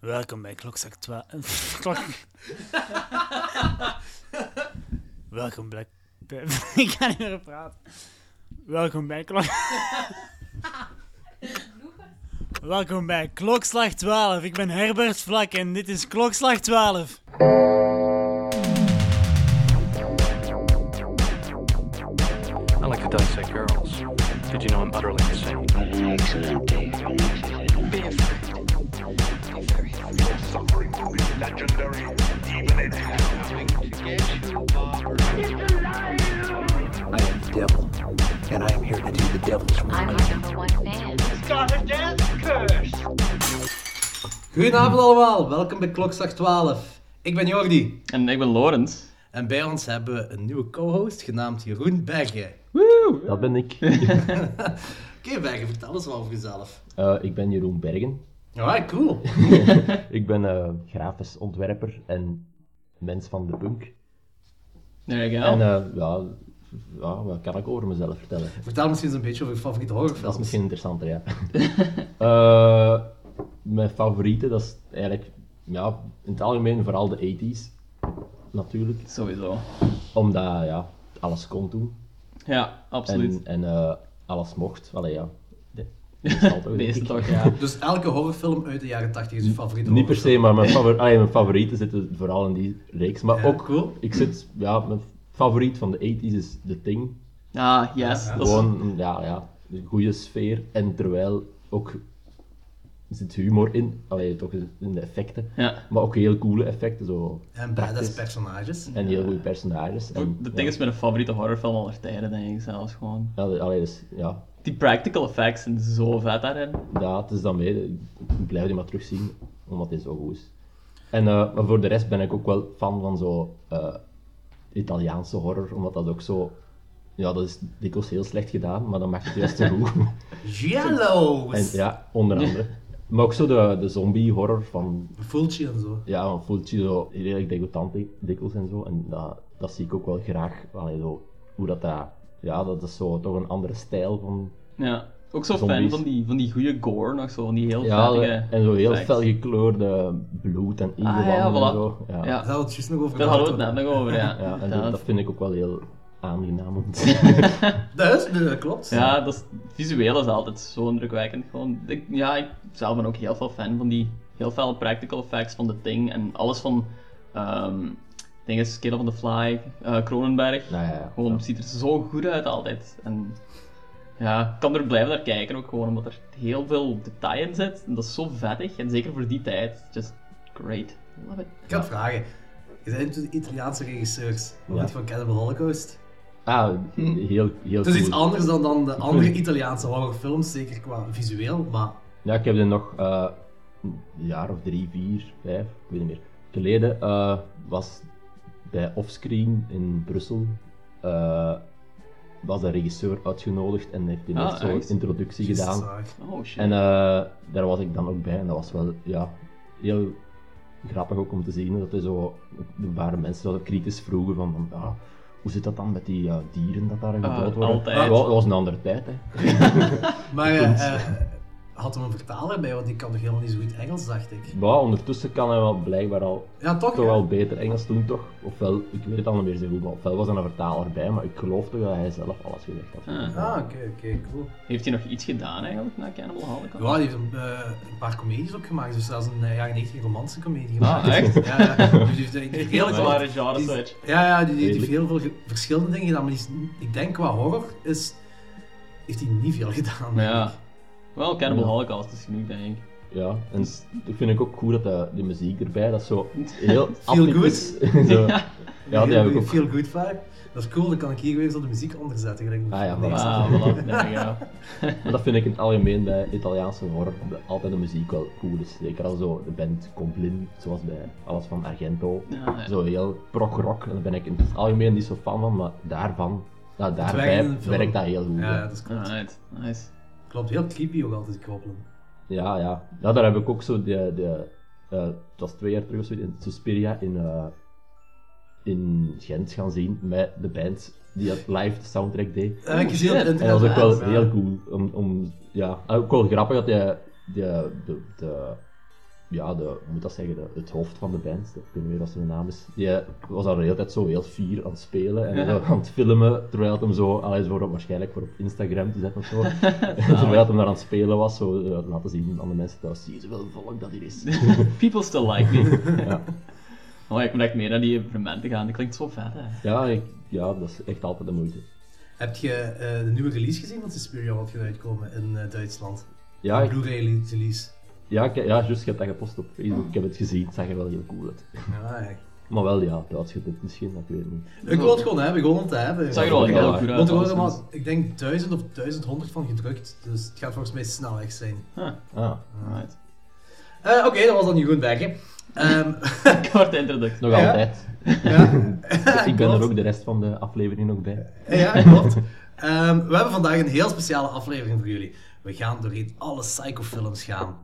Welkom bij Klokzak 12. Klok... Welkom bij... Ik ga niet meer praten. Welkom bij Klok... Welkom bij Klokslag 12. Ik ben Herbert Vlak en dit is Klokslag 12. I like to dissect girls. Did you know I'm utterly insane? I am the devil, and I am here to do the devil's work. I'm your number one fan. Goedenavond allemaal, welkom bij Klokslag 12. Ik ben Jordi En ik ben Lorenz. en bij ons hebben we een nieuwe co-host genaamd Jeroen Bergen. Dat ben ik. Oké Bergen, vertel eens wat over jezelf. Eh, ik ben Jeroen Bergen. Ja, cool. Ik ben eh, grafisch ontwerper en mens van de punk. There you En go. eh, ja, ja, wat kan ik over mezelf vertellen? Vertel misschien eens een beetje over je favoriete Dat is horrorfilms. misschien interessanter, ja. Eh, mijn favoriete, dat is eigenlijk ja, in het algemeen vooral de 80s. Natuurlijk. Sowieso. Omdat ja, alles kon toen. Ja, absoluut. En, en eh, alles mocht. Allee, ja. De, meestal toch, denk Deze ik. toch, ja. Dus elke horrorfilm uit de jaren 80 is je favoriete Niet per horrorfilm? se, maar mijn, favor allee, mijn favorieten zitten vooral in die reeks. Maar Ja, ook, cool. ik zit, ja, mijn favoriet van de 80s is The Thing. Ah, yes. dat is- Gewoon, mm, ja, ja, een goede sfeer. En terwijl ook zit humor in, alleen toch in de effecten. Ja. Maar ook heel coole effecten, zo. En badass praktisch. personages. En heel goede personages. En, Ook- Dat ding is mijn favoriete horrorfilm aller tijden, denk ik zelfs gewoon. ja, de- allee, dus, ja, Die practical effects zijn zo vet daarin. Ja, het is dan weer. Ik blijf die maar terugzien, omdat hij zo goed is. En eh, maar voor de rest ben ik ook wel fan van zo eh, Italiaanse horror, omdat dat ook zo. Ja, dat is dikwijls heel slecht gedaan, maar dan maakt het juist zo goed. En Yellows! ja, onder andere. Maar ook zo de, de zombie-horror van, Fulci en zo. ja, van Fulci, zo redelijk degoutant dik- dikwijls en zo. En dat, dat zie ik ook wel graag, allee, zo, hoe dat daar... Ja, dat is zo toch een andere stijl van... Ja. Ook zo fan Zombies. van die, van die goede gore nog zo, van die heel Ja, vettige en zo heel effects. fel gekleurde bloed en ingewanden Ah, ja, voilà. en zo. Ja. Ja. Daar hadden we het juist nog over Daar hadden we gehad, het net nog over, ja. Ja, en Inderdaad. dat, dat vind ik ook wel heel aangenaam om te hoor. Dat is, dat klopt. Ja, dat is, visueel is altijd zo indrukwekkend. Gewoon, ik, ja, ik zelf ben ook heel veel fan van die heel veel practical effects van The Thing en alles van, ehm ik denk eens Kid on the Fly, eh, Cronenberg. Nou ja, ja. Gewoon, Ja. het ziet er zo goed uit altijd. En ja, ik kan er blijven naar kijken ook gewoon, omdat er heel veel detail in zit. En dat is zo vettig, en zeker voor die tijd, just great. Love it. Ik had vragen. Je bent de Italiaanse regisseurs. Wat Ja. vind je van Cannibal Holocaust? Ah, heel, heel Het is iets cool. anders dan, dan de andere Italiaanse horrorfilms, zeker qua visueel, maar Ja, ik heb er nog eh, een jaar of drie, vier, vijf, ik weet niet meer, geleden eh, was bij Offscreen in Brussel eh, was de regisseur uitgenodigd en heeft die Ah, eerst zo'n echt? introductie Jezus, gedaan. waar. Oh shit. En eh, daar was ik dan ook bij en dat was wel ja, heel grappig ook om te zien dat er zo er waren mensen zo kritisch vroegen van, van, ja, hoe zit dat dan met die eh, dieren dat daar gedood worden? altijd. Ja, dat was een andere tijd hè. Maar eh, eh, had hem een vertaler bij, want die kan toch helemaal niet zo goed Engels, dacht ik. Maar ondertussen kan hij wel blijkbaar al Ja, toch? toch ja? wel beter Engels doen toch? Ofwel, ik weet het al niet meer zo goed, maar ofwel was er een vertaler bij, maar ik geloof toch dat hij zelf alles gezegd had. Ah. Ah, oké, oké, cool. Heeft hij nog iets gedaan eigenlijk na Cannibal Holocaust? Ja, die heeft een, eh, een paar comedies ook gemaakt, dus zelfs een eh, jaren 90 romantische comedie Ah, gemaakt. echt? Ja, ja. Dus die heeft eh, die heeft heel Heel veel- zware genre die- switch. Ja, ja, die, die heeft heel veel ge- verschillende dingen gedaan, maar die is, ik denk qua horror is, heeft hij niet veel gedaan. denk Ja. ik. Wel, Cannibal Ja. Holocaust is genoeg, denk ik. Ja, en dat vind ik ook cool dat de, die muziek erbij, dat is zo heel Feel atypisch. zo. Ja, die Heel heb ik goeie- ook Feel good vibe. Dat is cool, dan kan ik hier weer zo de muziek onderzetten. gelijk Ah ja, de voilà. eerste. Ah, voilà, there you go. Maar dat vind ik in het algemeen bij Italiaanse horror dat altijd de muziek wel cool is. Zeker al zo de band Complin, zoals bij alles van Argento. Ja, ja. Zo heel prog-rock, en daar ben ik in het algemeen niet zo fan van, maar daarvan, nou, werkt in daarbij een film. werkt dat heel goed. Ja, Ja, dat is klopt. Alright, nice. Klopt, heel creepy ook altijd koppelen. ja. ja. Ja, daar heb ik ook zo de, de eh, het was twee jaar terug of zoiets, in Suspiria in, eh, in Gent gaan zien met de band die dat live de soundtrack deed. Dat heb ik gezien op het En dat internet. is ook wel ja. heel cool. Om, om, ja, ook wel grappig dat je de, de, de ja, de, hoe moet dat zeggen, de- het hoofd van de band, ik weet niet meer wat zijn naam is, die was daar de hele tijd zo heel fier aan het spelen en Ja. aan het filmen, terwijl het hem zo, allee, voor, op- waarschijnlijk voor op Instagram te zetten of zo, terwijl het hem daar aan het spelen was, zo eh, laten zien aan de mensen thuis, zie je wel volk dat hier is. People still like me. ja. Oh, ik moet echt meer naar die evenementen gaan. Dat klinkt zo vet, hè. Ja, ik, ja, dat is echt altijd de moeite. Heb je eh, de nieuwe release gezien van Suspiria wat gaat uitkomen in eh, Duitsland? Ja, De ik, Blu-ray release. ja, ik- ja juist, je hebt dat gepost op Facebook, ik heb het gezien, het zag er wel heel cool uit. Ja, ja. Maar wel, ja, uitgedipt misschien, dat weet ik niet. Ik wil het gewoon hebben, gewoon om te hebben. Het zag er wel heel Ja. goed uit. Want er worden maar, alleszins. ik denk, 1000 of 1100 van gedrukt, dus het gaat volgens mij snel echt zijn. Ah, Alright. Eh, Oké, dat was dan Jeroen Bekker. Ehm, Korte introductie. nog Ja. altijd. ja, ik ben er klopt. ook de rest van de aflevering nog bij. ja, klopt. Ehm, we hebben vandaag een heel speciale aflevering voor jullie. We gaan doorheen alle Psycho-films gaan.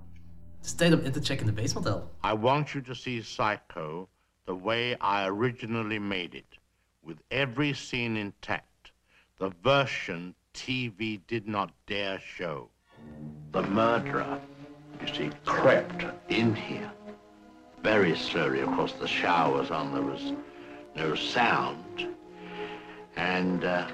Het is tijd om in te checken in de Basement Hell. I want you to see Psycho the way I originally made it, with every scene intact, the version TV did not dare show. The murderer, you see, crept in here, very slowly across the showers on. There was no sound, and. Uh,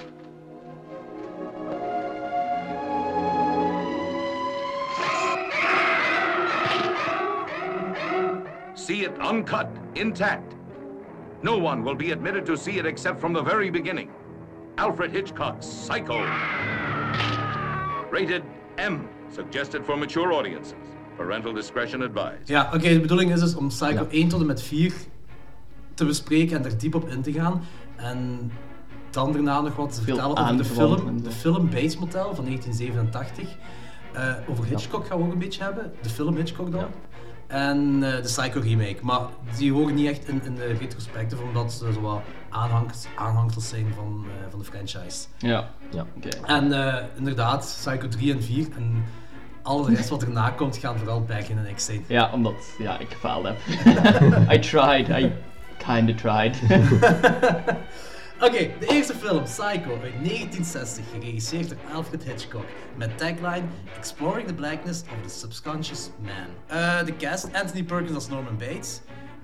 See it uncut, intact. No one will be admitted to see it except from the very beginning. Alfred Hitchcock's Psycho. Rated M. Suggested for mature audiences. Parental discretion advised. Ja, oké, de bedoeling is dus om Psycho 1 tot en met 4 te bespreken en er diep op in te gaan. En dan daarna nog wat te Veel vertellen over de aanverwanten film, en de zo. film Bates Motel van 1987. Eh, over Hitchcock gaan we ook een beetje hebben, de film Hitchcock dan. En eh, de Psycho remake, maar die horen niet echt in, in de retrospectief, omdat ze zo wat aanhangers, aanhangsels zijn van, eh, van de franchise. Ja. Ja. Oké. En eh, inderdaad, Psycho 3 en 4 en al de rest wat erna komt, gaan vooral Bergen en ik zijn. Ja, omdat ja, ik gefaald heb. I tried. I kinda tried. Oké, de eerste film, Psycho, uit 1960, geregisseerd door Alfred Hitchcock, met tagline Exploring the Blackness of the Subconscious Man. Eh, de cast, Anthony Perkins als Norman Bates,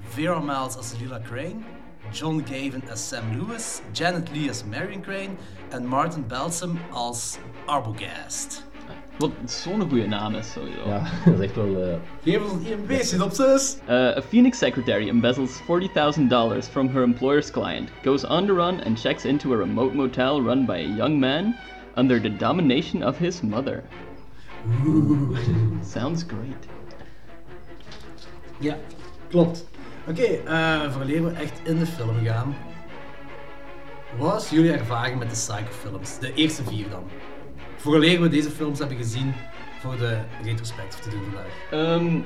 Vera Miles als Lila Crane, John Gavin als Sam Lewis, Janet Lee als Marion Crane en Martin Balsam als Arbogast. Wat zo'n goede naam is, sowieso. Ja, dat is echt wel... eh, Geef ons een E IMB synopsis! Uh, a Phoenix secretary embezzels $40,000 from her employer's client, goes on the run, and checks into a remote motel run by a young man under the domination of his mother. Sounds great. Ja, klopt. Oké, eh vooraleer we echt in de film gaan. Wat is jullie ervaring met de Psycho-films? De eerste vier dan. Vooraleer we deze films hebben gezien voor de retrospectief te doen vandaag. Ehm,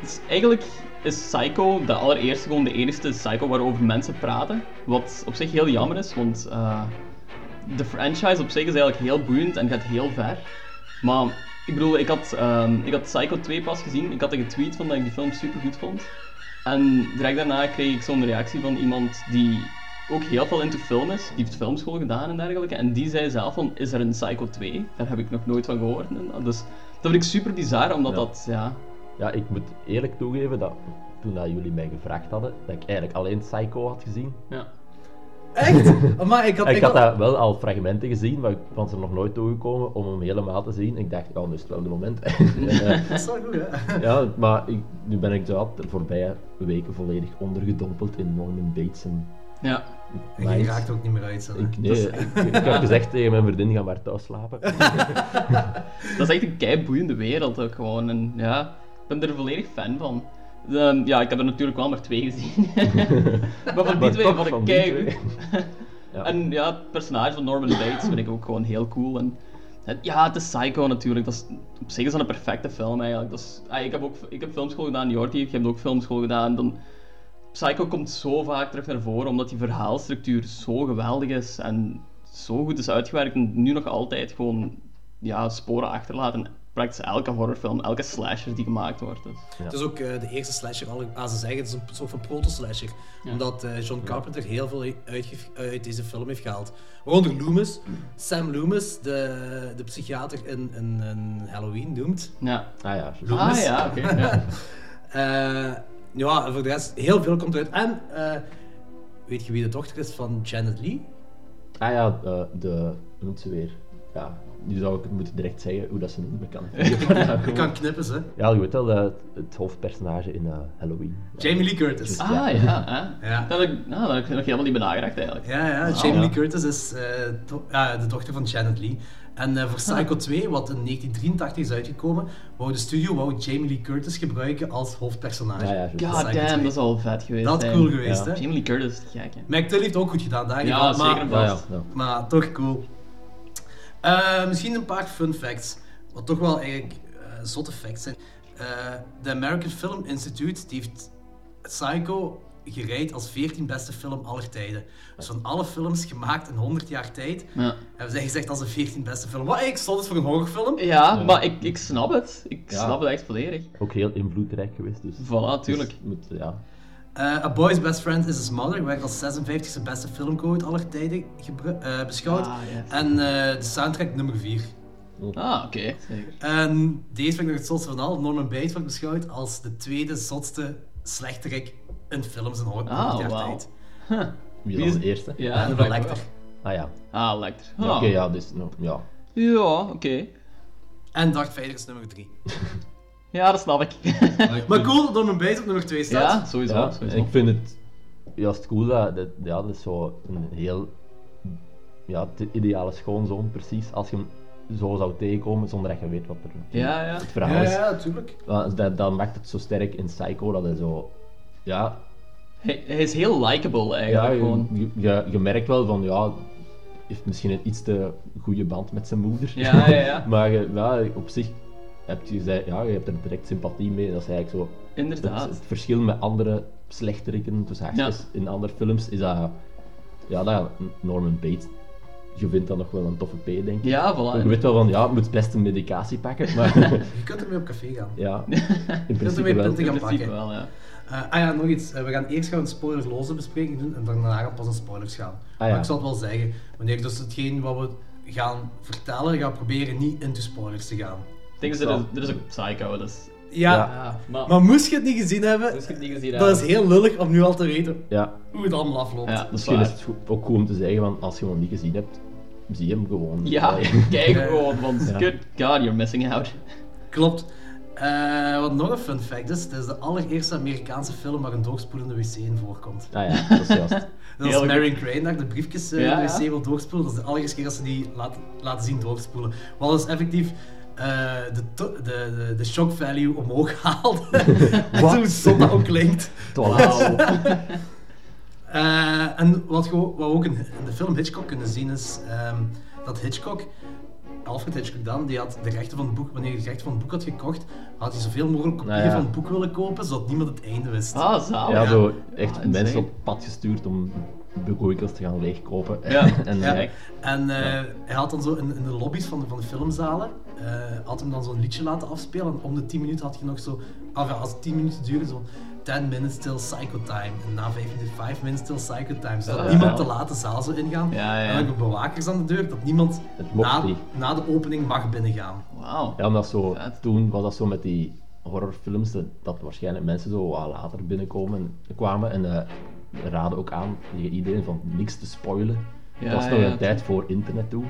dus eigenlijk is Psycho de allereerste gewoon de enige Psycho waarover mensen praten. Wat op zich heel jammer is, want eh, de franchise op zich is eigenlijk heel boeiend en gaat heel ver. Maar ik bedoel, ik had, ehm, ik had Psycho 2 pas gezien. Ik had een getweet van dat ik die film super goed vond. En direct daarna kreeg ik zo'n reactie van iemand die ook heel veel into film is. Die heeft filmschool gedaan en dergelijke. En die zei zelf van, is er een Psycho 2? Daar heb ik nog nooit van gehoord. En dus dat vind ik super bizar, omdat Ja. dat, ja, ja, ik moet eerlijk toegeven dat toen dat jullie mij gevraagd hadden, dat ik eigenlijk alleen Psycho had gezien. Ja. Echt? Oh, Maar ik had... ik had daar wel al fragmenten gezien, maar ik was er nog nooit toegekomen om hem helemaal te zien. Ik dacht, ja, nu is het wel de moment. En, eh, Dat is wel goed, hè? ja, maar ik, nu ben ik zo de voorbije weken volledig ondergedompeld in Norman Bates en Ja. En je Miles. raakt ook niet meer uit, hè? Ik, nee, ik, ik heb gezegd tegen mijn vriendin, ga maar thuis slapen. Ah Dat is echt een kei boeiende wereld ook gewoon. En ja, ik ben er volledig fan van. Ehm, ja, ik heb er natuurlijk wel maar twee gezien. maar van die Maar twee toch, vond ik van die kei twee. Ja. En ja, het personage van Norman Bates vind ik ook gewoon heel cool. En het- ja, het is Psycho natuurlijk. Dat is, op zich is dat een perfecte film eigenlijk. Dat is, ah, ik, heb ook, ik heb filmschool gedaan, Jordi, je hebt ook filmschool gedaan. Dan, Psycho komt zo vaak terug naar voren, omdat die verhaalstructuur zo geweldig is en zo goed is uitgewerkt. En nu nog altijd gewoon ja, sporen achterlaten. in Praktisch elke horrorfilm, elke slasher die gemaakt wordt. Dus. Het is ook eh, de eerste slasher, al aan ze zeggen, het is een soort van proto-slasher. Omdat eh, John Carpenter heel veel uit, uit deze film heeft gehaald. Waaronder Loomis. Sam Loomis, de, de psychiater in, in, in Halloween, noemt. Ja. Ah ja, Ah ja, oké. ja. Eh, ja, en voor de rest, heel veel komt eruit. En eh, weet je wie de dochter is van Janet Lee? Ah ja, eh, de... Hoe noemt ze weer? Ja, nu zou ik het moeten direct zeggen hoe dat ze noemt, maar ik kan het niet. Je kan knippen, hè? Ja, je weet wel, eh, het hoofdpersonage in eh, Halloween. Dus Jamie Lee Curtis. Ah ja, hè? Ja. Dat, heb ik, nou, dat heb ik nog helemaal niet benadrukt eigenlijk. Ja, ja, Jamie ja. Lee Curtis is eh, do- ah, de dochter van Janet Lee. En eh, voor Ah. Psycho 2, wat in 1983 is uitgekomen, wou de studio wou Jamie Lee Curtis gebruiken als hoofdpersonage. Ja, ja, juist. God Psycho damn, 2. dat is al vet geweest. Dat zijn. cool geweest, Ja. hè? Jamie Lee Curtis, te gek, hè? Mike Tully heeft ook goed gedaan, daar. Ja, maar, zeker en Ja, vast. ja, ja. Maar toch cool. Eh, misschien een paar fun facts, wat toch wel eigenlijk eh, zotte facts zijn. Eh, De American Film Institute die heeft Psycho gereid als 14 beste film aller tijden. Dus van alle films gemaakt in 100 jaar tijd, Ja. hebben zij gezegd als een 14 beste film. Wat eigenlijk stond het voor een horrorfilm. Ja, maar ik, ik snap het. Ik Ja. snap het echt volledig. Ook heel invloedrijk geweest, dus... Voilà, tuurlijk. Dus moet, ja. Eh, A Boy's Best Friend is His Mother werd als 56 e beste filmcode aller tijden gebru- eh, beschouwd. Ah, yes. En eh, de soundtrack nummer 4. Ah, oké. Zeker. En deze vind ik nog het zotste van al. Norman Bates wordt beschouwd als de tweede zotste slechterik in films in 100 Ah, jaar wauw. tijd. Wie Wie was is- de eerste? Ja, en dat wel lijkt me lekker. Ah ja. wel. Ah, Lecter. Ja, Ah. Oké, ja, dus... nou, ja. Ja, oké. En Darth Vader is nummer 3. Ja, dat snap ik. Maar cool dat Norman Bates op nummer 2 staat. ja, sowieso. Ja, sowieso. ik vind het juist cool dat, dat, ja, dat is zo een heel ja, de ideale schoonzoon, precies, als je hem zo zou tegenkomen zonder dat je weet wat er ja, ja. het verhaal ja, is. ja, tuurlijk. Ja, Dat, dat maakt het zo sterk in Psycho dat hij zo, ja, Hij, hij is heel likable ja eigenlijk. je, gewoon. je, je- je merkt wel van ja, heeft misschien een iets te goede band met zijn moeder. Ja, ja, ja. maar je- ja, op zich heb je, zei- ja, je hebt er direct sympathie mee, dat is eigenlijk zo Het, Inderdaad. het verschil met andere slechteriken, tussen haakjes, in andere films, is dat... Ja, dat Norman Bates, je vindt dat nog wel een toffe P, denk ik. Ja, Je voilà. weet wel van, ja, je moet best een medicatie pakken, maar Je kunt ermee op café gaan. ja, in principe weer wel. punten In gaan principe pakken. wel, ja. Eh, ah ja, nog iets. Eh, we gaan eerst gaan een spoilerloze bespreking doen en daarna gaan we pas een spoilers gaan. Ah, Maar ja. ik zal het wel zeggen. Wanneer dus hetgeen wat we gaan vertellen, gaan we proberen niet into spoilers te gaan. Ik denk dat er, is- er is ook Psycho, dus... Ja, Ja, maar... maar moest je het niet gezien hebben, Moest je het niet gezien dat is hebben. heel lullig om nu al te weten Ja, hoe het allemaal afloopt. Ja, dat is misschien waar. is het goed- ook goed om te zeggen, van, als je hem nog niet gezien hebt, zie hem gewoon. Ja, Allee. kijk gewoon, want good god, you're missing out. Klopt. Eh, wat nog een fun fact is, het is de allereerste Amerikaanse film waar een doorspoelende wc in voorkomt. Ah ja, dat is juist. Dat Heel is goed. Marion Crane dat de briefjes eh, Ja, de ja. wc wil doorspoelen. Dat is de allereerste keer dat ze die laat, laten zien doorspoelen. Wat dus effectief eh, de, to- de, de, de shock value omhoog haalde. Wat? Hoe zot dat ook klinkt. Toilet. Eh, en wat, gewo- wat we ook in, in de film Hitchcock kunnen zien is ehm, dat Hitchcock, Alfred Hitchcock dan, die had de rechten van het boek, wanneer hij de rechten van het boek had gekocht, had hij zoveel mogelijk kopieën Nou ja. van het boek willen kopen, zodat niemand het einde wist. Ah, zalig. Ja, zo echt Ah, mensen insane. op pad gestuurd om boekwinkels te gaan leegkopen. Ja. en, Ja. eh, En eh, hij had dan zo in, in de lobby's van de, van de filmzalen, eh, had hem dan zo'n liedje laten afspelen. En om de 10 minuten had je nog zo, of ja, als het 10 minuten duurde, zo 10 minutes till psycho time. En na 5 minuten, 5 minutes till psycho time. Zodat Ah, Ja. niemand te laat de zaal zou ingaan. Ja, ja, ja. En dan ook bewakers aan de deur, dat niemand Het mocht na, niet. na de opening mag binnengaan. Wauw. Ja, omdat zo, Vet. toen was dat zo met die horrorfilms, dat, dat waarschijnlijk mensen zo wat later binnenkomen kwamen en eh, raden ook aan tegen iedereen van niks te spoilen. Ja, het was nog ja. een tijd voor internet toe.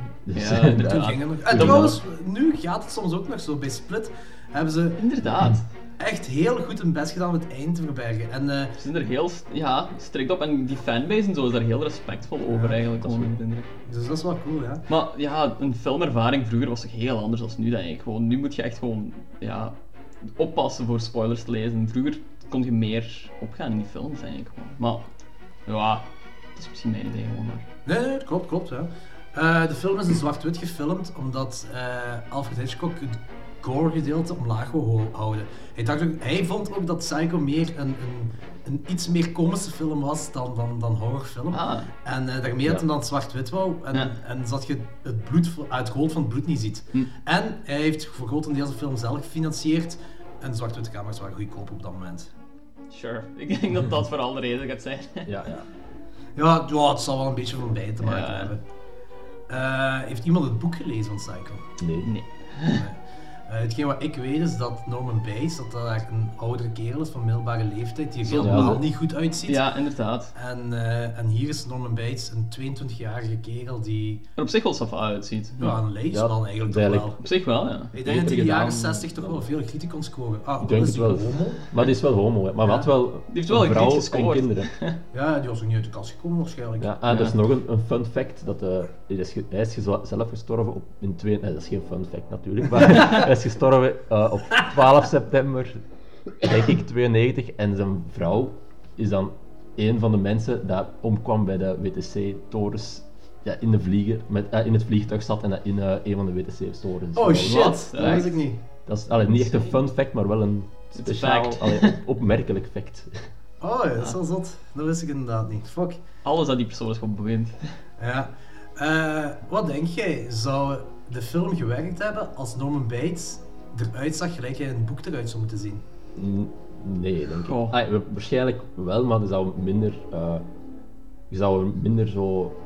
Ja, Dus daar- inderdaad. Toen gingen nog. En Toen Ah, trouwens, nu gaat het soms ook nog zo. Bij Split hebben ze Inderdaad. echt heel goed hun best gedaan om het eind te verbergen. En eh, Ze zijn er heel st- ja, strikt op en die fanbase en zo is daar heel respectvol over eigenlijk. dat is gewoon, goed. ik denk. dus dat is wel cool, ja. Maar ja, een filmervaring vroeger was toch heel anders dan nu, denk ik. Gewoon, nu moet je echt gewoon ja, oppassen voor spoilers te lezen. Vroeger kon je meer opgaan in die films, denk ik. Gewoon. Maar ja, dat is misschien mijn idee gewoon. Maar. Nee, nee, het klopt, klopt. Ja. Eh, de film is in zwart-wit gefilmd omdat eh, Alfred Hitchcock het gore-gedeelte omlaag wil ho- houden. Hij, dacht ook, hij vond ook dat Psycho meer een, een, een iets meer komische film was dan, dan, dan horrorfilm. Ah, En eh, daarmee dat hij dan zwart-wit wou en, Ja. Hm. en zodat je het, bloed, vo- ah, het rood van het bloed niet ziet. En hij heeft voor grotendeels de film zelf gefinancierd en zwart-witte camera's waren goedkoop op dat moment. sure. Ik denk dat dat vooral de reden gaat zijn. ja, ja. Ja, ja, het zal wel een beetje van bij te maken Ja. hebben. Eh, heeft iemand het boek gelezen van Psycho? Nee. Nee. Eh, hetgeen wat ik weet is dat Norman Bates, dat dat echt een oudere kerel is van middelbare leeftijd, die er Zo, helemaal ja. niet goed uitziet. Ja, inderdaad. En, eh, en hier is Norman Bates, een 22-jarige kerel die Er op zich wel saf uitziet. ja, een leidsman Ja, eigenlijk toch duidelijk. wel. Op zich wel, ja. Ik denk dat hij in de Beter jaren gedaan. 60 toch wel veel kritiek kon scoren. Ah, Ik wat denk is het die wel. homo? Maar die is wel homo, hè. Maar wat wel. Die heeft wel een vrouw kritisch en gehoord. kinderen. Ja, die was ook niet uit de kast gekomen waarschijnlijk. Ja, ah, dat is nog een, een fun fact. Dat, eh, hij is ge- hij is gezo- zelf gestorven op... In twee, nee, dat is geen fun fact natuurlijk, maar hij is gestorven eh, op 12 september, denk ik, 92. En zijn vrouw is dan een van de mensen dat omkwam bij de WTC-torens. Ja, in, de vliegen, met, eh, in het vliegtuig zat en dat in eh, een van de WTC-torens. Oh shit, Wat? dat wist ik niet. Dat is allee, niet echt een fun fact, maar wel een een speciaal, fact. allee, op- opmerkelijk fact. Oh ja, dat is wel zot. Dat wist ik inderdaad niet. Fuck. Alles dat die persoon is gewoon boeiend. Ja. Eh, wat denk jij? Zou de film gewerkt hebben als Norman Bates eruit zag gelijk hij in het boek eruit zou moeten zien? N- Nee, denk ik. Goh. Ah, wa- waarschijnlijk wel, maar je zou minder, eh, je zou er minder zo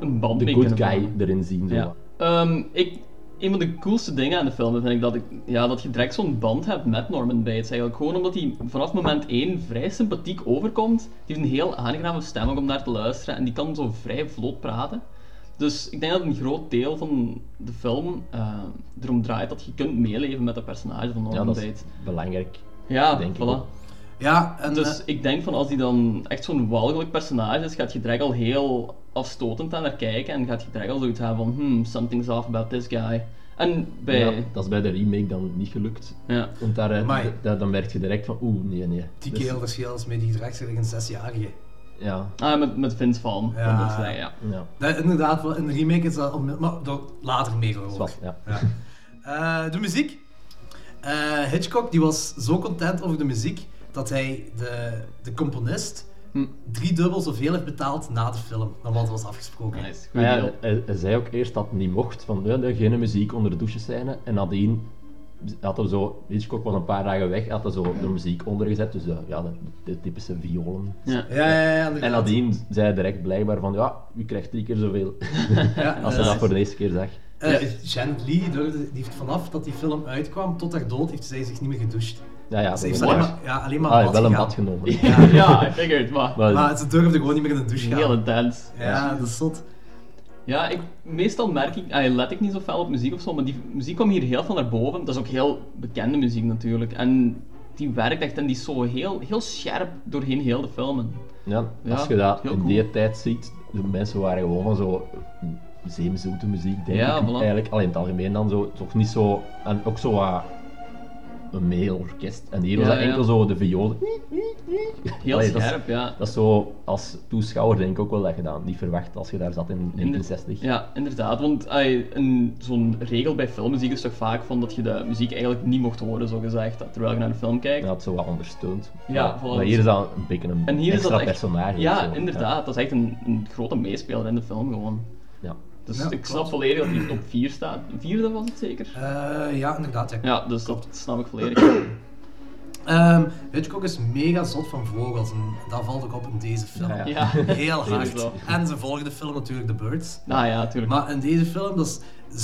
Een band de mee good kunnen guy vormen. erin zien. Zo. Ja. Ehm, ik, een van de coolste dingen aan de film vind ik dat, ik, ja, dat je direct zo'n band hebt met Norman Bates. Eigenlijk. Gewoon omdat hij vanaf moment 1 vrij sympathiek overkomt. Die heeft een heel aangename stem ook om naar te luisteren. En die kan zo vrij vlot praten. Dus ik denk dat een groot deel van de film eh, erom draait dat je kunt meeleven met dat personage van Ja, Norman dat is Bates. belangrijk. Ja, denk ik Ah, voilà. ook. Ja, en Dus eh, ik denk van als die dan echt zo'n walgelijk personage is, gaat je direct al heel afstotend aan haar kijken en gaat je direct al zoiets hebben van hmm, something's off about this guy. En bij... Ja, dat is bij de remake dan niet gelukt. Ja. Want daar, eh, Amai. d- daar- dan merk je direct van, oeh, nee, nee. die Dus- kerel verschil is met die gedrags een zesjarige. Ja, Ah, met, met Vince Vaughn. Ja. Ja. Zijn, ja. ja. Dat, inderdaad, wel, in de remake is dat... onmiddellijk- Maar dat, later meer over. Zwart, ja. Ja. Eh, de muziek. Eh, Hitchcock die was zo content over de muziek dat hij de, de componist Hm. drie dubbel zoveel heeft betaald na de film dan wat was afgesproken. Nice. Maar Goeie Ah, ja, deal. hij, hij zei ook eerst dat het niet mocht, van ja, er geen muziek onder de douches zijn. En nadien had hij zo, Hitchcock was een paar dagen weg, had hij zo de muziek ondergezet. Dus eh, ja, de, de typische violen. Ja. Ja, ja, ja. inderdaad. En nadien zei hij direct blijkbaar van, ja, u krijgt drie keer zoveel. Ja, Als eh, hij dat voor de eerste keer zag. eh, Janet Leigh die durfde- die heeft vanaf dat die film uitkwam tot haar dood heeft zij zich niet meer gedoucht. Ja, ja, Ze heeft dat alleen was- maar, ja, alleen maar Ah, hij bad heeft wel gegaan. een bad genomen. Ja, ja, I figured, maar... Maar, Maar ze durfde gewoon niet meer in de douche Heel gaan. intens. Ja, dat is zot. Ja, ik, meestal merk ik, ah, let ik niet zo fel op muziek of zo, maar die muziek kwam hier heel veel naar boven. Dat is ook heel bekende muziek natuurlijk. En die werkt echt en die is zo heel, heel scherp doorheen heel de film. En ja, Ja, als je dat heel in cool. die tijd ziet, de mensen waren gewoon van zo zeemzoete muziek, denk Ja, ik. voilà. Eigenlijk, alleen in het algemeen dan zo, toch niet zo, en ook zo wat een meelorkest. En hier was Ja, dat ja. enkel zo de violen. Heel Allee, dat is- scherp, ja. Dat is zo, als toeschouwer denk ik ook wel dat je dat niet verwacht als je daar zat in 1960. Ja, inderdaad. Want ai, een- zo'n regel bij filmmuziek is toch vaak van dat je de muziek eigenlijk niet mocht horen, zogezegd, dat- terwijl je naar de film kijkt. Ja, het zo wat ondersteund. Ja, Maar- voilà, maar dat hier is- is dat een beetje een En hier is extra dat echt... personage. of Ja, zo. inderdaad. Dat is echt een, een grote meespeler in de film gewoon. Ja. Dus Ja, ik klopt. snap volledig dat hij op 4 staat. Vierde was het zeker? Eh, ja, inderdaad. Ja. Ja, dus dat snap ik volledig. Ehm, Hitchcock is mega zot van vogels en dat valt ook op in deze film. Ja, Ja. Heel hard. Sowieso. En zijn volgende film natuurlijk, The Birds. Nou ja, natuurlijk. Maar in deze film dat is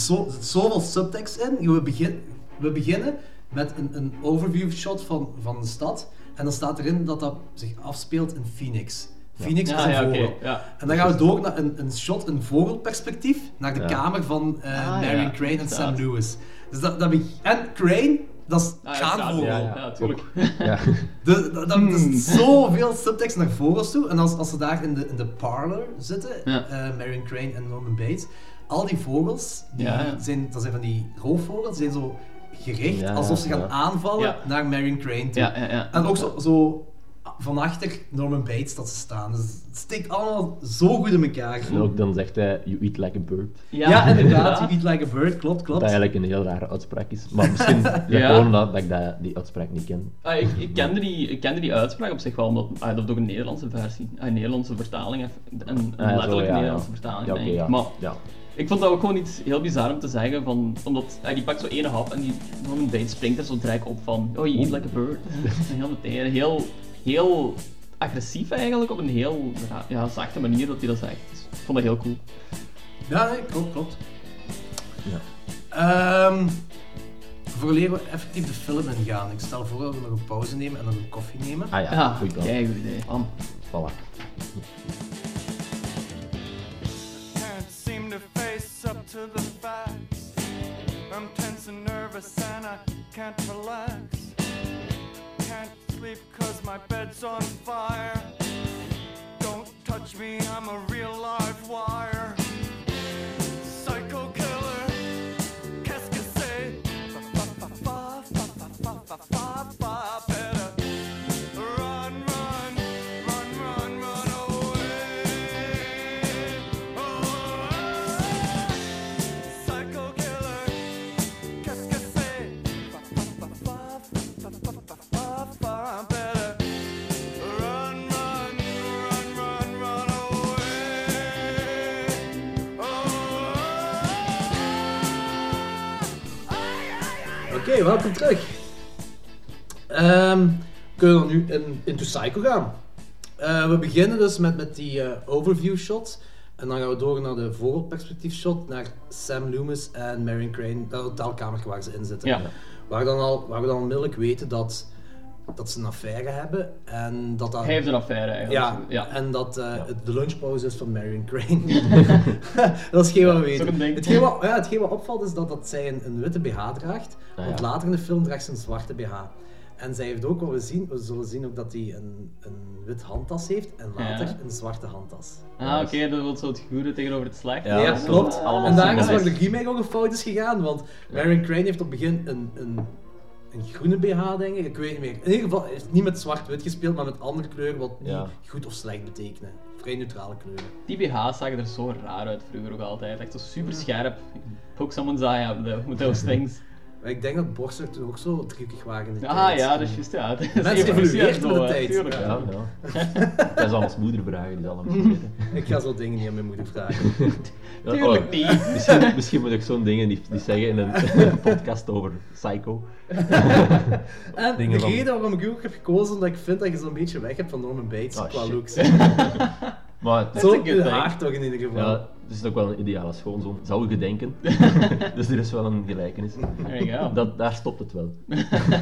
zo, zit zoveel subtext in. We, begin, we beginnen met een, een overview shot van, van de stad. En dan staat erin dat dat zich afspeelt in Phoenix. Phoenix Ja, is een ja, oké, vogel. ja. En dan gaan we door naar een, een shot, een vogelperspectief, naar de kamer van eh Marion Ah, ja, Crane en Sam inderdaad. Lewis. Dus dat, dat be- en Crane, dat is Ah, ja, graanvogel. ja, ja, natuurlijk. Ja. Dus dat, dat dat Hmm. is zoveel subtekst naar vogels toe. En als, als ze daar in de, in de parlor zitten, Ja. eh, Marion Crane en Norman Bates, al die vogels, die Ja, ja. Zijn, dat zijn van die roofvogels, die zijn zo gericht Ja, alsof ze gaan ja. aanvallen Ja. naar Marion Crane toe. Ja, ja, ja. En ook zo, zo van achter Norman Bates dat ze staan. Dus het steekt allemaal zo goed in elkaar. En ook dan zegt hij, you eat like a bird. Ja, inderdaad. You eat like a bird, klopt, klopt. Dat eigenlijk een heel rare uitspraak is. Maar misschien is dat Ja. gewoon omdat dat ik dat, die uitspraak niet ken. Ah, ik, ik, kende die, ik kende die uitspraak op zich wel, omdat ah, dat was ook een Nederlandse versie. Ah, Een Nederlandse vertaling. heeft- Een, een Ah, ja, zo, letterlijk ja, ja. Nederlandse vertaling, Ja, oké, denk ik. ja. Maar ja. ik vond dat ook gewoon iets heel bizar om te zeggen, van, omdat hij die pakt zo één hap en die Norman Bates springt er zo direct op van Oh, you eat like a bird. En heel meteen, heel, heel agressief eigenlijk, op een heel ra- ja, zachte manier dat hij dat zegt. Dus ik vond dat heel cool. Ja, nee, klopt, klopt. Ja. Ehm, Vooraleer we effectief de film ingaan, ik stel voor dat we nog een pauze nemen en dan een koffie nemen. Ah ja, Ja, goed dan. kijk, goed idee. Man. Voilà. can't seem to face up to the facts. I'm tense and nervous and I can't relax. Can't sleep cause my bed's on fire. Don't touch me, I'm a real live wire. Psycho killer, qu'est-ce que c'est? Fa, fa, fa, fa, fa, fa, fa, fa, fa, better. Run, run, run, run, run away. Psycho killer, qu'est-ce que c'est? Better run, run, run, run, run away. Oké, welkom terug. Ehm, kunnen we dan nu in, into Psycho gaan? Eh, we beginnen dus met, met die eh, overview shot. En dan gaan we door naar de vogelperspectief shot, naar Sam Loomis en Marion Crane, dat hotelkamertje waar ze in zitten. Ja. Waar, dan al, waar we dan onmiddellijk weten dat, dat ze een affaire hebben en dat dat... Hij heeft een affaire eigenlijk. ja, ja. en dat eh, het de lunchpauze is van Marion Crane. dat is geen wat we is ook weten. een ding. Hetgeen wat, ja, hetgeen wat opvalt is dat, dat zij een, een witte BH draagt, ja. want later in de film draagt ze een zwarte BH. En zij heeft ook, wat we zien, we zullen zien ook dat hij een, een wit handtas heeft en later Ja. een zwarte handtas. Ah, oké, dat wordt zo het goede tegenover het slechte. Ja, Ja, Dat is klopt. allemaal En daar is waar symbolisch. de remake ook een fout is gegaan, want Marion Crane heeft op het begin een, een, een groene BH, denk ik. Ik weet niet meer. In ieder geval hij heeft niet met zwart-wit gespeeld, maar met andere kleuren, wat niet Ja. goed of slecht betekenen. Vrij neutrale kleuren. Die BH's zagen er zo raar uit vroeger ook altijd. Echt zo super scherp. Poke someone's eye out though, with those things. Maar ik denk dat borsten toen ook zo driehoekig waren in de Ah tijd. ja, dat is juist ja. Mensen evolueert met de tijd. Tuurlijk, ja. Ja, ja. Dat is allemaal moeder vragen, die zal hem Mm. misschien weten. Ik ga zo dingen niet aan mijn moeder vragen. Ja, Tuurlijk oh, niet. misschien, misschien moet ik zo'n dingen niet, niet zeggen in een, een podcast over Psycho. En Dingen Eh, de van- reden waarom ik ook heb gekozen, omdat ik vind dat je zo'n beetje weg hebt van Norman Bates Ah, qua shit. looks. Maar het- Zo a good je thing. haar toch in ieder geval. ja, het is ook wel een ideale schoonzoon, zou je denken. dus er is wel een gelijkenis. There you go. Dat, daar stopt het wel.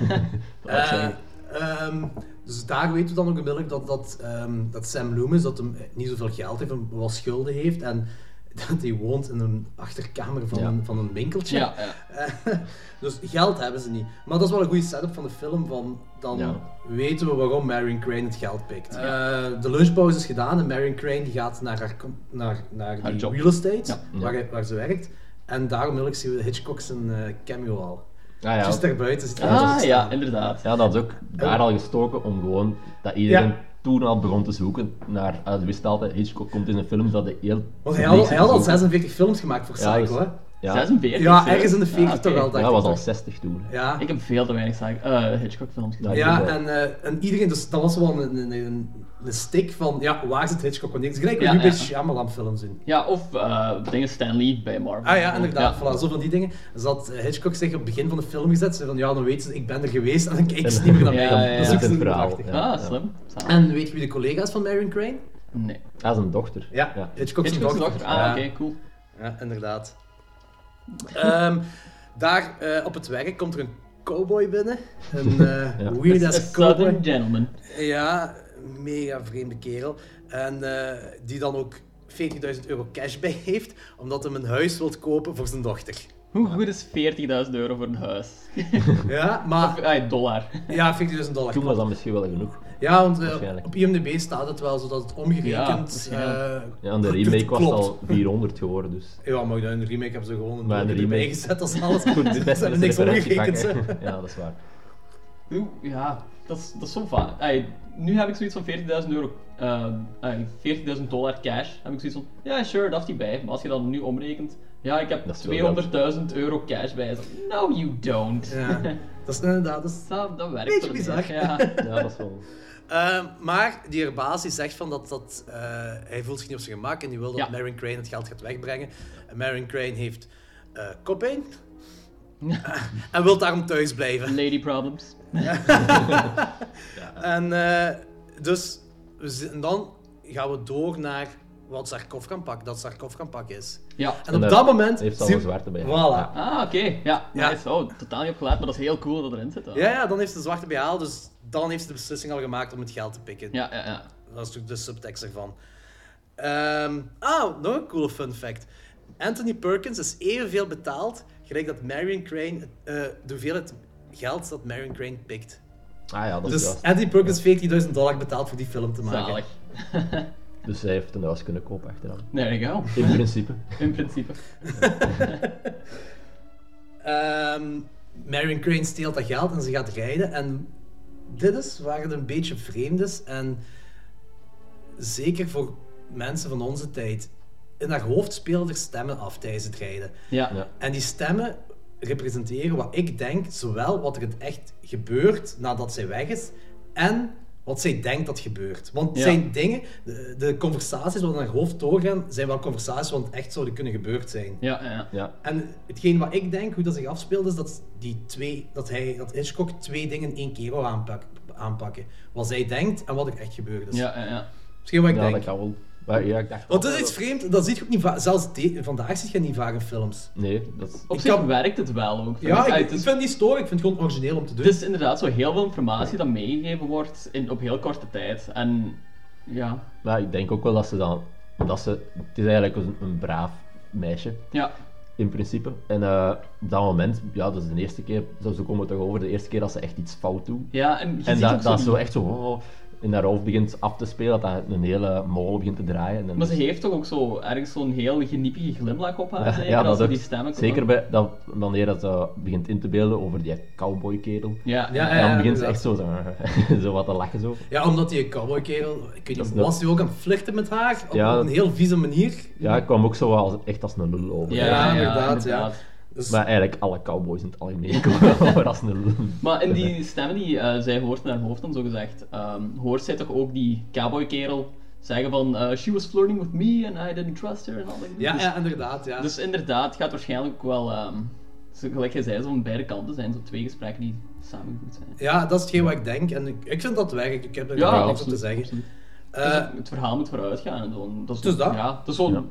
Dat Eh, ik zeggen. ehm, dus daar weten we dan ook onmiddellijk dat, dat, ehm, dat Sam Loomis dat hem eh, niet zoveel geld heeft, en wel schulden heeft en dat hij woont in een achterkamer van, Ja. een, van een winkeltje. Ja, ja. Eh, dus geld hebben ze niet. Maar dat is wel een goede setup van de film, van dan Ja. weten we waarom Marion Crane het geld pikt. Eh, de lunchpauze is gedaan en Marion Crane die gaat naar, haar, com- naar, naar die job. real estate, Waar, hij- waar ze werkt. En daar onmiddellijk zien we Hitchcock zijn eh, cameo al. Ah, ja. Just daarbuiten zit hij zo Ah te ja, staan. inderdaad. ja, dat is ook daar al gestoken om gewoon dat iedereen Ja. toen al begon te zoeken naar. ah, Ze wisten altijd, Hitchcock komt in een film dat de heel. Want hij had, al- hij had al 46 films gemaakt voor Ja, Psycho, dus- hè? Ja, 46. Ja, hè? ergens in de 40 Ah, oké. toch altijd. ja, was al 60 toen. hè. Ja, Ik heb veel te weinig zaken. eh Hitchcock films gedaan. Ja, ja en, eh, en iedereen, dus dat was wel een, een, een, een stick van, ja, waar zit Hitchcock wanneer? Dus gelijk we Ja, nu ja. bij Shyamalan films doen. Ja, of eh dingen Stanley bij Marvel. Ah ja, inderdaad, voilà, zo van die dingen. Dus dat eh, Hitchcock zich op het begin van de film gezet, zo van, ja, dan weten ze, ik ben er geweest en dan kijken ze niet meer naar Ja, mij. ja, ja. Dat is ook Dat is zo'n het verhaal, prachtig. ja. Ah, slim. Zalig. En weet je wie de collega is van Marion Crane? Nee. Ah, zijn dochter. ja. Hitchcock zijn Hitchcock's dochter. dochter. Ah, Ja. oké, cool. Ja, inderdaad. Ehm, daar eh, op het werk komt er een cowboy binnen. Een eh Ja. weird A ass cowboy. Southern gentleman. Ja, een mega vreemde kerel. En eh, die dan ook 40.000 euro cash bij heeft, omdat hij een huis wil kopen voor zijn dochter. Hoe goed is 40.000 euro voor een huis? Ja, maar... Ah, dollar. Ja, 40.000 dollar. Toen was dat misschien wel genoeg. Ja, want eh, Waarschijnlijk. op IMDb staat het wel, zodat het omgerekend... Ja, waarschijnlijk. eh, Ja, en de gekund remake was klopt. al 400 geworden, dus. Ja, maar in de remake hebben ze gewoon een Maar in de dollar erbij remake- gezet als alles. Goed, Ze het beste hebben niks is de referentie omgerekend. hè. pakken. Ja, dat is waar. Oeh, ja, dat is, dat is zo vaak. Ai, nu heb ik zoiets van 14.000 euro, eh, ai, 14.000 dollar cash. Heb ik zoiets van, ja, sure, dat is die bij. Maar als je dat nu omrekent, ja, ik heb Dat is 200.000 veel geld. euro cash bij. Zo, no, you don't. Ja, dat is inderdaad... Dat is... Dat, dat werkt Beetje toch bizar. niet, Ja. Ja, dat is wel... Ehm, maar die er baas die zegt van dat, dat eh, hij voelt zich niet op zijn gemak en die wil dat Ja. Marion Crane het geld gaat wegbrengen. En Marion Crane heeft eh kopijn en wil daarom thuis blijven. Lady problems. En eh, dus we zi- en dan gaan we door naar wat Zarkov kan pakken, dat Zarkov kan pakken is. Ja. En op En, dat eh, moment... heeft ze al zien- een zwarte bij. Voilà. Ja. Ah, oké. Ja. Ja. Nice. Oh, totaal niet opgelet, maar dat is heel cool dat erin zit. hoor. Ja, ja, dan heeft ze de zwarte BH, dus dan heeft ze de beslissing al gemaakt om het geld te pikken. Ja, ja, ja. Dat is natuurlijk de subtekst ervan. Ehm, ah, nog een coole fun fact. Anthony Perkins is evenveel betaald, gelijk dat Marion Crane, eh de hoeveelheid geld dat Marion Crane pikt. Ah ja, dat is Dus juist. Anthony Perkins heeft 14.000 dollar betaald voor die film te maken. Zalig. Dus hij heeft een huis kunnen kopen achteraan. There you go. In principe. In principe. Ehm, Marion Crane steelt dat geld en ze gaat rijden. En dit is waar het een beetje vreemd is. En zeker voor mensen van onze tijd. In haar hoofd speelden er stemmen af tijdens het rijden. Ja. Ja. En die stemmen representeren wat ik denk, zowel wat er in het echt gebeurt nadat zij weg is, en wat zij denkt dat gebeurt. Want het Ja. zijn dingen, de, de conversaties wat in haar hoofd doorgaan, zijn wel conversaties wat in het echt zouden kunnen gebeurd zijn. Ja, ja, ja. Ja. En hetgeen wat ik denk, hoe dat zich afspeelde, is dat, die twee, dat, hij, dat Hitchcock twee dingen in één keer wil aanpak, aanpakken. Wat zij denkt en wat er echt gebeurd is. Ja, ja, ja. Misschien wat ik Ja, denk. dat kan wel. Maar ja, ik dacht... Want dat is iets vreemd, dat ziet je ook niet va- Zelfs de- vandaag ziet je niet vaak in films. Nee, dat is... Op Ik zich kan- werkt het wel ook. vind Ja, Ah, ik, het ik is- vind het niet stoer, ik vind het gewoon origineel om te Dus- doen. Het is Dus inderdaad zo heel veel informatie dat meegegeven wordt in, op heel korte tijd. En ja, Maar ik denk ook wel dat ze dan... Dat ze... Het is eigenlijk een, een braaf meisje, ja, in principe. En eh, op dat moment, ja, dat is de eerste keer... Zo, ze komen toch over de eerste keer dat ze echt iets fout doen. ja en, je en ziet ook dat, zo dat die- zo echt zo... oh, in haar hoofd begint af te spelen, dat dat een hele molen begint te draaien. En dus- dan- Maar ze heeft toch ook zo ergens zo'n heel geniepige glimlach op haar, zeker, als ze ook. die stemmen komen. Zeker bij, dat, wanneer dat eh, begint in te beelden over die cowboykerel. Ja, Ja, ja, En dan begint ze inderdaad. echt zo, zo, zo wat te lachen zo. Ja, omdat die cowboykerel, ik weet Dat niet, is was dat- hij ook aan het flirten met haar? Op Ja. een heel vieze manier. Ja, ik kwam ook zo wel als, echt als een lul over. ja, Ja, ja, inderdaad, ja. Dus, Maar eigenlijk alle cowboys in het algemeen komen over als een lul. Maar in die stemmen die eh, zij hoort in haar hoofd dan zogezegd, ehm hoort zij toch ook die cowboykerel zeggen van eh, She was flirting with me and I didn't trust her en al dat gedoe. ja, Dus- ja, inderdaad, ja. Dus inderdaad, het gaat waarschijnlijk ook wel, ehm, zo, gelijk je zei, zo van beide kanten zijn zo twee gesprekken die samen goed zijn. ja, dat is hetgeen wat ik denk. En ik, ik vind dat werkt, ik heb er ja, Ja, niks op te absoluut, zeggen. absoluut. Eh, Dus het verhaal moet vooruit gaan. en zo. Dat is, Het is dat. Ja, het is zo'n eh,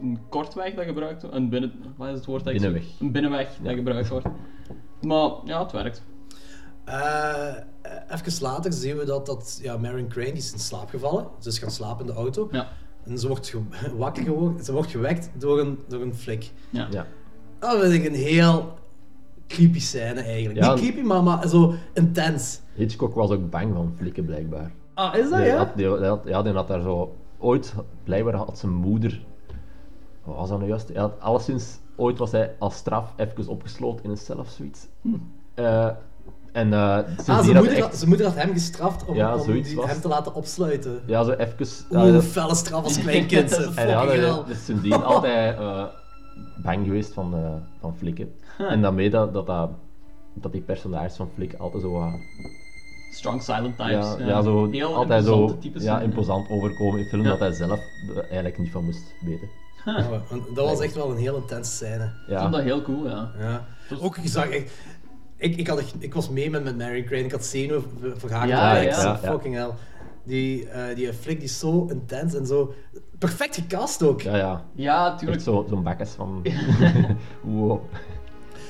een kortweg dat gebruikt wordt. Een binnen, wat is het woord dat je- Binnenweg. Een binnenweg dat gebruikt wordt. Maar ja, het werkt. Eh, even later zien we dat, dat ja, Marion Crane die is in slaap gevallen. Ze is gaan slapen in de auto. Ja. En ze wordt ge- wakker geworden. Ze wordt gewekt door een, door een flik. Ja. Ja. Dat vind ik een heel creepy scène eigenlijk. Ja. Niet creepy, maar, maar zo intens. Hitchcock was ook bang van flikken blijkbaar. Ah, is dat Die ja? had, die, die had, ja, die had daar zo... Ooit, blijkbaar had zijn moeder... Wat was dat nou juist? Hij had alleszins... Ooit was hij als straf even opgesloten in een cel of zoiets. Eh, en eh, Hm. Ah, sindsdien zijn had moeder, hij had- echt... zijn moeder had hem gestraft om, Ja, om zoiets die- was hem het. te laten opsluiten. Ja, zo even... Oeh, ja, een dat- felle straf als klein kind. hè. En En ja, Fucking dat hell. is sindsdien altijd eh, bang geweest van, eh, van flikken. En daarmee dat, dat, dat, dat die personages van flik altijd zo... wat- Strong silent types. ja, ja, zo Heel altijd zo imposante types. ja, zijn. eh, imposant overkomen in film Ja. dat hij zelf eh, eigenlijk niet van moest weten. Ah. Oh, en Dat was echt wel een heel intense scène. Ik vond dat Ja, heel cool, ja. Ja. Ook, ik zag echt... Ik, ik, had, echt- ik was mee met, met Mary Crane, ik had zenuwen ver- verhaakt. Ja, Ja, ja, ja. Fucking hell. Die, eh die flik die is zo intens en zo... Perfect gecast ook. ja, ja. Ja, tuurlijk. Echt zo- zo'n bakkes van... wow.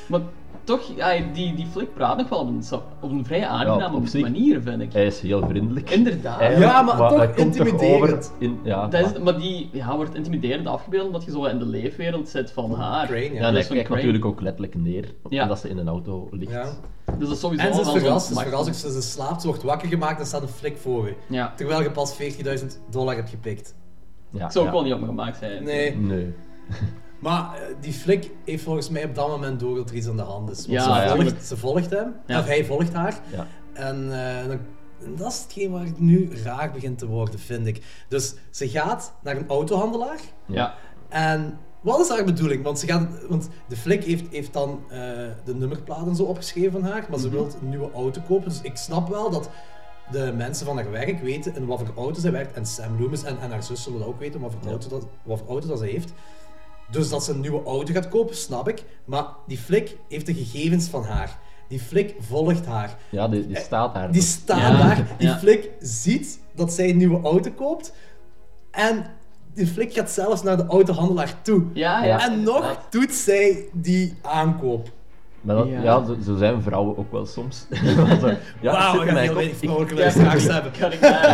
Maar toch, ja, die, die flik praat nog wel op een, zo- op een vrij aangename op zich. manier, vind ik. Hij is heel vriendelijk. Inderdaad. Eigenlijk, Ja, maar toch dat komt toch intimiderend. over in, ja, Dat is, maar- maar die ja, wordt intimiderend afgebeeld omdat je zo in de leefwereld zit van haar. Crane, ja. ja, en dat hij is van kijkt Crane. natuurlijk ook letterlijk neer, Ja. omdat ze in een auto ligt. Ja. Dus dat is sowieso En ze is al wel zo'n verrast, ze is smaak. verrast. ook. Ze ze slaapt, ze wordt wakker gemaakt en staat een flik voor je. Ja. Terwijl je pas 40.000 dollar hebt gepikt. Ja, Zo ja. kon niet op me gemaakt zijn. Nee. Nee. Maar eh, die flik heeft volgens mij op dat moment door dat er iets aan de hand is. Want Ja, ze, ja. volgt, ze volgt hem, Ja. of hij volgt haar. Ja. En, eh, dan- en dat is hetgeen waar het nu raar begint te worden, vind ik. Dus ze gaat naar een autohandelaar. Ja. En wat is haar bedoeling? Want, ze gaat, want de flik heeft, heeft dan eh, de nummerplaat en zo opgeschreven van haar, maar Mhm. ze wil een nieuwe auto kopen. Dus ik snap wel dat de mensen van haar werk weten in wat voor auto zij werkt. En Sam Loomis en, en haar zus zullen dat ook weten wat voor, auto dat, wat voor auto dat ze heeft. Dus dat ze een nieuwe auto gaat kopen, snap ik. Maar die flik heeft de gegevens van haar. Die flik volgt haar. Ja, die, die staat daar. Eh, Die staat Ja, daar, die ja. flik ziet dat zij een nieuwe auto koopt. En die flik gaat zelfs naar de autohandelaar toe. Ja, ja. En nog doet zij die aankoop. Maar dat, Ja. ja, zo, zo zijn vrouwen ook wel soms. Maar zo, Wauw, ja, shit, Ah, we gaan mijn heel kop- weinig ik- vrouwelijke luisteraars hebben. Kan ik daar,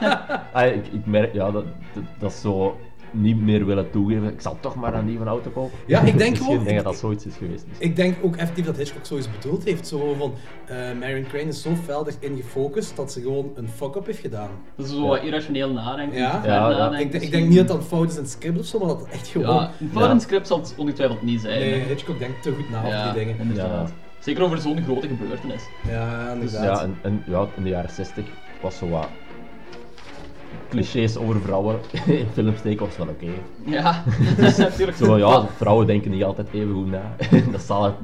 ja. Ah, ik, ik merk ja, dat, dat, dat is zo niet meer willen toegeven. Ik zal toch maar een nieuwe auto kopen. Ja, ik denk Dus gewoon- Ik denk dat dat zoiets is geweest. Dus. Ik denk ook effectief dat Hitchcock zoiets bedoeld heeft. Zo gewoon van, eh Marion Crane is zo fel erin gefocust dat ze gewoon een fuck-up heeft gedaan. Dat is zo wat irrationeel nadenken. Ja. ver Ja, ja. nadenken, Ik, denk- ik misschien. denk niet dat dat een fout is in het script of zo, maar dat het echt gewoon... Ja, voor Ja. een script zal het ongetwijfeld niet zijn. Nee, hè. Hitchcock denkt te goed na over ja, die dingen. inderdaad. Ja. Zeker over zo'n grote gebeurtenis. Ja, Dus inderdaad. ja, en, en, ja, in de jaren 60 was zo wat clichés over vrouwen in films steken was wel oké. Ja, dat is natuurlijk Zo van, ja, vrouwen denken niet altijd even goed na. dat zal het-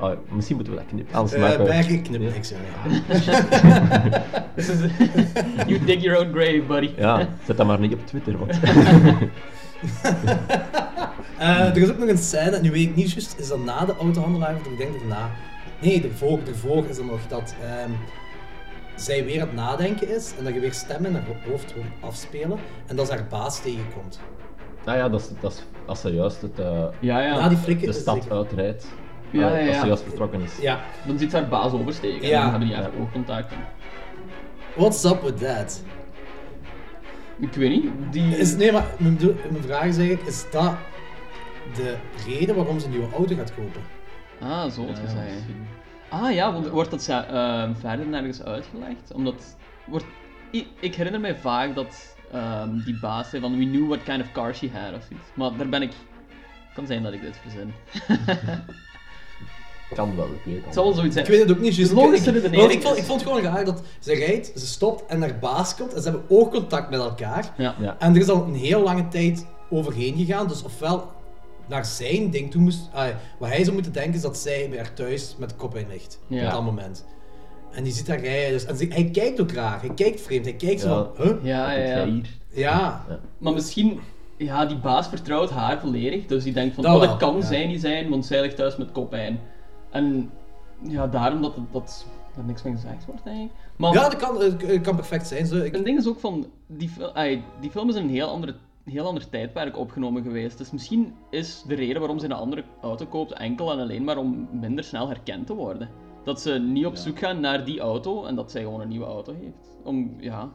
ah, misschien moeten we dat knippen. Anders Eh, maken we- Berg, ik knip niks in. ja. This is- you dig your own grave, buddy. Ja, zet dat maar niet op Twitter. Want... Eh, er is ook nog een scène, nu weet ik niet juist, is dat na de autohandelaar of ik denk erna? Nee, ervoor, ervoor is er nog dat ehm, zij weer aan het nadenken is en dat je weer stemmen in haar hoofd hoort afspelen en dat ze haar baas tegenkomt. nou ja, dat is, dat is als ze juist het, eh, Ja, ja. Na die flikken de is stad zeker- uitrijdt. Ja, eh, ja, Als ja. ze juist vertrokken is. Ja, Dan ziet ze haar baas oversteken. Ja. En dan hebben die eigenlijk ook contact. what's up with that? Ik weet niet. Die... Is, nee, maar mijn, bedoel- mijn vraag is eigenlijk, is dat de reden waarom ze een nieuwe auto gaat kopen? Ah, zo wat gezegd. Ah ja, want wordt dat za- ehm, verder nergens uitgelegd? Omdat... Wordt... Ik, ik herinner mij vaak dat ehm, die baas zei van we knew what kind of car she had of zoiets. Maar daar ben ik... Kan zijn dat ik dit verzin. Kan wel, ik weet het. Het zal wel zoiets zijn. Ik weet het ook niet, juist. Logische ik, ik, redenering ik, vond, is- ik vond het gewoon raar dat ze rijdt, ze stopt en haar baas komt en ze hebben oogcontact met elkaar. Ja. Ja. En er is al een heel lange tijd overheen gegaan. Dus ofwel naar zijn ding toe moest... ah, wat hij zou moeten denken is dat zij bij haar thuis met de kop in ligt. Ja. Op dat moment. En die ziet haar rijden. Dus, en ze- hij kijkt ook raar. Hij kijkt vreemd. Hij kijkt zo Ja. van... Huh? Ja, Wat ja, doet jij ja. hier? Ja. Maar misschien... Ja, die baas vertrouwt haar volledig. Dus die denkt van, Dat oh, dat Nou wel, kan ja. zij niet zijn, want zij ligt thuis met kopijn. En ja, daarom dat, het- dat er niks van gezegd wordt eigenlijk. Maar Ja, dat kan, eh, kan perfect zijn. Zo, ik, Een ding is ook van, die, fil- ai, die film is in een heel, andere, heel ander tijdperk opgenomen geweest. Dus misschien is de reden waarom ze een andere auto koopt enkel en alleen maar om minder snel herkend te worden. Dat ze niet op zoek gaan naar die auto en dat zij gewoon een nieuwe auto heeft. Om, ja,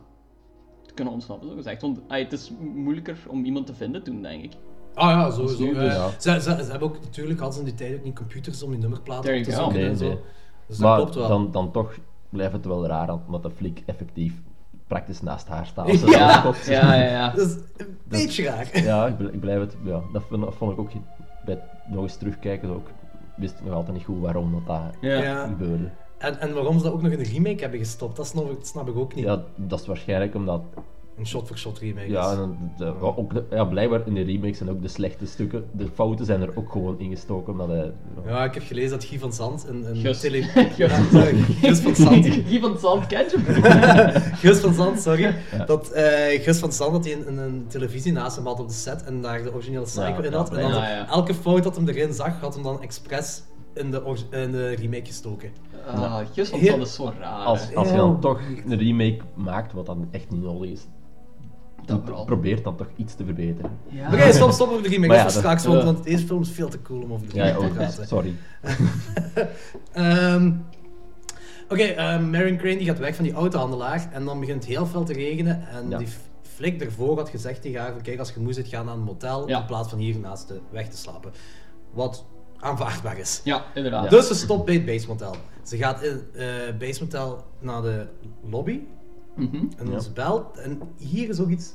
te kunnen ontsnappen, zo gezegd. Want ai, het is moeilijker om iemand te vinden toen, denk ik. ah ja, sowieso. nu eh, dus, ja. ze, ze, ze hebben ook... Natuurlijk hadden ze in die tijd ook niet computers om die nummerplaten There op te you go. zoeken Nee, en zo. nee. Dus dat Maar klopt wel. Dan, dan toch blijft het wel raar, omdat de flik effectief praktisch naast haar staat. Ja. ja. ja, ja. ja. Dat is een beetje raar. ja, ik bl- ik blijf het. Ja, dat vond, dat vond ik ook geen- bij het nog eens terugkijken. Ook, wist ik nog altijd niet goed waarom dat, dat Ja. Ja. gebeurde. En, en waarom ze dat ook nog in de remake hebben gestopt, dat snap ik, snap ik ook niet. Ja, dat is waarschijnlijk omdat. Een shot-for-shot remake. Ja, is. en de- de- ook de- ja, blijkbaar in de remakes zijn ook de slechte stukken. De fouten zijn er ook gewoon ingestoken. Omdat hij, Ja, ik heb gelezen dat Guy van Zand een, een Gus. tele... Gus. Ja, sorry, Gus van Zand. Die van het zand kent je. Gus van Zand, sorry. Dat eh, Gus van Zand dat hij een, een, een televisie naast hem had op de set en daar de originele Psycho Ja, in had. ja, en dan ja, ja. elke fout dat hem erin zag, had hem dan expres in de, orgi- in de remake gestoken. Ah, Gus van Heel- Zand is zo raar. hè. als, als je Heel dan toch een remake maakt, wat dan echt niet nodig is, dan vooral. probeer dan toch iets te verbeteren. Ja. Oké, stop, stop over de remake. Maar dat is ja, voor dat- straks, want, ja. want deze film is veel te cool om over de Ja, remake ook, te praten. sorry. Ehm, Oké, ehm, Marion Crane die gaat weg van die autohandelaar en dan begint het heel veel te regenen. En Ja. die f- flik ervoor had gezegd tegen haar: van, Kijk, als je moe zit, ga naar een motel Ja. in plaats van hier naast de weg te slapen. Wat aanvaardbaar is. Ja, inderdaad. Dus ze stopt bij het basemotel. Ze gaat in eh, het basemotel naar de lobby Mhm. en dan ze belt. En hier is ook iets.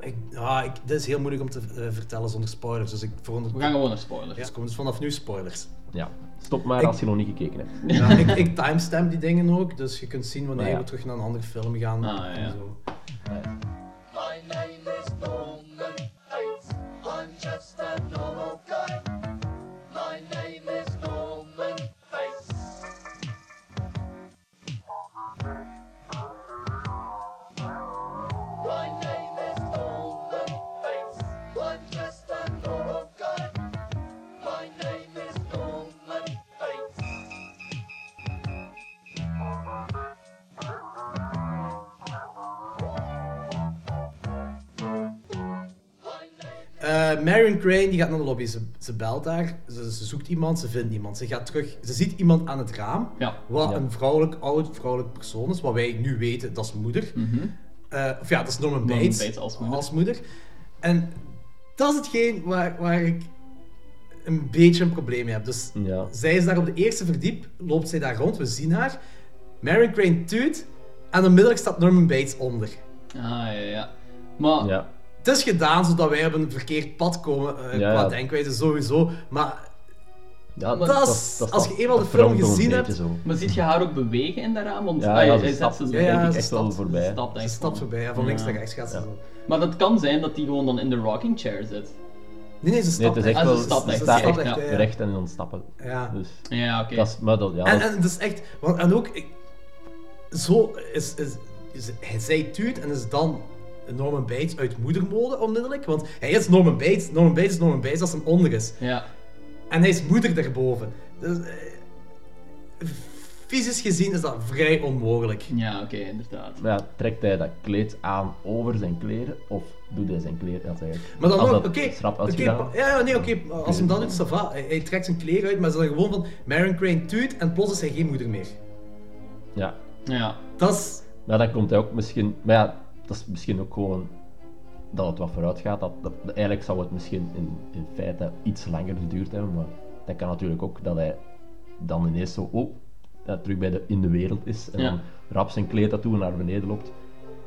Ik, ah, ik, dit is heel moeilijk om te eh, vertellen zonder spoilers. Dus ik veronder. We gaan gewoon naar spoilers. Dus kom dus vanaf nu spoilers. Ja, stop maar Ik- als je nog niet gekeken hebt. Ja, ik, ik timestamp die dingen ook, dus je kunt zien wanneer Ah, ja. we terug naar een andere film gaan. Ah, ja, en ja. zo. My name is Norman Bates. I'm just a normal guy. My name is Norman Bates. My name is Norman Bates. I'm just a normal guy. My name is Norman Bates. Eh, Marion Crane die gaat naar de lobby. Ze, ze belt daar. Ze, ze zoekt iemand, ze vindt iemand. Ze gaat terug. Ze ziet iemand aan het raam. Ja, Wat ja. een vrouwelijk, oud vrouwelijk persoon is. Wat wij nu weten, dat is moeder. Eh, of ja, dat is Norman, Norman Bates, Bates als moeder. En dat is hetgeen waar, waar ik een beetje een probleem mee heb. Dus Ja. zij is daar op de eerste verdiep, loopt zij daar rond, we zien haar. Marion Crane tuut en onmiddellijk staat Norman Bates onder. Ah, ja, ja. Maar Ja. Het is gedaan zodat wij op een verkeerd pad komen eh, Ja, qua ja. denkwijze sowieso, maar Ja, Maar dat is- is, dat is als dat- je eenmaal de dat film verandert een gezien beetje hebt, Zo. Maar ziet je haar ook bewegen in dat raam? Want Ja, ah, ja, hij ze zet stapt- ze zo ja, ja, denk ik ze echt wel stapt- voorbij. ze stapt ze echt stapt wel. voorbij, hè, van links naar rechts gaat ze Ja. zo. Maar dat kan zijn dat hij gewoon dan in de rocking chair zit. Nee, nee, ze Nee, het stapt is echt Ah, ze wel... stapt ze echt, staat ze echt stapt echt, ja, ja. recht en ontsnappen. Ja. Dus, Ja, oké. dat is... Maar dat... Ja, En, dat is- en dat is echt, want, en ook, ik- zo is, is, is- hij- zij tuut en is dan Norman Bates uit moedermode onmiddellijk, want hij is Norman Bates, Norman Bates is Norman Bates als hem onder is. Ja. En hij is moeder daarboven. Dus, eh, fysisch gezien is dat vrij onmogelijk. Ja, oké, inderdaad. maar ja, trekt hij dat kleed aan over zijn kleren, of doet hij zijn kleren... Dat is eigenlijk... Maar dan als ook, dat oké. schrap oké, uitgedaan. pa- ja, ja, nee, oké. als hem dat doet, ça va. Hij, hij trekt zijn kleren uit, maar ze zijn gewoon van Marion Crane tuut en plots is hij geen moeder meer. Ja. Ja. Dat is... Maar dan komt hij ook misschien... Maar ja, dat is misschien ook gewoon dat het wat vooruit gaat. Dat, dat- eigenlijk zou het misschien in, in feite iets langer geduurd hebben, maar dat kan natuurlijk ook dat hij dan ineens zo op, dat terug bij de, in de wereld is en Ja. dan rap zijn kleed dat toe en naar beneden loopt.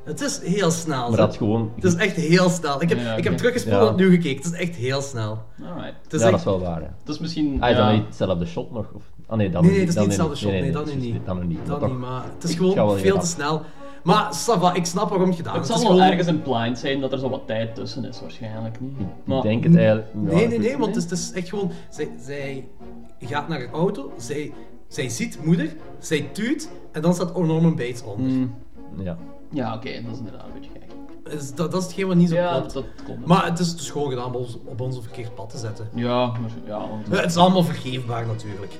Het is heel snel. Maar zo. dat is gewoon... Dus Het is echt heel snel. Ik heb, Ja, ik oké. heb teruggespoeld en Ja. opnieuw gekeken. Het is echt heel snel. Alright. Het is ja, echt- dat is wel waar. Hè. Dus misschien. Ah, is ja. dat niet hetzelfde shot nog? Of... Ah nee, dan Nee, nee, dat is dan niet hetzelfde shot. Nee, dat nu dat is niet. Dan nog niet. Dat toch. niet, maar het is Ik ga wel gewoon veel even te af. snel. Maar, ça va, ik snap waarom je gedaan hebt. Het zal is wel gewoon- ergens een blind zijn dat er zo wat tijd tussen is, waarschijnlijk niet. Ik denk het eigenlijk... ja, Nee, nee, ik- nee, want het is, het is echt gewoon... Zij, zij gaat naar haar auto, zij, zij ziet moeder, zij tuut en dan staat Norman Bates onder. Ja. Mm. Ja, oké, dat is inderdaad een beetje gek. Dus dat, dat is hetgeen wat niet zo Ja, klopt. dat klopt. Maar het is, het is gewoon gedaan om ons op ons een verkeerd pad te zetten. Ja, maar, ja, want- Het is allemaal vergeefbaar natuurlijk.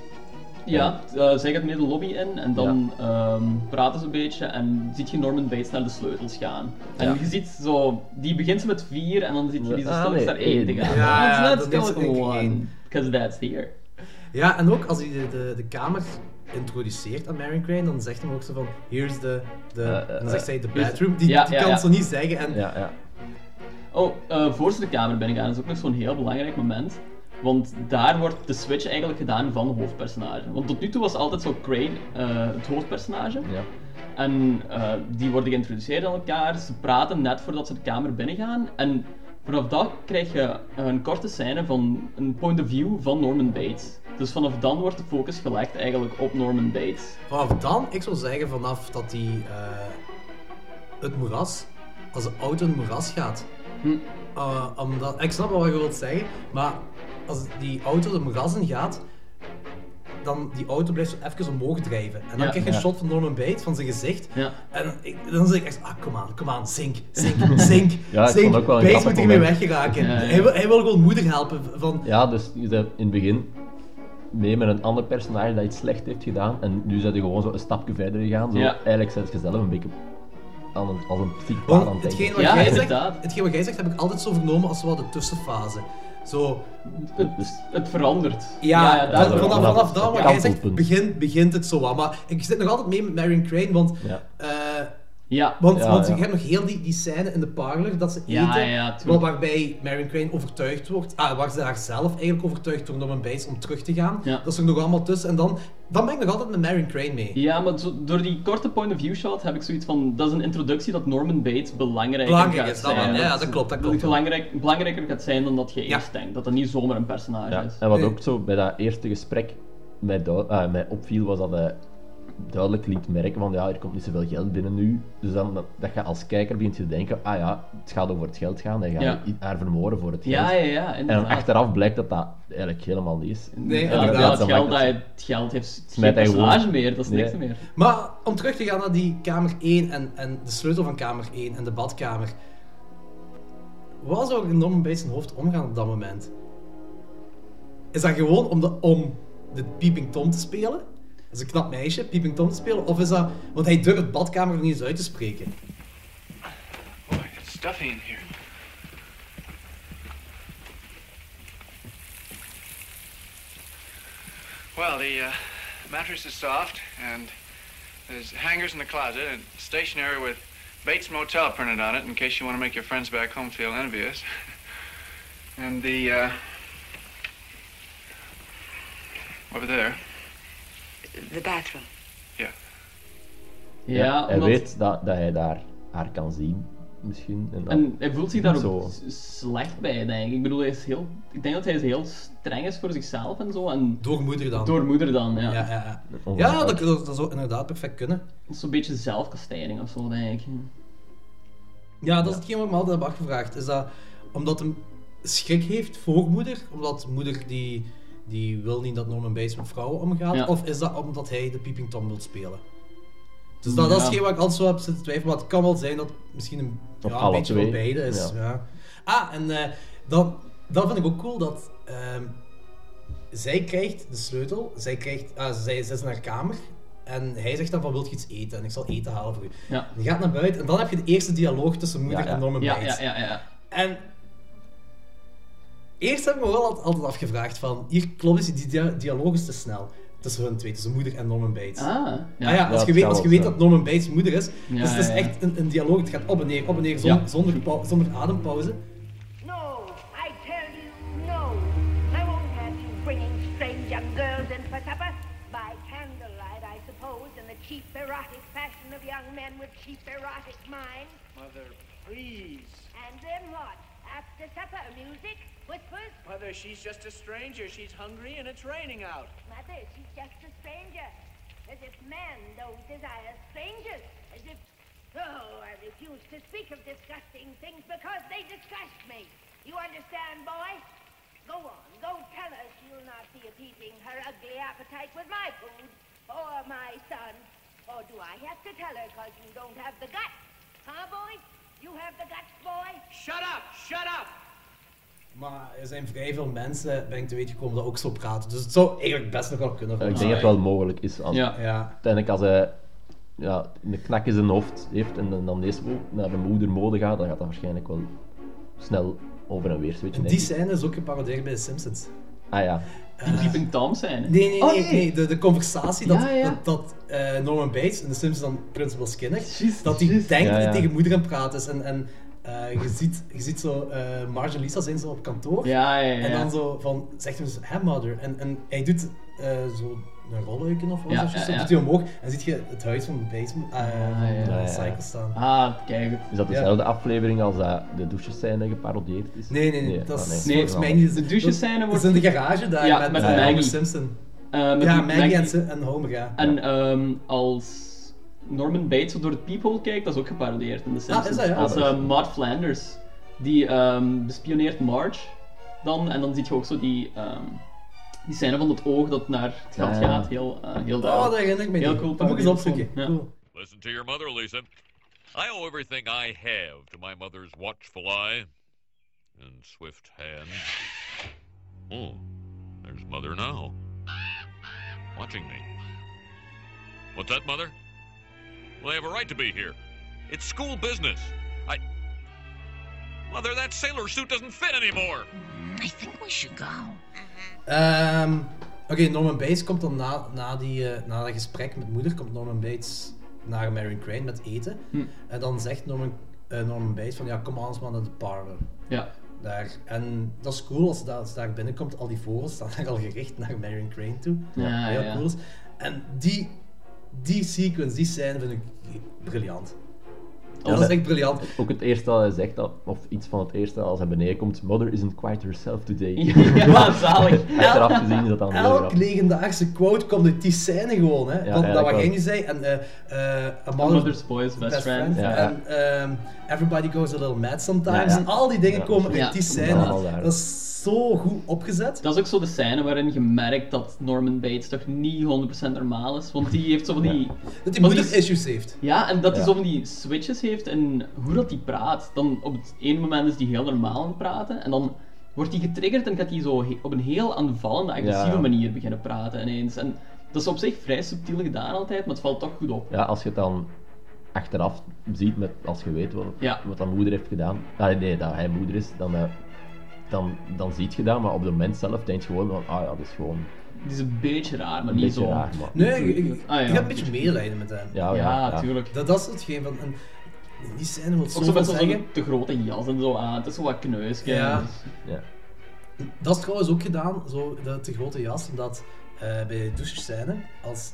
ja eh, zij gaat mee de lobby in en dan ehm, praten ze een beetje en ziet je Norman Bates naar de sleutels gaan. En Ja. je ziet zo, die begint met vier en dan ziet je die zo Ah, sleutels nee, naar één te één. gaan. Ja, Let's- ja, let's dat go is with denk ik one, één. because that's here. Ja, en ook als hij de, de, de kamer introduceert aan Marion Crane, dan zegt hij ook zo van, here's the... the Eh, eh, en dan zegt hij de here's- bedroom. Die, ja, die ja, kan ja. ze niet zeggen. En Ja, ja. Oh, eh, voor ze de kamer binnengaan is ook nog zo'n heel belangrijk moment. Want daar wordt de switch eigenlijk gedaan van hoofdpersonage. Want tot nu toe was altijd zo Crane eh, het hoofdpersonage. ja. En eh, die worden geïntroduceerd aan elkaar. Ze praten net voordat ze de kamer binnengaan. En vanaf dat krijg je een korte scène van een point of view van Norman Bates. Dus vanaf dan wordt de focus gelegd eigenlijk op Norman Bates. vanaf dan, ik zou zeggen, vanaf dat hij eh, het moeras, als de auto in het moeras gaat. Eh, omdat, ik snap wel wat je wilt zeggen, maar als die auto de moeras in gaat, dan die auto blijft zo even omhoog drijven. En dan Ja, krijg je een ja. shot van Norman Bates, van zijn gezicht. Ja. En ik, dan zeg ik echt, ah, kom aan, kom aan, zink, zink, zink, Ja, ik zink. vond ook wel een Bates grappig moet hiermee moment. weggeraken. Ja, ja. Hij, wil, hij wil gewoon moeder helpen van... Ja, dus je bent in het begin mee met een ander personage dat iets slecht heeft gedaan. En nu zijn je gewoon zo een stapje verder gegaan. Zo, Ja. Eigenlijk zijn ze zelf een beetje aan een, als een psychopaat aan Want het Oh, hetgeen denken. wat, Ja, jij zegt, inderdaad. hetgeen wat jij zegt heb ik altijd zo vernomen als wel de tussenfase. Zo, Het, het verandert. ja, daar- van- dat- vanaf, dat- vanaf dat dat wat jij zegt kantelpunt. begint, begint het zo wat. Maar ik zit nog altijd mee met Marion Crane, want, Ja. eh, ja. want, Ja, want ja. je hebt nog heel die, die scène in de parlor dat ze Ja, eten, ja, tuurlijk. waar- waarbij Marion Crane overtuigd wordt, ah, waar ze haarzelf eigenlijk overtuigd wordt om een bijs om terug te gaan. Ja. Dat is er nog allemaal tussen. En dan, dan ben ik nog altijd met Marion Crane mee. Ja, maar zo- door die korte point of view shot heb ik zoiets van, dat is een introductie dat Norman Bates belangrijk Belangrijk gaat is, dat zijn. wel. Ja, dat klopt, dat het klopt wel. Belangrijk, belangrijker gaat zijn dan dat je Ja. eerst denkt, dat dat niet zomaar een personage Ja. is. En wat Nee. ook zo bij dat eerste gesprek mij, dui- ah, mij opviel, was dat hij duidelijk liet merken van ja, er komt niet zoveel geld binnen nu. Dus dan dat, dat je als kijker begint te denken, ah ja, het gaat over het geld gaan. Hij gaat Ja. i- haar vermoorden voor het geld. Ja, ja, ja, En dan inderdaad. achteraf blijkt dat dat eigenlijk helemaal niet is. Nee, Ja, inderdaad. ja, het, dan geld dat maakt hij, het- het geld heeft, is geen Smijt hij gewoon. personage meer, dat is niks Nee. meer. Maar om terug te gaan naar die kamer 1 en, en de sleutel van kamer 1 en de badkamer. Wat zou er in Norman bij zijn hoofd omgaan op dat moment? Is dat gewoon om de, om de Peeping Tom te spelen? Dat is een knap meisje, Peeping Tom te spelen? Of is dat... Want hij durft badkamer nog niet eens uit te spreken. Boy, it's stuffy in here. Well, the uh, mattress is soft, and there's hangers in the closet, and stationery with Bates Motel printed on it in case you want to make your friends back home feel envious. and the, uh, over there. The bathroom. Ja, hij omdat- weet dat, dat hij daar haar kan zien, misschien. En, dat- En hij voelt zich daar ook Zo. s- slecht bij, denk ik. Ik bedoel, hij is heel... Ik denk dat hij heel streng is voor zichzelf en zo. En Door moeder dan. door moeder dan, ja. Ja, Het ja, ja. ja dat, dat dat zou inderdaad perfect kunnen. is Zo'n beetje zelfkastijding of zo, denk ik. Ja, dat is hetgeen wat ik me altijd heb afgevraagd. Is dat omdat hem schrik heeft voor moeder? Omdat moeder die, die wil niet dat Norman Bates met vrouwen omgaat? Ja. Of is dat omdat hij de Peeping Tom wil spelen? Dus dat, dat is Ja. hetgeen wat ik altijd zo heb zitten twijfelen. Maar het kan wel zijn dat het misschien een, Of ja, een alle beetje van twee. beide is. Ja. Ja. Ah, en eh, dan, dat vind ik ook cool dat... ehm, zij krijgt de sleutel, zij, krijgt, ah, zij, zij is in haar kamer en hij zegt dan van wilt je iets eten en ik zal eten halen voor u. Ja. Je gaat naar buiten en dan heb je de eerste dialoog tussen moeder Ja, ja. en Norman Ja, Bates. ja, ja, ja. En eerst heb ik me wel al- altijd afgevraagd van, hier klopt eens, die dia- dialoog is te snel tussen hun twee, tussen moeder en Norman Bates. Ah, ja. Ah ja, dat als je weet, als je zou weet zo. dat Norman Bates moeder is, Ja, dus het is ja, ja. echt een, een dialoog, het gaat op en neer, op en neer, zon- Ja. zonder, pau- zonder adempauze. No, I tell you no. I won't have you bringing strange young girls in for supper. By candlelight, I suppose, in the cheap erotic fashion of young men with cheap erotic minds. Mother, please. And then what? After supper, music, whispers. Mother, she's just a stranger. She's hungry and it's raining out. Mother, she's just a stranger. As if man don't desire strangers. As if... Oh, I refuse to speak of disgusting things because they disgust me. You understand, boy? Go on, go tell her she'll not be appeasing her ugly appetite with my food or my son. Or do I have to tell her because you don't have the guts? Huh, boy? You have the guts, boy? Shut up! Shut up! Maar er zijn vrij veel mensen, ben ik te weten gekomen, dat ook zo praten. Dus het zou eigenlijk best nog wel kunnen. ik denk volgens dat mij. het wel mogelijk is. Als, Ja. Ah, Ja. Uiteindelijk als hij ja, een knak in zijn hoofd heeft en dan, dan eerst naar de moedermode gaat, dan gaat dat waarschijnlijk wel snel over en weer switchen. Die denk ik. scène is ook geparodeerd bij de Simpsons. Ah ja. Die Peeping Tom zijn. hè. Nee, nee, Oh, nee. nee, De, de conversatie dat, Ja, ja. dat, dat, eh, Norman Bates, in de Simpsons dan Principal Skinner, Juist, dat hij juist. denkt dat hij Ja, ja. tegen moeder aan het praten is. En, en eh, je, ziet, je ziet zo, eh Marge en Lisa zijn zo op kantoor. Ja, ja, ja. En dan zo van, zegt hem zo, hè mother. En, en hij doet eh, zo een rolleuken of wat, Ja, of zo, ja, ja. Ah, doet hij omhoog. En ziet je het huis van Bates, eh, van ja, eh, ja. Psycho staan. Ah, kijk. Is dat dezelfde aflevering als dat de douchescène geparodieerd is? Nee, nee, nee, dat ah, is Nee, volgens mij dat is niet. de douchescène dat- wordt- Dat is in de garage daar, Ja, met, met eh, Maggie. Homer Simpson. Eh, met ja, die- Maggie en, met- Sim- en Homer, ja. En ehm, als Norman Bates zo door het peephole kijkt, dat is ook geparodieerd in de Simpsons. is dat, ja? Als Ah, dat eh, Maud Flanders, die ehm, bespioneert Marge dan, en dan zie je ook zo die, ehm, die scène van het oog dat naar het geld Ja, ja. gaat, heel, eh, heel Oh, duidelijk. dat herinner ik me Heel niet. cool dat moet ik eens opzoeken. parodie van- ja. Cool. Listen to your mother, Lisa. I owe everything I have to my mother's watchful eye and swift hand. Oh, there's mother now, watching me. What's that, mother? Well, I have a right to be here. It's school business. I. Mother, that sailor suit doesn't fit anymore. I think we should go. Ehm, Oké, Norman Bates komt dan na, na, die, eh, na dat gesprek met moeder, komt Norman Bates naar Marion Crane met eten. Hm. En dan zegt Norman, eh, Norman Bates van, ja, kom anders maar naar de parlor. Ja. Daar. En dat is cool als ze daar, als ze daar binnenkomt, al die vogels staan daar al gericht naar Marion Crane toe. Ja, Heel ja. cool. is. En die, die sequence, die scène vind ik briljant. Ja, dat is echt briljant. Ook het eerste dat hij zegt, dat, of iets van het eerste als hij beneden komt, Mother isn't quite herself today. ja, zalig. Achteraf gezien is dat dan heel Elk grappig. legendarische quote komt uit die scène gewoon. Hè. Want dat eigenlijk wat jij wel. nu zei, en eh eh, A Mother's Mother's Boy's Best, Best Friend. Friend. Ja. En ehm, Everybody Goes a Little Mad Sometimes. Ja, ja. En al die dingen Ja. komen Ja. uit die Ja, scène. wel daar. dat is zo goed opgezet. Dat is ook zo de scène waarin je merkt dat Norman Bates toch niet 100% normaal is. Want die heeft zo van die... Dat die want moeder is- issues heeft. Ja, en dat hij Ja. zo van die switches heeft en hoe dat hij praat. Dan op het ene moment is hij heel normaal aan het praten en dan wordt hij getriggerd en gaat hij zo he- op een heel aanvallende, agressieve Ja. manier beginnen praten ineens. En dat is op zich vrij subtiel gedaan altijd, maar het valt toch goed op. Ja, als je het dan achteraf ziet, met, als je weet wat, Ja. wat dat moeder heeft gedaan, ah, nee, dat hij moeder is, dan eh, dan, dan ziet je dat, maar op het moment zelf denk je gewoon van, ah ja, dat is gewoon... Het is een beetje raar, maar Een niet beetje zo. raar, maar- Nee, ik, ik, ik Ah, ja. heb een beetje medelijden met hem. Ja, ja, ja. tuurlijk. Dat, dat is hetgeen van... En, die scène wil Ook zo zoveel met zo'n zeggen. te grote jas en zo aan. Het is zo wat kneusje. Dus- Ja. Ja. Dat is trouwens ook gedaan, zo, dat de grote jas, omdat eh, bij de douchescène, als...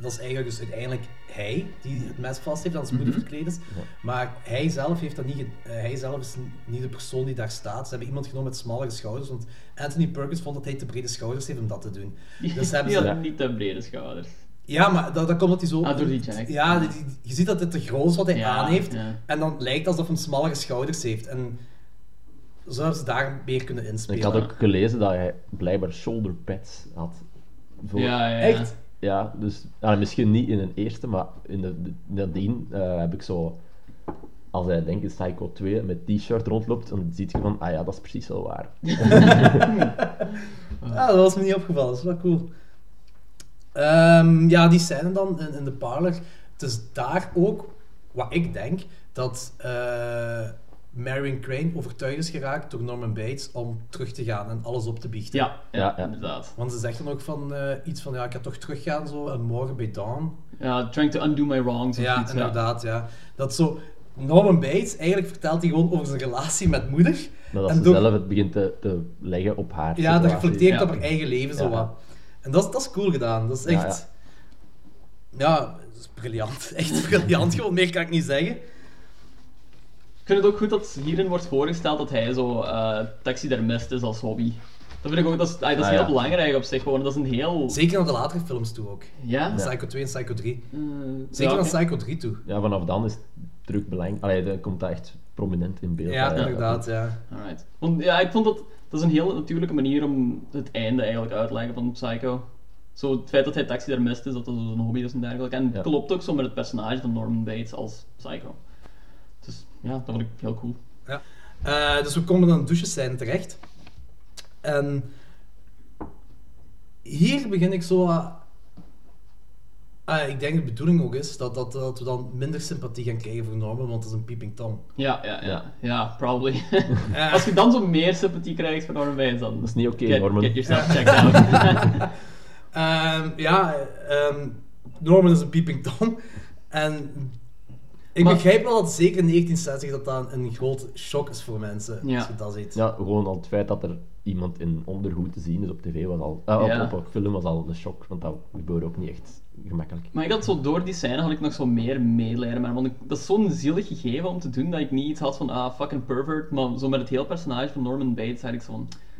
Dat is eigenlijk dus uiteindelijk hij die het mes vast heeft, als zijn moeder Mhm. verkleed is. Maar hij zelf, heeft dat niet ge- eh, hij zelf is n- niet de persoon die daar staat. Ze hebben iemand genomen met smallere schouders, want Anthony Perkins vond dat hij te brede schouders heeft om dat te doen. Dus hebben Die ze... had niet te brede schouders. Oh. Ja, maar dat, dat komt dat hij zo... Ah, door die jacket. Ja, die- die- je ziet dat dit te groot is wat hij Ja, aan heeft. ja. En dan lijkt alsof hij smallere schouders heeft. En zo hebben ze daar meer kunnen inspelen. Ik had ook gelezen dat hij blijkbaar shoulder pads had. Voor... Ja, ja. Echt? Ja, dus ah, misschien niet in een eerste, maar in de, de- nadien eh, heb ik zo... Als hij denkt in Psycho 2 met t-shirt rondloopt, dan ziet je van, ah ja, dat is precies wel waar. Ja, dat was me niet opgevallen. Dat is wel cool. Ehm, ja, die scène dan in, in de parlor. Het is daar ook wat ik denk dat eh Marion Crane overtuigd is geraakt door Norman Bates om terug te gaan en alles op te biechten. Ja, ja, Ja, ja. inderdaad. Want ze zegt dan ook van eh, iets van ja, ik ga toch teruggaan zo en morgen bij dawn. Ja, trying to undo my wrongs. of Ja, iets, inderdaad, ja. Dat zo... Norman Bates, eigenlijk vertelt hij gewoon over zijn relatie met moeder. Maar dat En ze door- zelf het begint te, te leggen op haar Ja, dat situatie. reflecteert Ja. op haar eigen leven, zo Ja. wat. En dat, is- dat is cool gedaan. Dat is Ja, echt... Ja, dat is briljant. Echt briljant, gewoon meer kan ik niet zeggen. Ik vind het ook goed dat hierin wordt voorgesteld dat hij zo eh taxidermist is als hobby. Dat vind ik ook, dat is, ah, dat is Ah, heel ja. belangrijk op zich gewoon. Dat is een heel... Zeker naar de latere films toe ook. Ja? Eh, Psycho 2 en Psycho 3. ja, Zeker naar oké. Psycho 3 toe. Ja, vanaf dan is het druk belangrijk. Allee, dan komt dat echt prominent in beeld. Ja, Eh, inderdaad, ja. Alright. Want ja, ik vond dat... Dat is een heel natuurlijke manier om het einde eigenlijk uit te leggen van Psycho. Zo, het feit dat hij taxidermist is, dat dat zo'n hobby is en dergelijke. En het Ja. klopt ook zo met het personage van Norman Bates als Psycho. Dus ja, dat vond ik heel cool. ja. Eh, dus we komen aan de douchescène terecht. En hier begin ik zo. wat- Ah, ik denk de bedoeling ook is dat, dat, dat we dan minder sympathie gaan krijgen voor Norman, want dat is een peeping tom. Ja, ja, ja. Ja. Ja, probably. Ja. Als je dan zo meer sympathie krijgt van Norman Bates, dan... Dat is niet oké, get, Norman. Get yourself checked out. Ehm, ja, ehm, Norman is een peeping tom. En ik Maar- begrijp wel dat zeker in 1960 dat dat een groot shock is voor mensen, Ja. als je dat ziet. Ja, gewoon al het feit dat er iemand in ondergoed te zien is op tv was al... eh, op, Ja. op, op film was al een shock, want dat gebeurde ook niet echt gemakkelijk. Maar ik had zo door die scène had ik nog zo meer medelijden maar want ik, dat is zo'n zielig gegeven om te doen dat ik niet iets had van ah fucking pervert, maar zo met het hele personage van Norman Bates had ik zo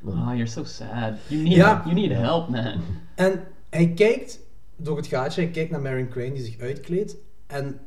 van ah you're so sad, you need, Ja. you need help man. En hij kijkt door het gaatje, hij kijkt naar Marion Crane die zich uitkleedt. En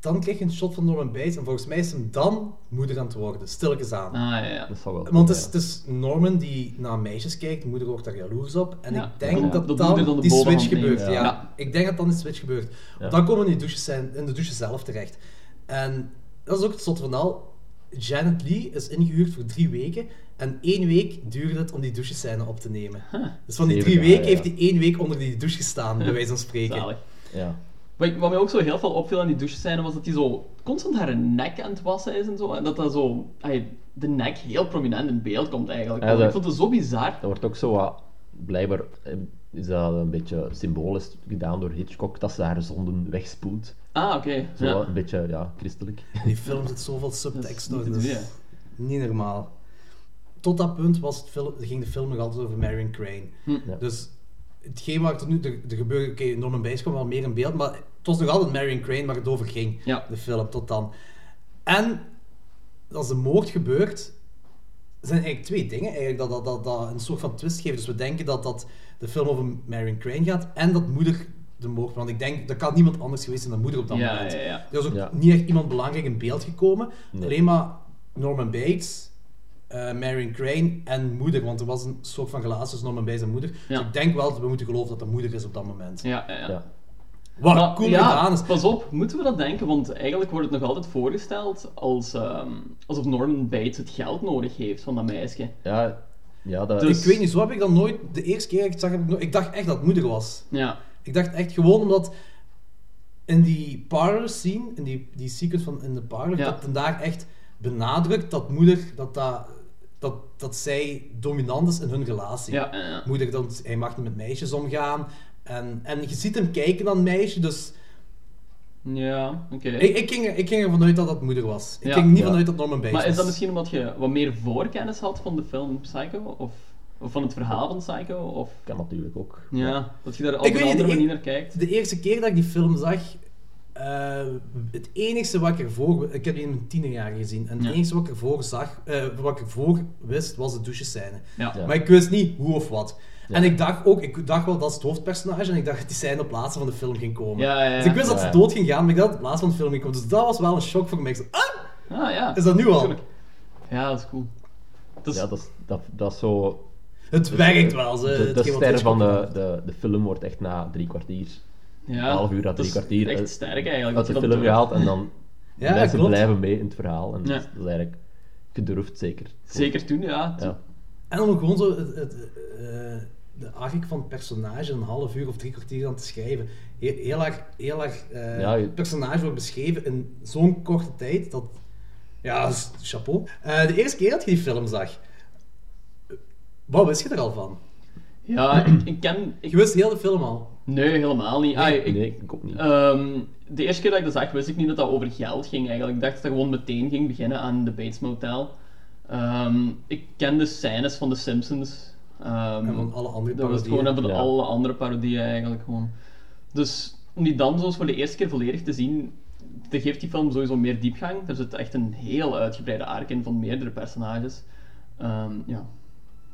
dan krijg je een shot van Norman Bates. En volgens mij is hem dan moeder aan het worden, stilletjes aan. Ah ja, ja. Dat zal wel... Want het is, het is Norman die naar meisjes kijkt, moeder wordt daar jaloers op. En Ja, ik denk dat- dat, dat dan moeder dan de die bovenhand switch gebeurt. Ja. neemt, ja. Ja. ik denk dat dan die switch gebeurt. Ja. Dan komen we in, die douche zijn, in de douche zelf terecht. En dat is ook het slot van al. Janet Lee is ingehuurd voor drie weken. En één week duurde het om die douchescène op te nemen. Dus van die Zeven drie dagen, weken heeft ja. hij één week onder die douche gestaan, bij wijze van spreken. Zalig. Ja. Wat, ik- wat mij ook zo heel veel opviel aan die douchescène was dat hij zo constant haar nek aan het wassen is en zo. En dat dat zo, ay, de nek heel prominent in beeld komt eigenlijk. Ja, dat- Ik vond het zo bizar. Dat wordt ook zo wat... Blijkbaar eh, is dat een beetje symbolisch gedaan door Hitchcock, dat ze haar zonden wegspoelt. Ah oké. Zo Ja. een beetje, ja, christelijk. Die film zit zoveel Dat is subtekst niet door, dus- te dat doen, is niet normaal. Tot dat punt was het film, ging de film nog altijd over Marion Crane. Ja. Dus hetgeen waar tot nu er, er gebeurde, oké, Norman Bates kwam wel meer in beeld, maar het was nog altijd Marion Crane waar het over ging, Ja. de film, tot dan. En als de moord gebeurt, zijn eigenlijk twee dingen eigenlijk dat, dat, dat, dat een soort van twist geven. Dus we denken dat, dat de film over Marion Crane gaat en dat moeder de moord, want ik denk, dat kan niemand anders geweest zijn dan moeder op dat Ja, moment. ja, ja. Er is ook Ja. niet echt iemand belangrijk in beeld gekomen. Alleen maar Norman Bates, eh, Marion Crane en moeder. Want er was een soort van relatie tussen Norman Bates en moeder. Ja. Dus ik denk wel dat we moeten geloven dat dat moeder is op dat moment. Ja, ja, ja. Ja. Wat Maar cool ja, gedaan is. Pas op, moeten we dat denken? Want eigenlijk wordt het nog altijd voorgesteld als, ehm, alsof Norman Bates het geld nodig heeft van dat meisje. Ja, ja dat... Dus- Ik weet niet, zo heb ik dat nooit... De eerste keer dat ik het zag, heb ik, nooit- ik dacht echt dat het moeder was. Ja, Ik dacht echt gewoon omdat... In die parlor scene, in die, die sequence van in de parlor, Ja. dat men daar echt benadrukt dat moeder, dat dat dat, eh, dat zij dominant is in hun relatie. Ja, ja, ja. Moeder, dan, hij mag niet met meisjes omgaan. En, en je ziet hem kijken naar een meisje, dus... Ja, oké. Ik, ik, ging, er- ik ging ervan uit dat dat moeder was. Ik Ja. ging niet Ja. vanuit dat Norman Bates Maar is was. dat misschien omdat je wat meer voorkennis had van de film Psycho? Of, of van het verhaal van Psycho? Of... Kan natuurlijk ook. Ja, dat je daar op Ik een weet niet, andere de e- manier naar kijkt. De eerste keer dat ik die film zag, eh, het enige wat ik ervoor... Ik heb die in mijn tienerjaren gezien. En het Ja. enige wat ik ervoor zag, eh, wat ik ervoor wist, was de douchescène. Ja. Ja. Maar ik wist niet hoe of wat. Ja. En ik dacht ook, ik dacht wel dat is het hoofdpersonage en ik dacht dat die scène op laatste van de film ging komen. Ja, ja, ja. Dus ik wist dat Ja, ze ja. dood ging gaan, maar ik dacht dat het op laatste van de film ging komen. Dus dat was wel een shock voor mij. Ik zei, ah, Ah ja. is dat nu al? Tuurlijk. Ja, dat is cool. Dat is- Ja, dat is, dat, dat is zo... Het werkt wel, ze. De, de hetgeen wat ster van Hitchcock de, de, de film wordt echt na drie kwartier, ja, een half uur na dat drie is kwartier, Echt uit- sterk eigenlijk. uit je de dat film doet. gehaald en dan Ja, mensen klopt. blijven mee in het verhaal. En Ja. dat, is, dat is eigenlijk gedurfd, zeker. Zeker toen, ja. Toen- Ja. En om gewoon zo het, het, eh, de arc van het personage een half uur of drie kwartier aan te schrijven. Heel, heel erg, heel erg eh, Ja, je- het personage wordt beschreven in zo'n korte tijd. Dat, ja, dat is chapeau. Eh, de eerste keer dat je die film zag, wat wist je er al van? Ja, ik, ik ken... Ik... Je wist heel de film al. Nee, helemaal niet. Ah, ik, Nee, ik ook niet. Ehm, de eerste keer dat ik dat zag, wist ik niet dat dat over geld ging eigenlijk. Ik dacht dat dat gewoon meteen ging beginnen aan de Bates Motel. Ehm, ik ken de scènes van The Simpsons. Ehm, En van alle andere dat was parodieën. gewoon even de Ja. alle andere parodieën eigenlijk gewoon. Dus om die dan zoals voor de eerste keer volledig te zien, dat geeft die film sowieso meer diepgang. Er zit echt een heel uitgebreide arc in van meerdere personages. Ehm, ja.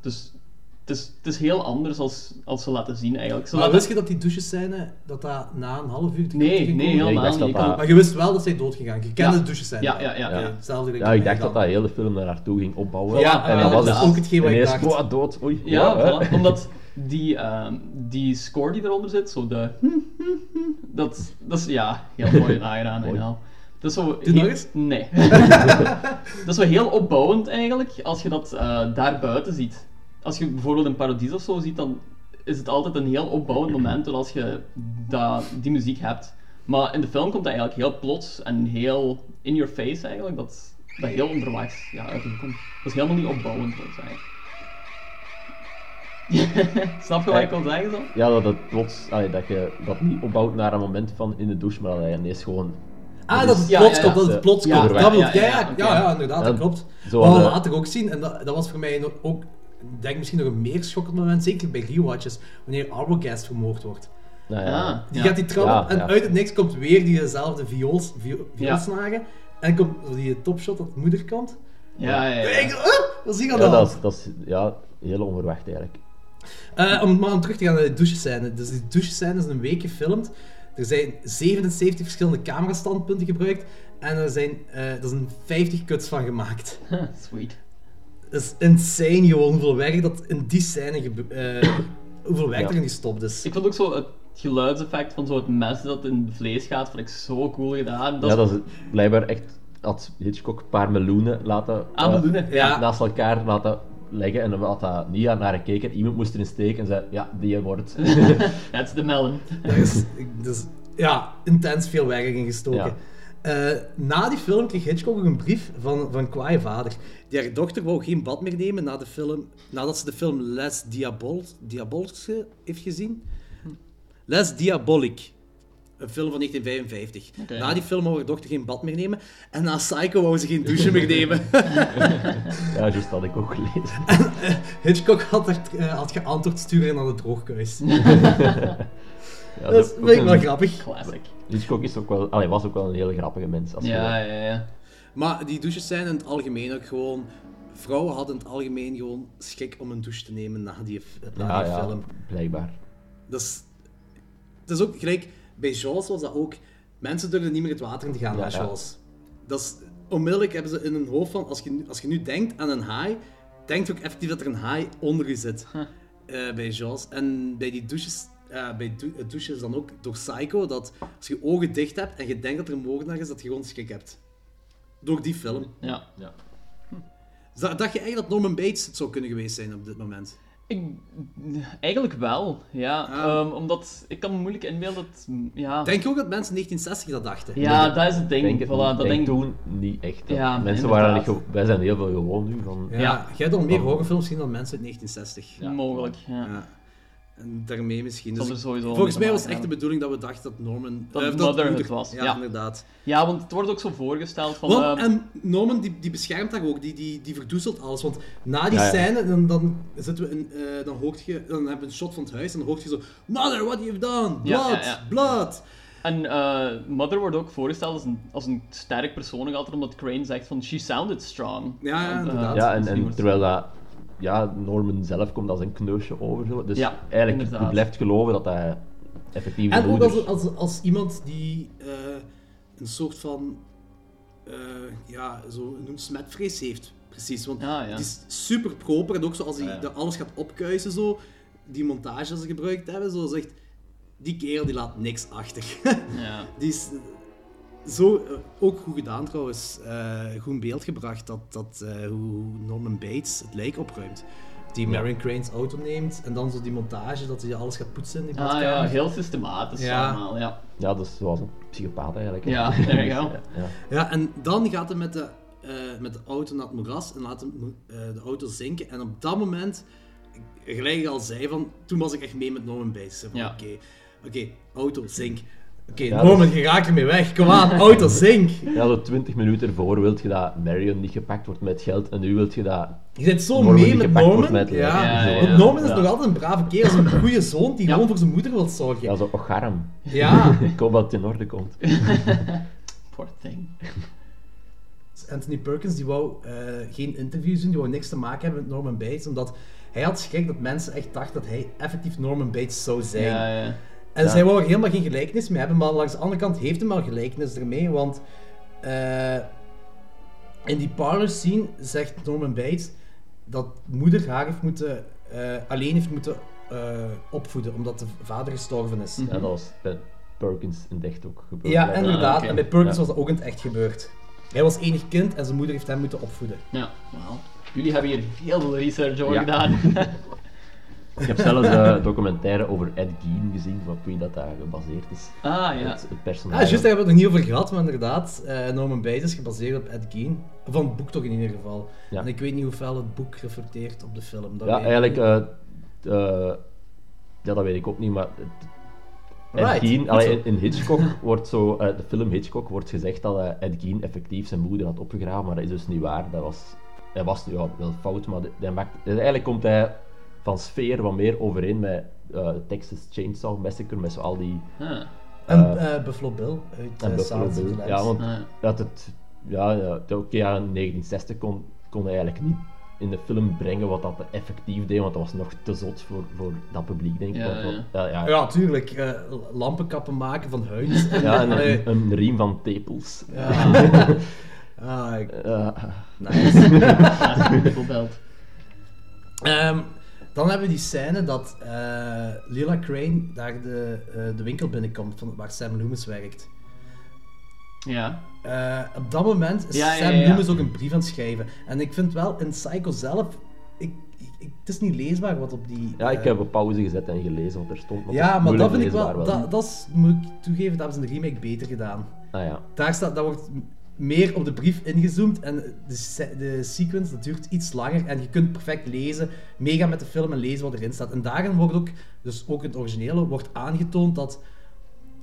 Dus het is, het is heel anders als, als ze laten zien eigenlijk. Ze Maar laten- wist je dat die douchescène, dat dat na een half uur... drie kwartier Nee, ging nee, komen? ik helemaal dacht niet. dat Ik dat- had- Maar je wist wel dat zij doodgegaan. Je kende Ja. de douchescène. Ja, wel. ja, ja, Oké, ja. Hetzelfde dat Ja, ik dacht meegedaan. dat dat hele film daar naartoe ging opbouwen. Ja, en eh, ja, dat was dat dus is ook hetgeen wat ik ineens, dacht. wow, dood, oei. Ja, wow, voilà. hè. omdat die, ehm, die score die eronder zit, zo de... Dat, dat is, ja, heel mooi aangedaan. Mooi. helemaal. Dat is zo... Doe nog eens? Nee. dat is zo heel opbouwend eigenlijk, als je dat eh daar buiten ziet. Als je bijvoorbeeld een paradies of zo ziet, dan is het altijd een heel opbouwend moment, als je dat, die muziek hebt. Maar in de film komt dat eigenlijk heel plots en heel in your face eigenlijk, dat, dat heel onverwachts ja, uit de hoek komt. Dat is helemaal niet opbouwend, wil ik zeggen. Snap je wat ik wil zeggen zo? Ja, dat het plots, allee, dat je dat niet opbouwt naar een moment van in de douche, maar dat je ineens gewoon... Ah, is- dat het Ja, plots ja, komt, ja. dat het plots Ja, komt. ja, dat bedoel ja, ik. ja, ja, ja, oké. ja, ja, inderdaad, dat Ja, klopt. zo Oh, Wat we hadden- later ook zien, en dat, dat was voor mij no- ook, ik denk misschien nog een meer schokkend moment, zeker bij rewatches, wanneer Arbogast vermoord wordt. Nou Ah, ja, Die ja. gaat die trap Ja, op en ja. uit het niks komt weer diezelfde viols, vio- vioolsnagen. En komt zo die topshot dat moeder komt. Ja, ja, ja. Ik, ah, wat zie je ja, dan? dat is, dat is ja, heel onverwacht eigenlijk. Eh, om, maar om terug te gaan naar de douchescène. Dus die douchescène is een week gefilmd. Er zijn 77 verschillende camerastandpunten gebruikt. En er zijn, eh, er zijn 50 cuts van gemaakt. Sweet. Dat is insane gewoon hoeveel werk dat in die scène gebe- eh, hoeveel werk Ja. erin gestopt is. Ik vond ook zo het geluidseffect van zo het mes dat in het vlees gaat, vond ik zo cool gedaan. Dat ja, is- dat is blijkbaar echt... Had Hitchcock een paar meloenen laten... Ah, eh, meloenen, ja. Naast elkaar laten leggen en dan had dat niet aan naar gekeken. Iemand moest erin steken en zei, ja, die wordt. That's the melon. Er is, ik- dus, ja, intens veel werk in gestoken. Ja. Eh, na die film kreeg Hitchcock ook een brief van, van kwaaie vader. Die haar dochter wou geen bad meer nemen na de film, nadat ze de film Les Diabol, Diabolse heeft gezien. Les Diabolic. Een film van 1955. Na die film wou haar dochter geen bad meer nemen. En na Psycho wou ze geen douche meer nemen. ja, juist dat had ik ook gelezen. Hitchcock had, er, eh, had geantwoord sturen aan de droogkuis. Ja, dat ook vind ik een- wel grappig. Classic. Hitchcock is ook wel, allee, was ook wel een hele grappige mens. Als je- Ja, ja, ja. Maar die douches zijn in het algemeen ook gewoon... Vrouwen hadden in het algemeen gewoon schrik om een douche te nemen na die, na ja, die ja, film. blijkbaar. Dat is, het is ook gelijk... Bij Jaws was dat ook... Mensen durfden niet meer het water in te gaan Ja, na ja. Jaws. Dat is, onmiddellijk hebben ze in hun hoofd van... Als je, nu- als je nu denkt aan een haai... Denk ook effectief dat er een haai onder je zit. eh, bij Jaws. En bij die douches... eh, bij dou- het douchen is dan ook door Psycho dat als je ogen dicht hebt en je denkt dat er een moordenaar is, dat je gewoon schrik hebt. Door die film. ja. Zag- Dacht je eigenlijk dat Norman Bates het zou kunnen geweest zijn op dit moment? Ik, eigenlijk wel, ja. Ehm, omdat ik kan me moeilijk inbeelden dat... Ja, Ah. Denk je ook dat mensen in 1960 dat dachten? ja dat is het ding. Denk, voilà, dat denk denk toen niet echt. hè. Ja, Mensen waren er niet inderdaad. ge- wij zijn heel veel gewoon nu. Van, Ja, jij hebt al meer horrorfilms gezien dan mensen uit 1960. Mogelijk, ja. En daarmee misschien. Zal Dus er sowieso wel volgens mee mij te was het maken echt de bedoeling dat we dachten dat Norman... Dat eh, Mother moeder- het was, Ja, ja. inderdaad. Ja, want het wordt ook zo voorgesteld van... Want, ehm, en Norman die, die beschermt haar ook, die, die, die verdoezelt alles. Want na die Ja, ja. scène, dan, dan, zitten we in, eh, dan, hoort je, dan hebben we een shot van het huis en dan hoort je zo... Mother, what you've done? Blood, Ja, ja, ja. blood! En eh, Mother wordt ook voorgesteld als een, als een sterk persoon, nog altijd omdat Crane zegt van she sounded strong. Want, eh, Ja, en, misschien en wordt- terwijl dat, ja, Norman zelf komt als een kneusje over. zo. Dus Ja, eigenlijk, inderdaad. je blijft geloven dat hij effectief En een ook moeder als, als, als iemand die eh, een soort van eh, ja, zo noemt smetvrees heeft. Precies, want Ah, Ja, ja. het is super proper. En ook zoals hij Ja, ja. dat alles gaat opkuisen, zo, die montage dat ze gebruikt hebben, zo zegt die kerel die laat niks achter. Ja. Die is eh, zo eh, ook goed gedaan trouwens. eh, goed in beeld gebracht dat, dat eh, hoe Norman Bates het lijk opruimt. Die Marion Crane's auto neemt en dan zo die montage dat hij alles gaat poetsen in die Ah badkamer. ja, heel systematisch allemaal, ja. Ja, dat is zoals een psychopaat eigenlijk. hè. Ja, there you go. Dus, ja, ja. Ja, en dan gaat hij met de, eh, met de auto naar het moeras en laat hem eh, de auto zinken. En op dat moment, gelijk ik al zei, van, toen was ik echt mee met Norman Bates. Van, Oké, oké, auto zink. Oké, Ja, Norman, dat je raakt ermee weg. Kom aan, auto zink. Ja, zo 20 minuten ervoor wilt je dat Marion niet gepakt wordt met geld en nu wilt je dat. Je bent zo Norman mee niet met gepakt wordt Norman. met Oh, ja. lijken. Zo. Want Norman is nog altijd een brave kerel, is een goede zoon die gewoon voor zijn moeder wil zorgen. Ja, zo ocharm. Ja. ik hoop dat het in orde komt. Poor thing. Anthony Perkins die wou eh, geen interviews doen, die wou niks te maken hebben met Norman Bates, omdat hij had schrik dat mensen echt dachten dat hij effectief Norman Bates zou zijn. Ja, ja. En Ja. zij wou er helemaal geen gelijkenis mee hebben, maar langs de andere kant heeft hij wel gelijkenis ermee, want eh, in die parlor scene zegt Norman Bates dat moeder haar heeft moeten, eh, alleen heeft moeten eh, opvoeden, omdat de vader gestorven is. Ja, dat was bij Perkins in het echt ook gebeurd. Ja, blijkbaar. inderdaad. En bij Perkins Ja. was dat ook in het echt gebeurd. Hij was enig kind en zijn moeder heeft hem moeten opvoeden. Ja, wauw. Jullie hebben hier heel veel research over Ja. gedaan. Ik heb zelfs eh, een documentaire over Ed Gein gezien, van wie dat daar gebaseerd is. Ah, ja. Het, het Ja, personage. juist, daar hebben we het nog niet over gehad, maar inderdaad, eh, Norman Bates is gebaseerd op Ed Gein. Van het boek toch in ieder geval. Ja. En ik weet niet hoe fel het boek reflecteert op de film. Dat ja, weet ik eigenlijk... niet. eh, t- eh, ja, dat weet ik ook niet, maar... het- Ed Right, Gein, goed allee, zo. in, in Hitchcock wordt zo... eh, de film Hitchcock wordt gezegd dat eh, Ed Gein effectief zijn moeder had opgegraven, maar dat is dus niet waar. Dat was... Hij was ja, wel fout, maar de- hij maakt, dus eigenlijk komt hij van sfeer wat meer overeen met eh, Texas Chainsaw Massacre, met zo al die... Ah, En eh, eh, Buffalo Bill uit En eh, Buffalo Silence of Bill. the Lambs. Ja, want dat het... Ja, ja oké, ja, in 1960 kon, kon hij eigenlijk niet in de film brengen wat dat effectief deed, want dat was nog te zot voor, voor dat publiek, denk ik. Ja, Want- ja. want- ja, ja. Ja, tuurlijk. eh, lampenkappen maken van huid. En, Ja, en allee, een, een riem van tepels. Ja. Ah, ik- Nice. ah, Nice. Ehm, dan hebben we die scène dat eh, Lila Crane daar de, eh, de winkel binnenkomt van, waar Sam Loomis werkt. Ja. Eh, op dat moment is Ja, ja, Sam ja, ja. Loomis ook een brief aan het schrijven. En ik vind wel in Psycho zelf. Ik, ik, ik- het is niet leesbaar wat op die. Ja, ik eh, heb op pauze gezet en gelezen wat er stond. want het ja, is maar dat moeilijk vind ik leesbaar wel. Dat, dat is, moet ik toegeven, dat hebben ze in de remake beter gedaan. Ah ja. Daar, staat, daar wordt m- meer op de brief ingezoomd en de, se- de sequence dat duurt iets langer en je kunt perfect dus- lezen, meegaan met de film en lezen wat erin staat. En daarin wordt ook, dus ook in het originele, wordt aangetoond dat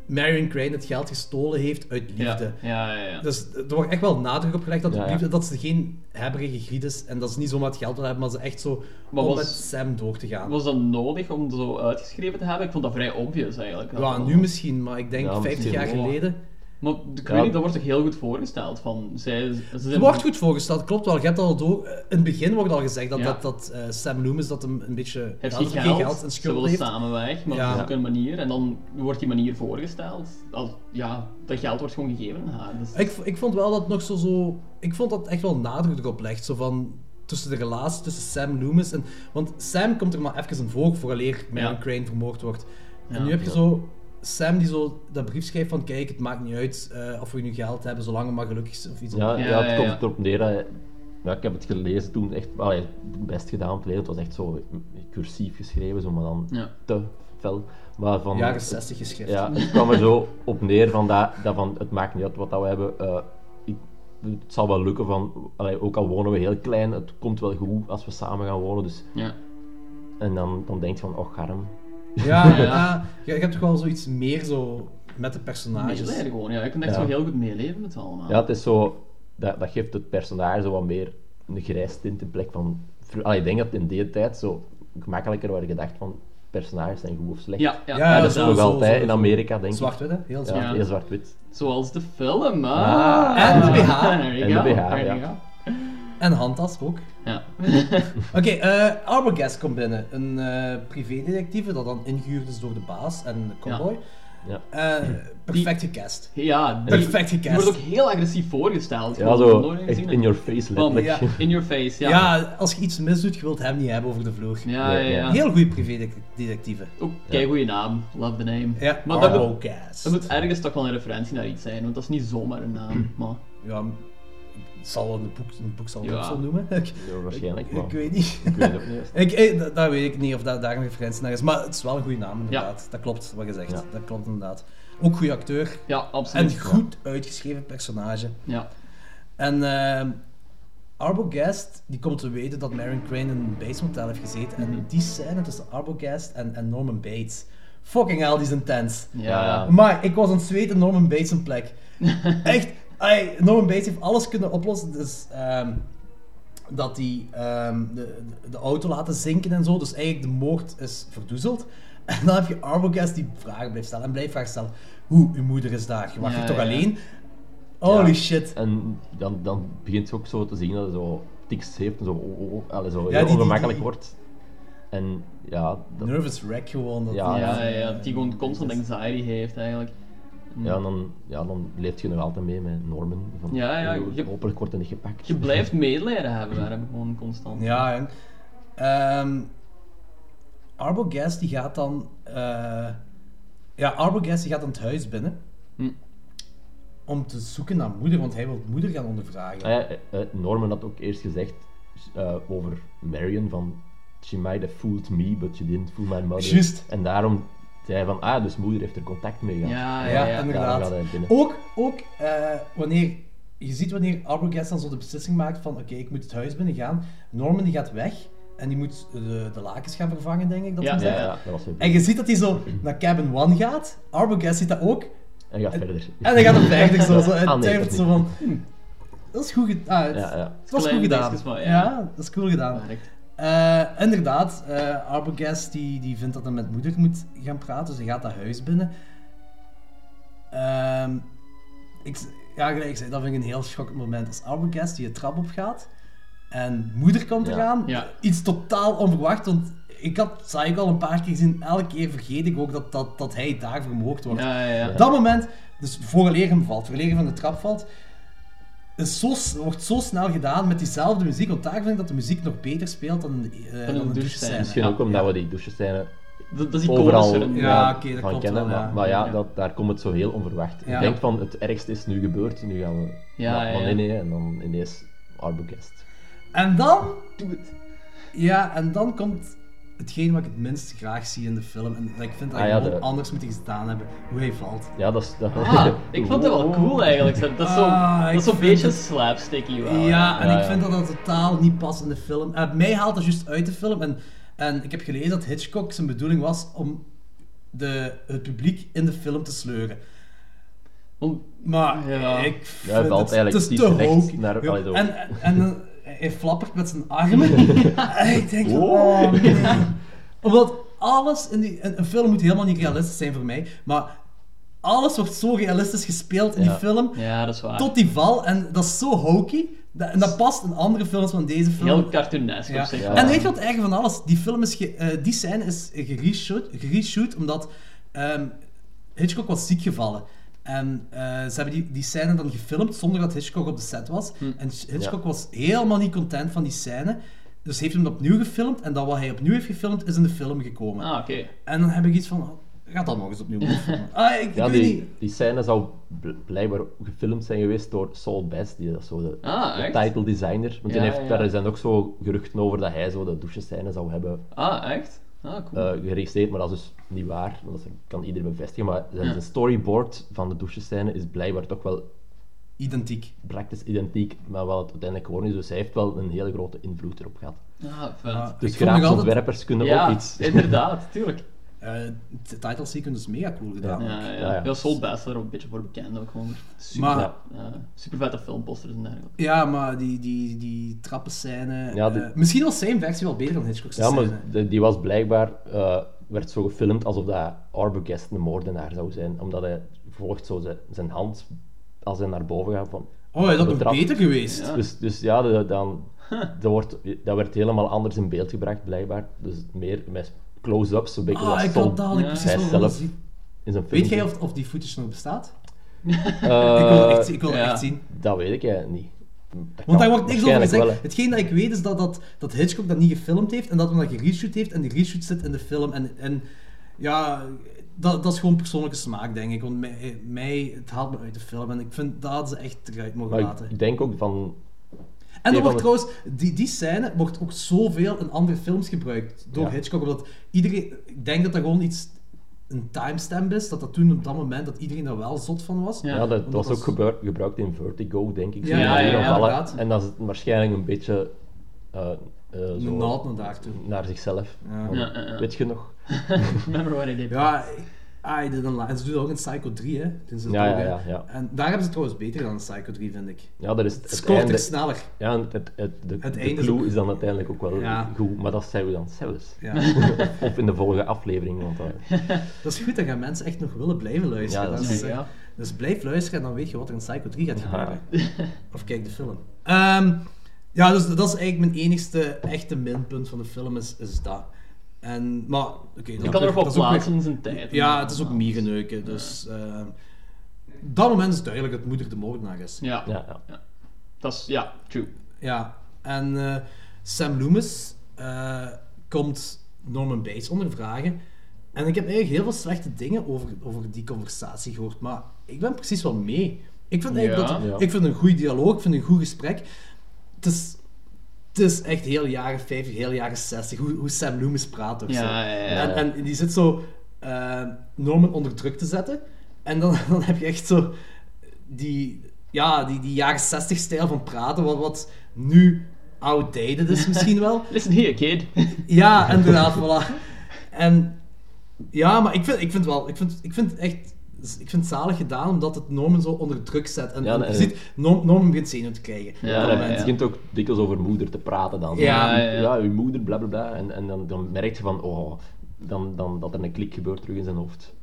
Marion Crane het geld gestolen heeft uit liefde. Ja, ja, ja. Dus er wordt echt wel nadruk op gelegd dat, Ja, ja. liefde, dat ze geen hebberige griet is en dat ze niet zomaar het geld wil hebben, maar ze echt zo Maar om was- met Sam door te gaan. Was dat nodig om zo uitgeschreven te hebben? Ik vond dat vrij obvious eigenlijk. Ja, nu misschien, maar ik denk Ja, 50 jaar misschien wel. geleden. Maar ik Ja. weet niet, dat wordt toch heel goed voorgesteld van... Zij, ze Het zijn- wordt goed voorgesteld, klopt wel. Je hebt al door, in het begin wordt al gezegd dat, Ja. dat, dat eh, Sam Loomis dat hem een beetje heeft ja, geen dat geld, hij en ze schuld willen heeft. samen weg, maar Ja. op een manier. En dan wordt die manier voorgesteld. Als, ja, dat geld wordt gewoon gegeven aan haar. Dus, Ik, v- ik vond wel dat het nog zo, zo... Ik vond dat echt wel nadruk erop legt, zo van... Tussen de relatie tussen Sam Loomis en... Want Sam komt er maar even in voor, vooraleer Marion Ja. Crane vermoord wordt. En Ja. nu heb je Ja. zo... Sam die zo dat brief schrijft van... Kijk, het maakt niet uit eh, of we nu geld hebben, zolang we maar gelukkig zijn. Of iets Ja, ja, dergelijks. het komt erop neer dat Ja, ik heb het gelezen toen echt allee, best gedaan. Het lezen, het was echt zo cursief geschreven, zo, maar dan Ja. te fel. Maar van, Jaren 60 geschrift. Ja, het kwam er zo op neer van dat, dat van, het maakt niet uit wat dat we hebben. eh, ik, het zal wel lukken van, allee, ook al wonen we heel klein, het komt wel goed als we samen gaan wonen. Dus. Ja. En dan, dan denk je van, och, garm. Ja, ja. Je, je hebt toch wel zoiets meer zo met de personages. Meeleven gewoon, ja. Je kunt echt Ja. zo heel goed meeleven met het allemaal. Ja, het is zo... Dat, dat geeft het personage zo wat meer een grijs tint in plek van... vro- Allee, ik denk dat in die tijd zo gemakkelijker werd gedacht van personages zijn goed of slecht. Ja, ja. dat is Ja, nog zo- altijd zo- in Amerika, denk ik. Zwart-wit, hè? Heel zwart. Ja, heel zwart-wit. dus Zoals de film, ah. Ah, en de BH. There you En de go, BH, there you ja. go. En handtas ook. Ja. Oké, eh Arbogast komt binnen. Een eh privédetectieve dat dan ingehuurd is door de baas en de cowboy. Ja. Eh, perfect gecast. Ja, die- perfect die gecast. wordt ook heel agressief voorgesteld. Ja, Ik heb zo het nooit echt gezien. in your face, Bam, letterlijk. ja. In your face, Ja. ja. als je iets misdoet, je wilt hem niet hebben over de vloer. Ja, ja, ja. ja. Heel goede privédetectieve. Ook kei goede naam, love the name. Ja, maar dat moet, Arbogast. dat moet ergens toch wel een referentie naar iets zijn, want dat is niet zomaar een naam. Maar Ja, ik zal wel een boek, een boek zal het Ja. ook zo noemen. Ik, Ja, waarschijnlijk, Ik, maar- ik weet niet. Ik weet het ook niet echt. Ik, eh, dat- dat weet ik niet of dat daar een referentie naar is, maar het is wel een goede naam inderdaad. Dat klopt wat je zegt. Ja. Dat klopt inderdaad. Ook goede acteur. Ja, absoluut. En goed uitgeschreven personage. Ja. En ehm Arbogast, die komt te weten dat Marion Crane in een basemotel heeft gezeten. Mhm. En die scène tussen Arbogast en, en Norman Bates. Fucking hell, die is intens. Ja, ja. Maar ik was aan het zweten Norman Bates een plek. Echt, ey, Norman Bates heeft alles kunnen oplossen. Dus ehm, dat hij ehm, de, de auto laten zinken en zo. Dus eigenlijk de moord is verdoezeld. En dan heb je Arbogast die vragen blijft stellen en blijft vragen stellen. Hoe, uw moeder is daar. Je wacht Ja, hier toch ja. alleen? Holy Ja. shit. En dan, dan begint ze ook zo te zien dat ze zo tics heeft en zo, oh, oh, oh, allee, zo Ja, heel die- die- ongemakkelijk die- wordt. En ja... dat- Nervous wreck gewoon. Dat Ja, ja, ja, dat die gewoon constant anxiety heeft eigenlijk. Ja, en dan, ja, dan leeft je nog altijd mee met normen. Van, Ja, ja, oh, je- Hopelijk wordt hij niet gepakt. Je blijft medelijden hebben, daar hebben we gewoon constant. Ja, jong. Ehm, Arbogast die gaat dan... eh, ja, Arbogast die gaat dan het huis binnen. Hm. Om te zoeken naar moeder, want hij wil moeder gaan ondervragen. Ah ja, eh, eh, Norman had ook eerst gezegd eh, over Marion van She might have fooled me, but she didn't fool my mother. Juist. En daarom zei hij van, ah, dus moeder heeft er contact mee gehad. Ja, Ja, ja. Daarom inderdaad. Oh, gaat hij binnen. Ook, ook eh, wanneer... Je ziet wanneer Arbogast dan zo de beslissing maakt van... Oké, ik moet het huis binnen gaan. Norman die gaat weg. En die moet de, de lakens gaan vervangen, denk ik. Dat Ja, hem ja, zegt. ja, dat was zo. En je ziet dat hij zo naar cabin 1 gaat. Arbogast ziet dat ook. En gaat verder. En dan gaat hij verder zo. zo en Ah, nee, twijfelt dat zo niet. van... hm, dat is goed gedaan. het, Ja, ja. het was goed Kleine gedaan. dingetjes, maar ja. ja. dat is cool gedaan. Werkt. Eh, inderdaad, eh Arbogast die, die vindt dat hij met moeder moet gaan praten. Dus hij gaat dat huis binnen. Ehm, ik, z- ja, gelijk ik zei, dat vind ik een heel schokkend moment. Als Arbogast die de trap op gaat en moeder komt Ja. eraan. Ja. Iets totaal onverwacht, want ik had Psycho al een paar keer gezien. Elke keer vergeet ik ook dat, dat, dat hij daar vermoord wordt. Ja, ja, ja. Op dat moment, dus vooraleer hem valt, vooraleer hij van de trap valt, is zo, s- wordt zo snel gedaan met diezelfde muziek. Want daar vind ik dat de muziek nog beter speelt dan, in de- eh, dan een de douchescène. douchescène. Misschien ook omdat we die douchescène Dat, dat is overal iconischer. Ja, oké, dat van klopt kennen. wel, ja. Maar, maar ja, Ja. Dat, daar komt het zo heel onverwacht. Ja. Je denkt van, het ergste is nu gebeurd, nu gaan we... Ja, maar, ja, maar ja. nee, nee, en dan ineens Arbogast. En dan, Doe het. ja, en dan komt hetgeen wat ik het minst graag zie in de film. En dat ik vind dat Ah, hij ja, gewoon de- anders moet gedaan hebben, hoe hij valt. Ja, dat is... Dat... Ah, ik vond dat wel cool eigenlijk. Dat is zo'n Ah, dat ik is zo'n vind beetje het- slapsticky wel. Ja, en Ja, ik ja. vind dat dat totaal niet past in de film. Eh, mij haalt dat juist uit de film. En, en ik heb gelezen dat Hitchcock zijn bedoeling was om de, het publiek in de film te sleuren. Want- Maar Ja. ik Ja, vind hij valt het, eigenlijk het is niet te recht hoog. naar- Ja, allee, zo. en, en, en dan- hij flappert met zijn armen. En ik denk van, oh nee. Omdat alles in die... Een, een film moet helemaal niet realistisch zijn voor mij, maar alles wordt zo realistisch gespeeld in Ja. die film. Ja, dat is waar. Tot die val. En dat is zo hokey. Dat, en dat past in andere films van deze film. Heel cartoonesk Ja. op zich. Ja. En weet je wat het erge van alles? Die film is... ge- eh, die scène is gereshoot, gereshoot omdat ehm, Hitchcock was ziek gevallen. En eh, ze hebben die, die scène dan gefilmd zonder dat Hitchcock op de set was. Hm. En Hitchcock was helemaal niet content van die scène. Dus heeft hem opnieuw gefilmd. En dat wat hij opnieuw heeft gefilmd, is in de film gekomen. Ah, oké. En dan heb ik iets van... Ga dat nog eens opnieuw opvallen. Ah, ik ja, weet die, niet. die scène zou bl- blijkbaar gefilmd zijn geweest door Saul Bass, die dat zo de, Ah, de echt? title designer. Want Ja, die heeft, ja. daar zijn ook zo geruchten over dat hij zo de douchescène zou hebben Ah, echt? Ah, cool. eh, geregistreerd, maar dat is dus niet waar. want Dat kan iedereen bevestigen. Maar zijn, Ja. zijn storyboard van de douchescène is blijkbaar toch wel identiek. Praktisch identiek, maar wat het uiteindelijk geworden is. Dus hij heeft wel een hele grote invloed erop gehad. Ah, vet. Dus Ik vond nog grafisch altijd- ontwerpers kunnen Ja, ook iets. inderdaad, tuurlijk. Eh, de title sequence is dus mega cool gedaan. Ja, ja, ja. ja Soul Bass daar ook een beetje voor bekend ook gewoon. Super, Maar- eh, super vette filmposters en dergelijke. Ja, maar die, die, die trappenscène... Ja, die- eh, misschien was zijn versie wel beter dan Hitchcock's Ja, scène. maar de- die was blijkbaar, eh, werd zo gefilmd alsof dat Arbogast een moordenaar zou zijn. Omdat hij volgt zo zijn, zijn hand als hij naar boven gaat. Van, Oh, hij had de nog trap. beter geweest. Ja. Dus, dus ja, de- dan, dat, wordt, dat werd helemaal anders in beeld gebracht, blijkbaar. Dus meer met close-ups, zo'n beetje Ah, zoals ik had Saul dat eigenlijk precies Bass wel willen zelf zien. in zijn film. Weet jij of, of die footage nog bestaat? Eh, ik wil echt, ik wil ja, echt zien. Dat weet ik eigenlijk niet. Want daar wordt niks over waarschijnlijk gezegd. wel, hè. Hetgeen dat ik weet is dat, dat, dat Hitchcock dat niet gefilmd heeft en dat hem dat gereshoot heeft en die reshoot zit in de film. En, en ja, dat, dat is gewoon persoonlijke smaak, denk ik. Want mij, mij- het haalt me uit de film en ik vind dat ze echt eruit mogen Maar laten. ik denk ook van... En een er van wordt de- trouwens, die, die scène wordt ook zoveel in andere films gebruikt door Ja. Hitchcock. Omdat iedereen, ik denk dat dat gewoon iets, een timestamp is, dat dat toen op dat moment dat iedereen daar wel zot van was. Ja, dat Omdat was ook gebruik- gebruikt in Vertigo, denk ik. Ja, Zo in ja, die ja, gevallen. inderdaad. En dat is waarschijnlijk een beetje... eh, eh, zo, naald naar daar toe. Naar zichzelf. Ja. Van, Ja, ja, ja. Weet je nog? Remember what I did. Ja, I didn't lie. En ze doen dat dus ook in Psycho 3, hè? Doen ze dat Ja, ook, ja, hè. ja, ja. En daar hebben ze het trouwens beter dan in Psycho 3, vind ik. Ja, dat is het, Het is het korter, einde- sneller. Ja, en het, het, het- de, Het de einde is clue ook- is, dan uiteindelijk ook wel Ja. goed, maar dat zijn we dan zelfs. Ja. of in de volgende aflevering, want eh, dat- Dat is goed, dan gaan mensen echt nog willen blijven luisteren. Ja, dat is is, goed, eh, ja. Dus blijf luisteren en dan weet je wat er in Psycho 3 gaat Ja. gebeuren. Of kijk de film. Ehm, ja, dus dat is eigenlijk mijn enigste echte minpunt van de film, is, is dat. En, maar, oké. dat Ik is kan er ook- dat nog wel is ook weer- plaatsen in zijn tijd. Ja, het is ook mierenneuken, dus... ehm, op dat moment is het duidelijk dat moeder de moordenaar is. Ja. Ja, ja. Dat is, ja, true. Ja, en eh, Sam Loomis eh, komt Norman Bates ondervragen. En ik heb eigenlijk heel veel slechte dingen over, over die conversatie gehoord, maar ik ben precies wel mee. Ik vind, eigenlijk Ja. dat, Ja. ik vind een goed dialoog, ik vind een goed gesprek. Het is, het is echt heel jaren 50, heel jaren 60, hoe, hoe Sam Loomis praat of Ja, zo. ja, ja. En, en die zit zo eh, Norman onder druk te zetten. En dan, dan heb je echt zo die, ja, die, die jaren 60 stijl van praten, wat, wat nu outdated is misschien wel. Listen here, kid. Ja, inderdaad, voilà. En ja, maar ik vind, ik vind wel, ik vind, ik vind echt, ik vind het zalig gedaan omdat het Norman zo onder druk zet. En, Ja, en nee, je nee. ziet, Norm, Norman begint zenuw te krijgen. op Ja, dat dan moment. begint ook dikwijls over moeder te praten dan. Ja, ja, ja, ja. uw moeder, bla bla bla. En, en dan, dan merk je van, oh, dan, dan, dat er een klik gebeurt terug in zijn hoofd.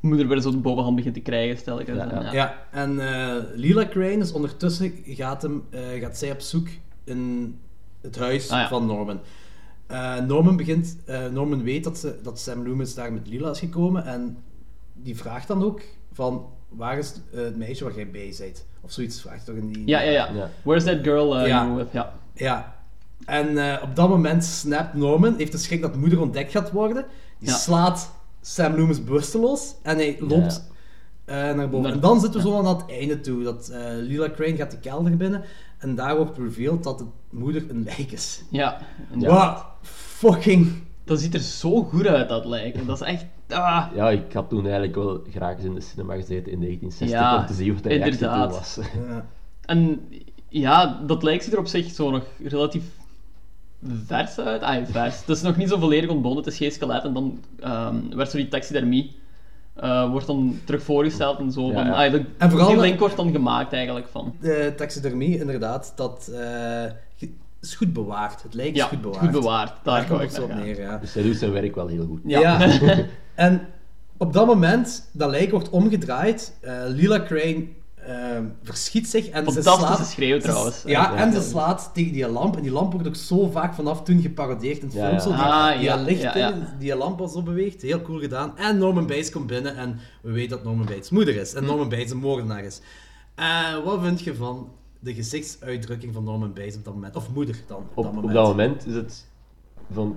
Moeder weer zo de bovenhand begint te krijgen, stel ik. Ja, Ja, en eh, Lila Crane is ondertussen gaat, hem, eh, gaat zij op zoek in het huis Ah, ja. van Norman. Eh, Norman, begint, eh, Norman weet dat, ze, dat Sam Loomis daar met Lila is gekomen en die vraagt dan ook van waar is eh, het meisje waar jij bij bent? Of zoiets vraagt toch in die... Ja, ja, ja. Where's that girl eh, Ja. you were with? Ja. Ja. En eh, op dat moment snapt Norman, heeft de schrik dat moeder ontdekt gaat worden. Die Ja. slaat Sam Loomis bewusteloos en hij loopt eh, naar boven. Naar- En dan zitten we zo aan het einde toe. Dat eh, Lila Crane gaat de kelder binnen en daar wordt revealed dat de moeder een lijk is. Ja. Wat fucking... Dat ziet er zo goed uit, dat lijken. Dat is echt... Ah. Ja, ik had toen eigenlijk wel graag eens in de cinema gezeten in 1960 Ja, om te zien wat de reactie toen inderdaad. was. En ja, dat lijkt ziet er op zich zo nog relatief vers uit. Ah, vers. Het is nog niet zo volledig ontbonden, het is geen skelet. En dan ehm, werd zo die taxidermie eh, wordt dan terug voorgesteld en zo. Ja, van, ja. ah, dat- En vooral die dat- link wordt dan gemaakt eigenlijk van. De taxidermie, inderdaad, dat eh, ge- is goed bewaard. Het lijk is Ja, goed bewaard. goed bewaard. Daar komt wou ik het zo op naar gaan. neer, ja. Dus hij doet zijn werk wel heel goed. Ja. en op dat moment, dat lijk wordt omgedraaid, eh, Lila Crane ehm, verschiet zich en ze Fantastische slaat... dus schreeuw ze- trouwens. Ja, Ja, en ja. ze slaat tegen die lamp. En die lamp wordt ook zo vaak vanaf toen geparodeerd in Ja, films. zo. ja. Die, Ah, die ja, licht ja, ja. in, die lamp al zo beweegt. Heel cool gedaan. En Norman Bates komt binnen en we weten dat Norman Bates moeder is. Hm. En Norman Bates een moordenaar is. Eh, wat vind je van de gezichtsuitdrukking van Norman Bates op dat moment? Of moeder dan, op, Op, dat op moment? dat moment is het van...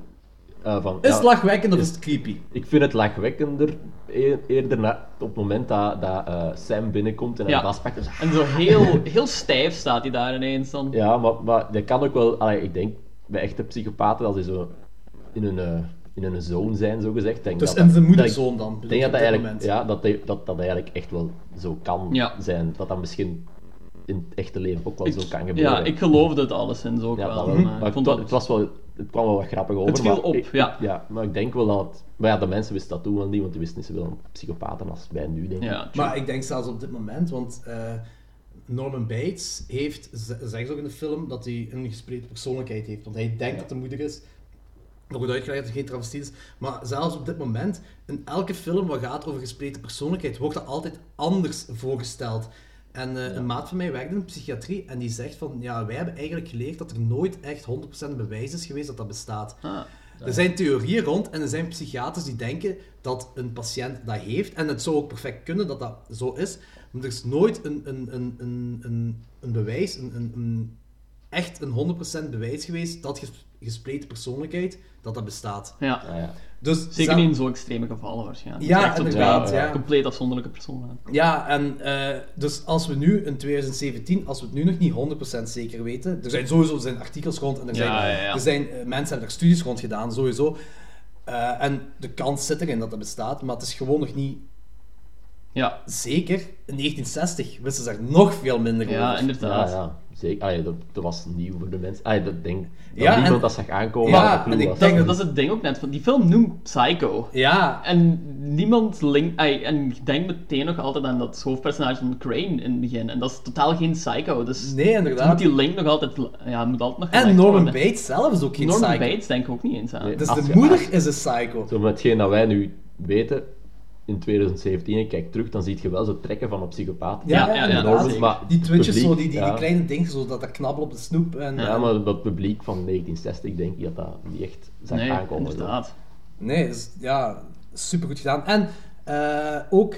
eh, van, Is het lachwekkend of is het creepy? Ik vind het lachwekkender e- eerder na, op het moment dat, dat eh, Sam binnenkomt en hij Ja. vastpakt. Dus, En zo heel, heel stijf staat hij daar ineens dan. Ja, maar, maar dat kan ook wel... allee, ik denk, bij echte psychopaten, als die zo in hun, eh, in hun zone zijn, zogezegd... Denk Dus dat in dat- zijn dat ik- moederzone dan, Ik bedoel denk je op dat dat dit eigenlijk, moment? ja, dat, die- dat dat eigenlijk echt wel zo kan zijn. Dat dat misschien in het echte leven ook wel zo kan gebeuren. Ja, ik geloofde het alleszins ook Ja, wel. dat Maar, wel. Maar ik het, vond wa- dat... het, was wel, het kwam wel wat grappig over. viel maar op, ik- ja. ja. Maar ik denk wel dat... het- Maar ja, de mensen wisten dat toen wel niet, want die wisten niet zoveel van psychopaten als wij nu, denk ik. maar ik denk zelfs op dit moment, want eh, Norman Bates heeft, z- zegt ook in de film, dat hij een gespleten persoonlijkheid heeft. Want hij denkt dat de moeder is. Nog goed uitgelegd dat het geen travestie is. Maar zelfs op dit moment, in elke film wat gaat over gespleten persoonlijkheid, wordt dat altijd anders voorgesteld. En eh, een maat van mij werkt in de psychiatrie en die zegt van, ja, wij hebben eigenlijk geleerd dat er nooit echt 100% bewijs is geweest dat dat bestaat. Er zijn theorieën rond en er zijn psychiaters die denken dat een patiënt dat heeft. En het zou ook perfect kunnen dat dat zo is. Maar er is nooit een, een, een, een, een, een bewijs, een, een, een- echt een 100% bewijs geweest dat ges- gespleten persoonlijkheid, dat dat bestaat. Ja. Ah, Dus Zeker zelf- niet in zo extreme gevallen waarschijnlijk. Ja, Echt zo'n inderdaad, twee ja. Compleet afzonderlijke personen. Ja, en eh, dus als we nu in 2017, als we het nu nog niet 100% zeker weten, er zijn sowieso er zijn artikels rond en er Ja, zijn, ja, ja. Er zijn eh, mensen hebben er studies rond gedaan, sowieso. Eh, en de kans zit erin dat dat bestaat, maar het is gewoon nog niet ja. zeker. In 1960 wisten ze er nog veel minder over. Ja, ja. Zeker. Allee, dat, dat was nieuw voor de mensen. Allee, dat denk dat Ja, niemand en- dat zag aankomen. Ja, dat en dat cool ik was. denk dat, dat is het ding ook net. Van, die film noemt Psycho. Ja. En niemand linkt... ai, En ik denk meteen nog altijd aan dat hoofdpersonage van Crane in het begin. En dat is totaal geen Psycho. Dus Nee, inderdaad. Moet die link nog altijd... Ja, moet altijd nog En gelegd Norman worden. Bates zelf is ook geen Norman psycho. Bates denk ik ook niet eens aan. Dus de moeder is een psycho. Zo, met hetgeen dat wij nu weten, in 2017, en kijk terug, dan zie je wel zo trekken van een psychopaat. Ja, ja, inderdaad. Normaal, maar die het twintjes, publiek, zo, die, die, ja. die kleine dingen, zo dat, dat knabbel op de snoep. En, Ja, maar dat publiek van 1960, denk ik, dat dat niet echt zag Nee, aankomen. zo. inderdaad. Nee, dus ja, supergoed gedaan. En eh, ook,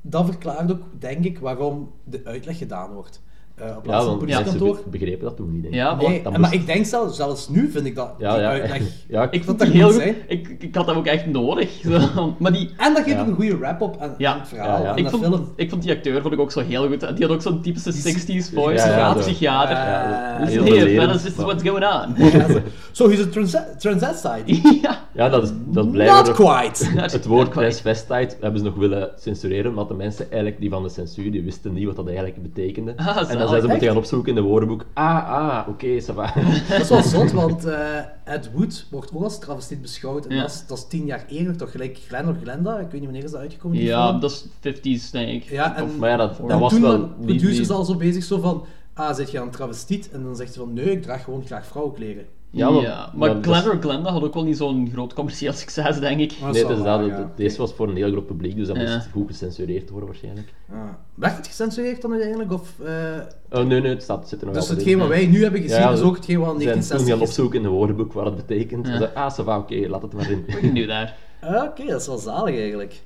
dat verklaart ook, denk ik, waarom de uitleg gedaan wordt. Eh op Ja, laatste want mensen politiekantoor. be- begrepen dat toen niet, denk ik. Ja, nee, Dat en moest- maar ik denk zelfs, zelfs nu vind ik dat Ja, die ja. uitleg... Ja, ik- Ik vond dat die dat heel moet goed. Ik, ik had dat ook echt nodig. Zo, maar die... En dat geeft Ja. ook een goede wrap-up aan, Ja, aan het verhaal, aan Ik, de vond, film. ik vond die acteur vond ik ook zo heel goed. Die had ook zo'n typische 60s voice. Ja, ja, Ja, de- psychiater. Dus ja, Listen heel here, belerend, fellas, this is maar- what's going on. Zo, hij is een transa- transvestite. Ja, dat is, dat is blijkbaar... Not quite. Het woord transvestite hebben ze nog willen censureren, maar de mensen eigenlijk, die van de censuur, die wisten niet wat dat eigenlijk betekende. Ah, en dan zalig. zijn ze moeten Echt? gaan opzoeken in de woordenboek. Ah, ah, oké, ça va. Dat is wel zot, want eh, Ed Wood wordt ook als travestiet beschouwd. En Ja. dat, is, dat is tien jaar eerder, toch gelijk Glenn of Glenda? Ik weet niet wanneer is dat uitgekomen. die Ja, film. dat is 50s, denk ik. Ja, en, Of- en toen waren de producers al zo bezig zo van... Ah, zit je aan travestiet? En dan zegt ze van... Nee, ik draag gewoon graag vrouwenkleren. Ja, maar, maar maar Glenn or Glenda had ook wel niet zo'n groot commercieel succes, denk ik. nee, dus dat, dat- deze was voor een heel groot publiek, dus dat Ja. moest goed gecensureerd worden waarschijnlijk. Ja. Werd het gecensureerd dan uiteindelijk? Of, eh, Oh, nee, nee, het staat, zit er nog Dus altijd hetgeen in. wat wij nu hebben gezien, is dus ook hetgeen wat in we zijn 1960 toen gaan is. opzoeken in het woordenboek wat het betekent. Ja. We zeiden, ah, ça va, oké, laat het maar in. nu daar. ah, Oké, dat is wel zalig eigenlijk.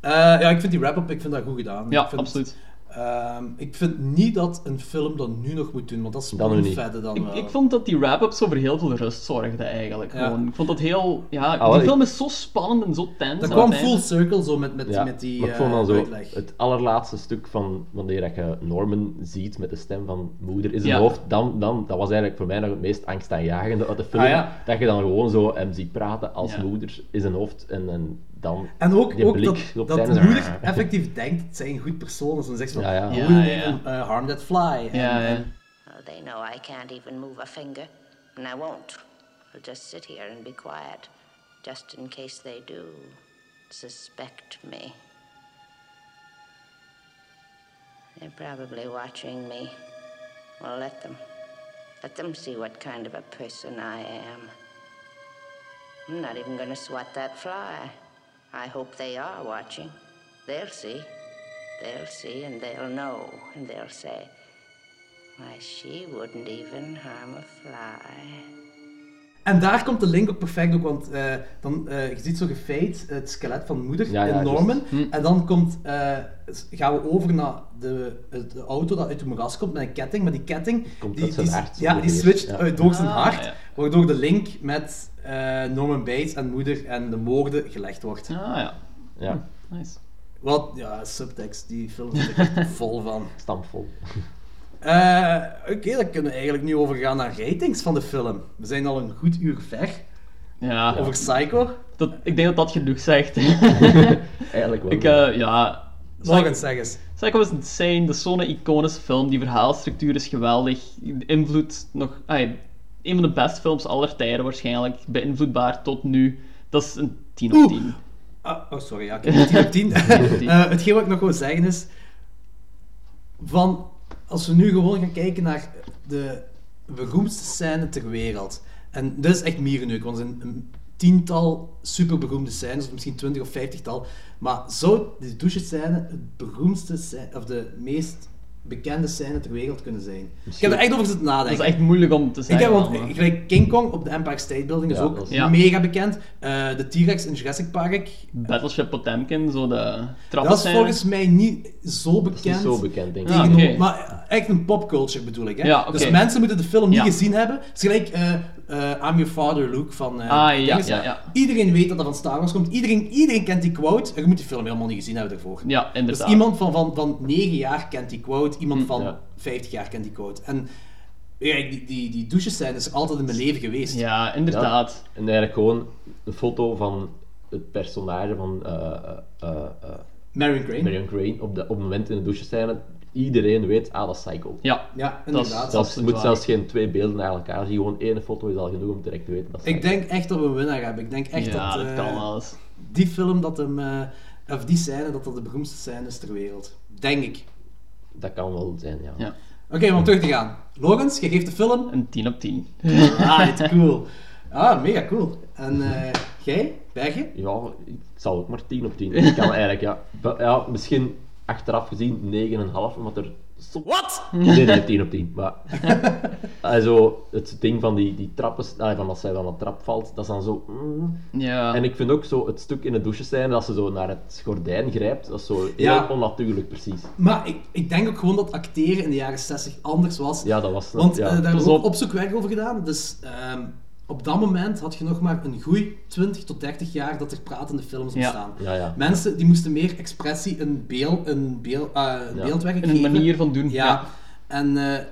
Eh, ja, ik vind die wrap-up ik vind dat goed gedaan. Ja, ik vind, absoluut. ehm, ik vind niet dat een film dat nu nog moet doen, want dat is Dan nog niet. verder dan Ik, wel. ik vond dat die wrap-ups over heel veel rust zorgde, eigenlijk. Ja. Gewoon. Ik vond dat heel... Ja, Ah, wel, die ik- film is zo spannend en zo tens. Dat aan kwam het einde. full circle zo met, met, Ja, met die maar ik vond dan eh, zo uitleg. het allerlaatste stuk van wanneer dat je Norman ziet met de stem van moeder in zijn Ja. hoofd, dan, dan, dat was eigenlijk voor mij nog het meest angstaanjagende uit de film. Ah, ja. Dat je dan gewoon zo hem ziet praten als Ja. moeder in zijn hoofd en, en dan En ook, die ook blik dat, op dat zijn- de moeder effectief denkt dat zij een goed persoon is. En zegt van, Ja, ja. hoe Ja, wil je ja. een, eh, harm that fly? En- en- Oh, they know I can't even move a finger, and I won't. I'll just sit here and be quiet, just in case they do suspect me. They're probably watching me. Well, let them. Let them see what kind of a person I am. I'm not even going to swat that fly. I hope they are watching. They'll see. They'll see, and they'll know, and they'll say, why, she wouldn't even harm a fly. En daar komt de link ook perfect op, want eh, dan, eh, je ziet zo gefeit het skelet van moeder Ja, Hm. ja, in Norman. En dan komt, eh, s- gaan we over naar de, de auto dat uit de moeras komt met een ketting. Maar die ketting Komt die, uit zijn die, hart, ja, zo die weer. switcht Ja. uit door zijn Ah, hart, ja. waardoor de link met eh, eh, Norman Bates en moeder en de moorden gelegd wordt. Ah ja. Ja. Nice. Wat, ja, subtext, die film zit er echt vol van. Stampvol. Eh, Oké, dan kunnen we eigenlijk nu overgaan naar ratings van de film. We zijn al een goed uur ver. Ja. Over Psycho? Dat, ik denk dat dat genoeg zegt. Eigenlijk wel. Ik, eh, ja... Nog eens, zeg eens. Psycho is insane, dat is zo'n iconische film. Die verhaalstructuur is geweldig. De invloed nog... ai, een van de beste films aller tijden waarschijnlijk. Beïnvloedbaar tot nu. Dat is een 10 op 10. Ah, oh, sorry, ja, ik heb 10 op 10. Eh, hetgeen wat ik nog wil zeggen is... Van, als we nu gewoon gaan kijken naar de beroemdste scène ter wereld. En dit is echt mierenneuk, want er zijn een tiental superberoemde scènes, of misschien twintig of vijftigtal. Maar zo de douchescène het beroemdste scène, of de meest bekende scène ter wereld kunnen zijn. Ik heb er echt over zitten nadenken. Dat is echt moeilijk om te Ik zeggen heb, want, allemaal. gelijk King Kong op de Empire State Building is Ja, ook dat is- Ja. mega bekend. Eh, de T-Rex in Jurassic Park, Battleship Potemkin, zo de trappen dat is volgens mij niet zo bekend. niet zo bekend, denk ik. Tegen- Ah, oké. Maar echt een popculture bedoel ik. Hè? Ja, oké. Dus mensen moeten de film niet Ja. gezien hebben. Het is gelijk eh, eh, I'm Your Father, Luke van... eh, Ah, ja, dinges. ja, ja. Iedereen weet dat dat van Star Wars komt. Iedereen, iedereen kent die quote. En je moet die film helemaal niet gezien hebben daarvoor. Ja, inderdaad. Dus iemand van, van, van 9 jaar kent die quote. Hm, Iemand van 50 jaar kent die quote. En ja, die, die, die douchescène is altijd in mijn leven geweest. Ja, Ja. En eigenlijk gewoon een foto van het personage van eh, eh, eh, eh, Marion Crane. Marion Crane op, de, op het moment in de douche scène. Iedereen weet, ah, dat is Psycho. Ja, Ja, inderdaad. Dat is Dat absoluut moet waar. zelfs geen twee beelden naar elkaar zien. Gewoon één foto is al genoeg om direct te weten dat is Ik denk echt dat we een winnaar hebben. Ik denk echt Ja, dat... dat eh, kan alles. Die film, dat hem... eh, of die scène, dat dat de beroemdste scène is ter wereld. Denk ik. Dat kan wel zijn, ja. Ja. Oké, Hmm. maar om terug te gaan. Logans, je geeft de film... Een 10 op 10. Right, cool. Ah, mega cool. En eh, jij, Bergen? Ja, ik zal ook maar 10 op 10. Ik kan eigenlijk, ja, be- ja misschien achteraf gezien 9,5, omdat er... Wat? Nee, nee, 10 op 10. Maar, also, het ding van die, die trappen, ah, van als zij van een trap valt, dat is dan zo... mm. Ja. En ik vind ook zo het stuk in de douche zijn, dat ze zo naar het gordijn grijpt, dat is zo heel Ja. onnatuurlijk, precies. Maar ik, ik denk ook gewoon dat acteren in de jaren 60 anders was. Ja, dat was... Want ja. eh, daar hebben we ook opzoekwerk over gedaan. Dus ehm, op dat moment had je nog maar een goeie 20 tot 30 jaar dat er pratende films Ja. ontstaan. Ja, ja. Mensen die moesten meer expressie, een, beel, een, beel, eh, een Ja. beeldwerk Een geven. manier van doen, ja. En eh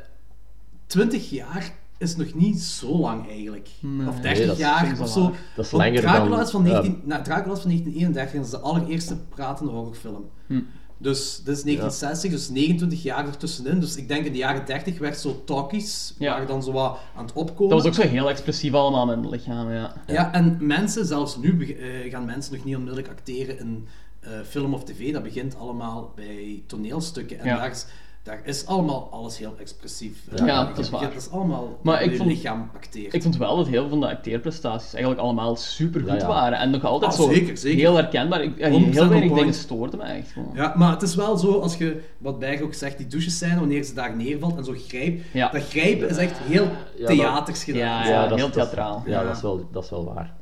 20 jaar is nog niet zo lang eigenlijk. Nee. Of Nee, 30 dat is jaar sowieso of zo. waar. Dat is Want langer dan, Dracula is van, 19, eh, nou, Dracula is van 1931 en dat is de allereerste pratende horrorfilm. Hm. Dus dit is 1960, dus 29 jaar ertussenin. Dus ik denk in de jaren 30 werd zo talkies, waren dan zo wat aan het opkomen. Dat was ook zo heel expressief allemaal in het lichaam, ja. Ja, en mensen, zelfs nu beg- eh, gaan mensen nog niet onmiddellijk acteren in eh, film of tv. Dat begint allemaal bij toneelstukken. En Ja. daar, is, daar is allemaal alles heel expressief. Ja, Eh, dat is je- je- waar. Dat is allemaal maar hoe ik je vond, lichaam acteert. Ik vond wel dat heel veel van de acteerprestaties eigenlijk allemaal supergoed Ja, ja. waren. En nog altijd Ah, zo zeker, zeker. heel herkenbaar. Ik, 100% ja, heel on weinig point. dingen stoorden me echt. gewoon. Ja, maar het is wel zo, als je, wat Berg ook zegt, die douches zijn, wanneer ze daar neervalt en zo grijpt. Ja. Dat grijpen is echt heel Ja, dat- theaters gedaan. Ja, dat is- heel dat is- theatraal. ja, Ja. Dat, is wel, dat is wel waar.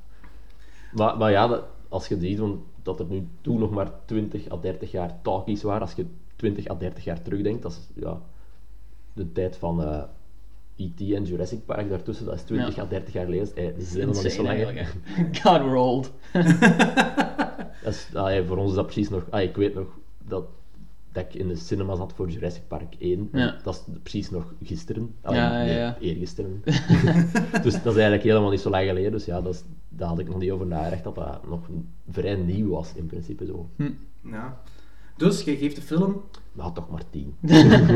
Maar, maar ja, dat- als je ziet want dat er nu toen nog maar 20 à 30 jaar talkies waren, als je 20 à 30 jaar terugdenkt, dat is ja, de tijd van eh, E.T. en Jurassic Park daartussen, dat is 20 Ja. à 30 jaar leest. Eh, dat is is helemaal niet zo insane lang. hè. eigenlijk, hè. God, we're old. Dat is, ah, ja, voor ons is dat precies nog... ah, ik weet nog dat, dat ik in de cinema zat voor Jurassic Park 1. Ja. Dat is precies nog gisteren. Ah, Ja, ja, nee, ja. eergisteren. dus dat is eigenlijk helemaal niet zo lang geleden. Dus ja, dat is, daar had ik nog niet over nagedacht dat dat nog vrij nieuw was in principe. Zo. Hm. Ja. Dus, jij geeft de film... Oh, Nou, toch maar tien.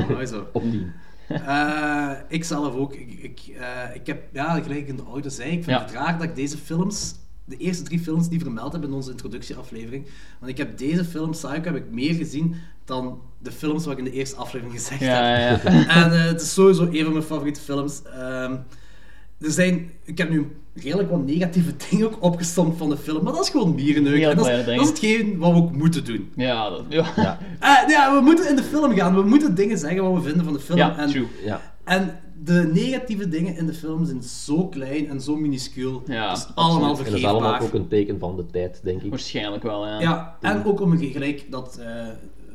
Mooi zo. Op tien. Eh, ik zelf ook. Ik, ik, eh, ik heb, ja, gelijk ik in de auto zei, ik vind Ja. het raar dat ik deze films, de eerste drie films die vermeld hebben in onze introductieaflevering, want ik heb deze film, Psycho, heb ik meer gezien dan de films wat ik in de eerste aflevering gezegd Ja, heb. ja, ja. En eh, het is sowieso een van mijn favoriete films. Ehm, er zijn, ik heb nu redelijk wat negatieve dingen ook opgestomd van de film, maar dat is gewoon mierenneuk. Heel En Dat, is- blij dat dat is hetgeen wat we ook moeten doen. Ja, dat, ja. Eh, ja, we moeten in de film gaan. We moeten dingen zeggen wat we vinden van de film. Ja, en, true. Ja. en de negatieve dingen in de film zijn zo klein en zo minuscuul. Ja, dat is allemaal En dat is vergeefbaar. allemaal ook Mm. een teken van de tijd, denk ik. Waarschijnlijk wel, ja. Ja, en ook om gelijk dat eh,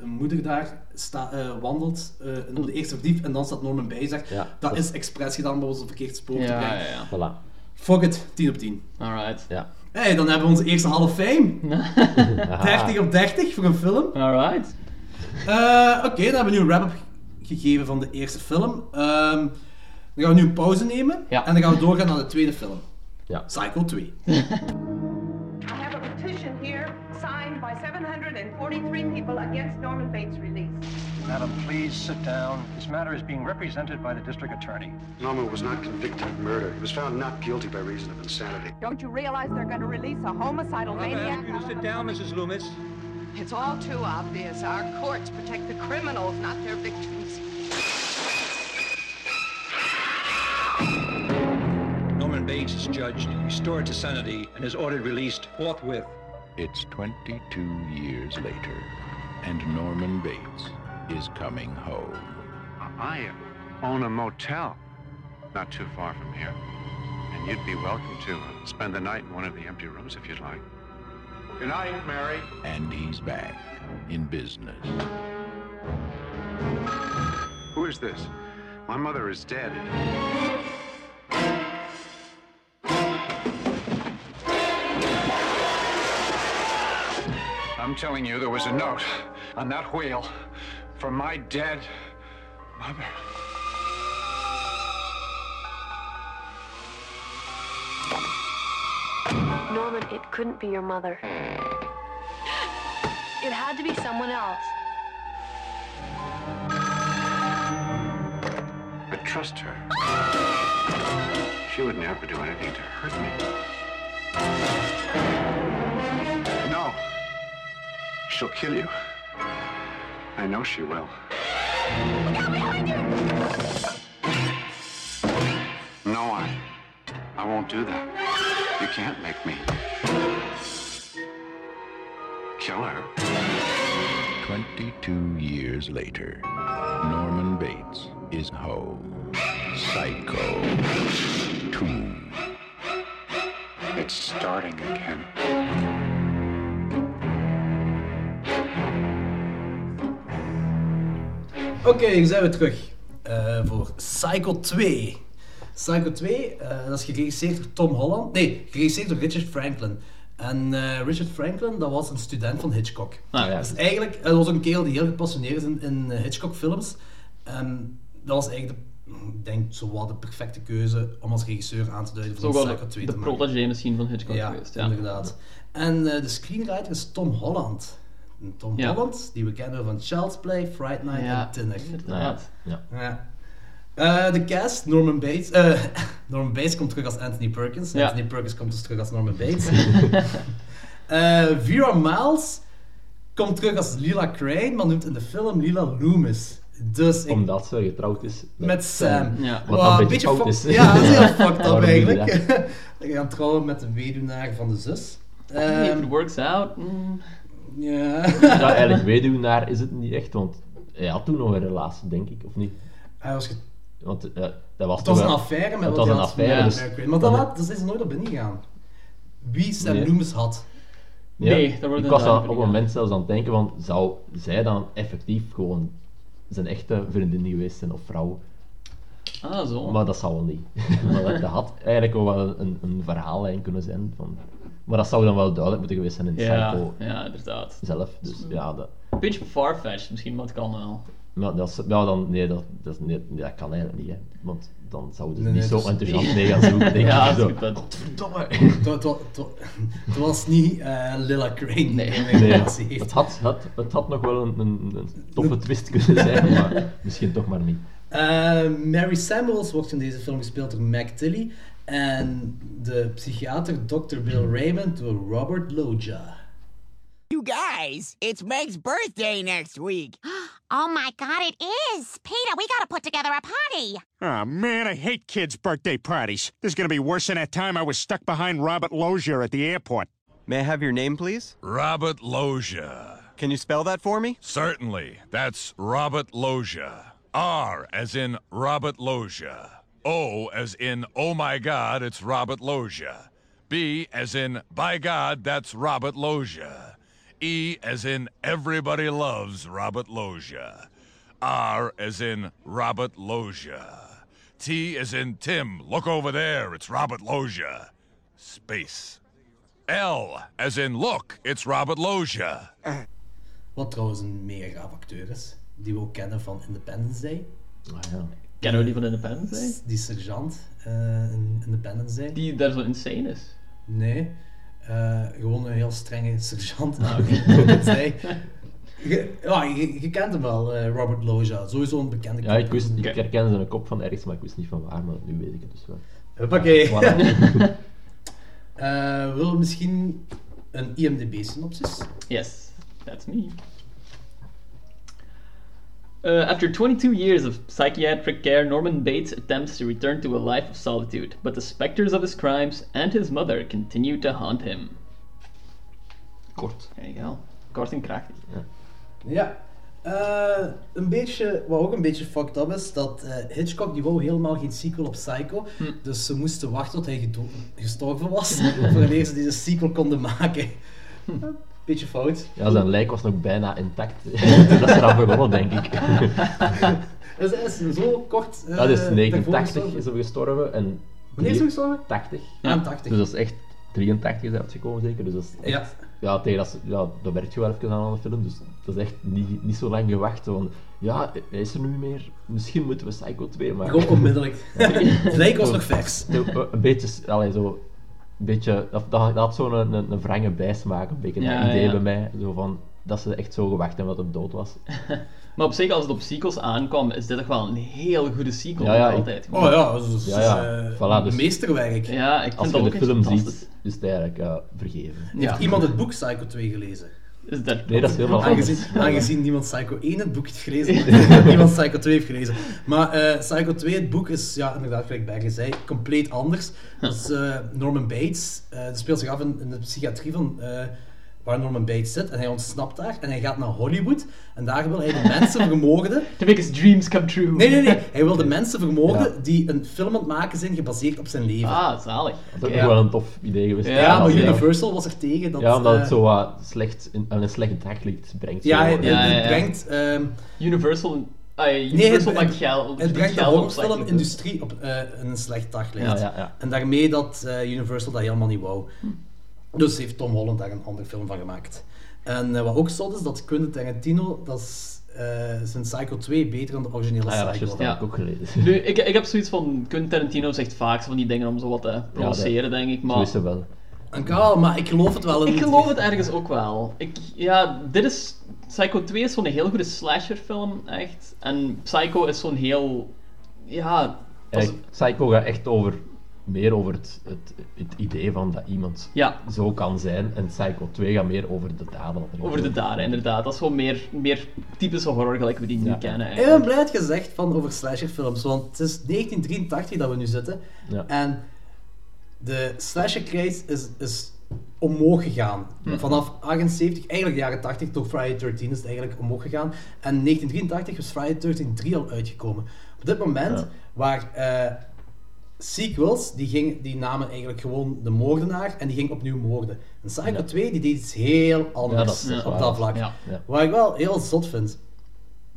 een moeder daar sta, eh, wandelt eh op de eerste verdiep en dan staat Norman bij zich. Ja, dat dat- is expres gedaan om ons op een verkeerd spoor te Ja, brengen. ja, ja. Voilà. Nou Fuck it, 10 op 10. Alright. Ja. hey, dan hebben we onze eerste Hall of Fame. 30 op 30 voor een film. Eh, Alright. Oké, dan hebben we nu een wrap-up gegeven van de eerste film. Ehm, dan gaan we nu een pauze nemen. En dan gaan we doorgaan naar de tweede film. Ja. Psycho 2. I have a petition here signed by 743 people against Norman Bates' release. Madam, please sit down. This matter is being represented by the district attorney. Norman was not convicted of murder. He was found not guilty by reason of insanity. Don't you realize they're going to release a homicidal maniac? you to sit down, Mrs. Loomis. It's all too obvious. Our courts protect the criminals, not their victims. Norman Bates is judged, restored to sanity, and is ordered released forthwith. It's 22 years later, and Norman Bates is coming home. I own a motel not too far from here. And you'd be welcome to uh, spend the night in one of the empty rooms if you'd like. Good night, Mary. And he's back in business. Who is this? My mother is dead. I'm telling you, there was a note on that wheel from my dead mother. Norman, it couldn't be your mother. It had to be someone else. But trust her. She would never do anything to hurt me. No. She'll kill you. I know she will. No, I. I won't do that. You can't make me. Kill her. 22 years later, Norman Bates is home. Psycho 2. It's starting again. Oké, hier zijn we terug eh, voor Psycho 2. Psycho 2, eh, dat is geregisseerd door Tom Holland. Nee, geregisseerd door Richard Franklin. En eh, Richard Franklin, dat was een student van Hitchcock. Nou ja. Dat is eigenlijk, eh, dat was een kerel die heel gepassioneerd is in, in eh, Hitchcock-films. En dat was eigenlijk, de, ik denk, zowat de perfecte keuze om als regisseur aan te duiden Het is voor ook een wel Psycho 2 de te maken. protégé misschien van Hitchcock geweest. Ja, inderdaad. En eh, de screenwriter is Tom Holland. En Tom Ja. Holland, die we kennen van Child's Play, Fright Night Ja, en Tinner. inderdaad. Ja. Eh, de cast, Norman Bates. eh, Norman Bates komt terug als Anthony Perkins. Ja. Anthony Perkins komt dus terug als Norman Bates. Eh, Vera Miles komt terug als Lila Crane, maar noemt in de film Lila Loomis. Dus ik Omdat ze getrouwd is met, met Sam. Wat Wow, een beetje fout fuck- is. Ja, dat is heel fucked up Waarom doe je dat? eigenlijk. Ik ga trouwen met de weduwnaar van de zus. Hey, if Ehm, it works out. mm, Ja. Ja, eigenlijk weduwnaar is het niet echt, want hij had toen nog een relatie, denk ik, of niet? Hij was Want eh, dat was Het toch was een wel- affaire met Het wat was hij een had affaire, met dus- Mary Queen. Maar dat, laat, dat is er nooit op ingegaan. Wie Sam Nee. Loomis had. Ja, Ik was al dan op een moment zelfs aan het denken, want zou zij dan effectief gewoon zijn echte vriendin geweest zijn of vrouw? Ah, zo. Maar dat zou wel niet. maar dat, dat had eigenlijk ook wel een, een, een verhaallijn kunnen zijn. Van... Maar dat zou dan wel duidelijk moeten geweest zijn in Ja, Psycho ja, inderdaad. zelf. Dus ja, dat, Een beetje farfetched misschien, maar het kan wel. maar dat, is- ja, dan, nee, dat, dat, is- nee, nee, dat kan eigenlijk niet. Hè. Want dan zouden ze Nee, niet nee, zo dus- enthousiast mee gaan zoeken. Denk Ja, dat ik, zo. is goed, dat- Godverdomme. Het wa- het wa- het was niet eh, Lilla Crane. Nee. Nee, het, had, had, het had nog wel een, een, een toffe twist kunnen zijn, maar misschien toch maar niet. Eh, Mary Samuels wordt in deze film gespeeld door Mac Tilly. En de psychiater Dr. Bill Raymond door Robert Loggia. You guys, it's Meg's birthday next week. Oh my god, it is! Peter, we gotta put together a party! Oh man, I hate kids' birthday parties. This is gonna be worse than that time I was stuck behind Robert Lozier at the airport. May I have your name, please? Robert Loggia. Can you spell that for me? Certainly. That's Robert Loggia. R as in Robert Loggia. O as in Oh my God, it's Robert Loggia. B as in By God, that's Robert Loggia. E as in Everybody loves Robert Loggia. R as in Robert Loggia. T as in Tim. Look over there, it's Robert Loggia. Space. L as in look, it's Robert Loggia. Wat trouwens een mega gaaf acteur is. Die we ook kennen van Independence Day. Ah, Kennen we die van Independence Day? Die sergeant eh, in Independence Day. Die daar zo insane is. Nee. eh, gewoon een heel strenge sergeant. Ah, Independence Day. Je, ja, je, je kent hem wel, eh, Robert Loja. Sowieso een bekende Ja, ik, kop. wist, ik herkende zijn kop van ergens, maar ik wist niet van waar, maar nu weet ik het dus wel. Huppakee. Voilà. Eh, wil misschien een IMDb-synopsis? Yes, that's me. Uh, after 22 years of psychiatric care, Norman Bates attempts to return to a life of solitude, but the specters of his crimes and his mother continue to haunt him. Kort. There you go. Kort en krachtig. Ja. Eh, een beetje, wat ook een beetje fucked up is, dat eh, Hitchcock die wou helemaal geen sequel op Psycho. Hm. Dus ze moesten wachten tot hij gedo- Oh. gestorven was, voordat ze deze sequel konden maken. Hm. Beetje fout. Ja, zijn lijk was nog bijna intact. dat is eraan begonnen, denk ik. Dus hij is zo kort... eh, dat is daarvoor 89 gestorven. is hij gestorven en... Wanneer is hij gestorven? 80. Ja, 80. Dus dat is echt... 83 is hij uitgekomen zeker, dus dat is echt... Ja. tegen dat, ja, dat werkt je wel even aan de film, dus dat is echt niet, niet zo lang gewacht. Van, ja, hij is er nu niet meer, misschien moeten we Psycho 2 maken. Ook onmiddellijk. Het lijk was Zo, nog vers. zo, eh, Een beetje, allee, zo... Een beetje, dat, dat had zo'n een, een, een wrange bijsmaak, een beetje Ja, dat idee ja. bij mij. Zo van, dat ze echt zo gewacht hebben dat hij dood was. Maar op zich, als het op sequels aankwam, is dit toch wel een heel goede sequel. Ja, ja, nog ik- altijd. Oh ja, dus het Ja, ja. is, eh, Voilà, dus- meesterwerk. Ja, ik Als vind dat je de ook echt film fantastisch. ziet, is het eigenlijk eh, vergeven. Heeft iemand het boek Psycho 2 gelezen? Is dat... Nee, dat is helemaal aangezien, anders. Aangezien niemand Psycho 1 het boek heeft gelezen, maar niemand Psycho 2 heeft gelezen. Maar eh, Psycho 2, het boek, is ja, inderdaad, gelijk Berge zei, compleet anders. Dat is eh, Norman Bates. eh dat speelt zich af in, in de psychiatrie van... eh, Waar Norman Bates zit en hij ontsnapt daar en hij gaat naar Hollywood en daar wil hij de mensen vermoorden. To make his dreams come true. Nee, nee, nee. Hij wil de mensen vermoorden die een film aan het maken zijn gebaseerd op zijn leven. Ah, zalig. Dat is ook wel een tof idee geweest. Ja, maar Universal was er tegen. Dat, ja, omdat het eh, zo wat slecht in, aan een slecht daglicht brengt. Ja, zo. eh, het, het- het brengt... ehm, Universal... Uh, Nee, het, Universal maakt het- geld. het brengt de geld op slechte horrorfilmindustrie op eh, een slecht daglicht. Ja, ja, ja. En daarmee dat eh, Universal dat helemaal niet wou. Hm. Dus heeft Tom Holland daar een andere film van gemaakt. En eh, wat ook zot is, dat Quentin Tarantino, dat is eh, zijn Psycho 2 beter dan de originele Ah ja, dat is Psycho. juist, dat heb ik ook gelezen. Nu, ik, ik heb zoiets van, Quentin Tarantino zegt vaak zo van die dingen om zo wat te provoceren, denk ik, maar... Zo is het wel. Een kaal, maar ik geloof het wel. Ik geloof het ergens ook wel. Ik, ja, dit is... Psycho 2 is zo'n heel goede slasherfilm, echt. En Psycho is zo'n heel... Ja... dat is- Eigenlijk, Psycho gaat echt over, meer over het, het, het idee van dat iemand Ja. zo kan zijn. En Psycho 2 gaat meer over de daden. dat er Over de gebeuren. daden, inderdaad. Dat is gewoon meer, meer typische horror, gelijk we die nu Ik kennen, eigenlijk. ben blij dat je zegt van over slasherfilms, want het is 1983 dat we nu zitten. Ja. En de slashercraze is, is omhoog gegaan. Ja. Vanaf 78, eigenlijk de jaren 80 tot Friday 13 is het eigenlijk omhoog gegaan. En in 1983 was Friday 13 3 al uitgekomen. Op dit moment, Ja. waar eh, sequels, die, gingen die namen eigenlijk gewoon de moordenaar en die ging opnieuw moorden. En Psycho 2, die deed iets heel Ja, anders dat is- dat is op waar. dat vlak. Ja. Ja. Wat ik wel heel zot vind.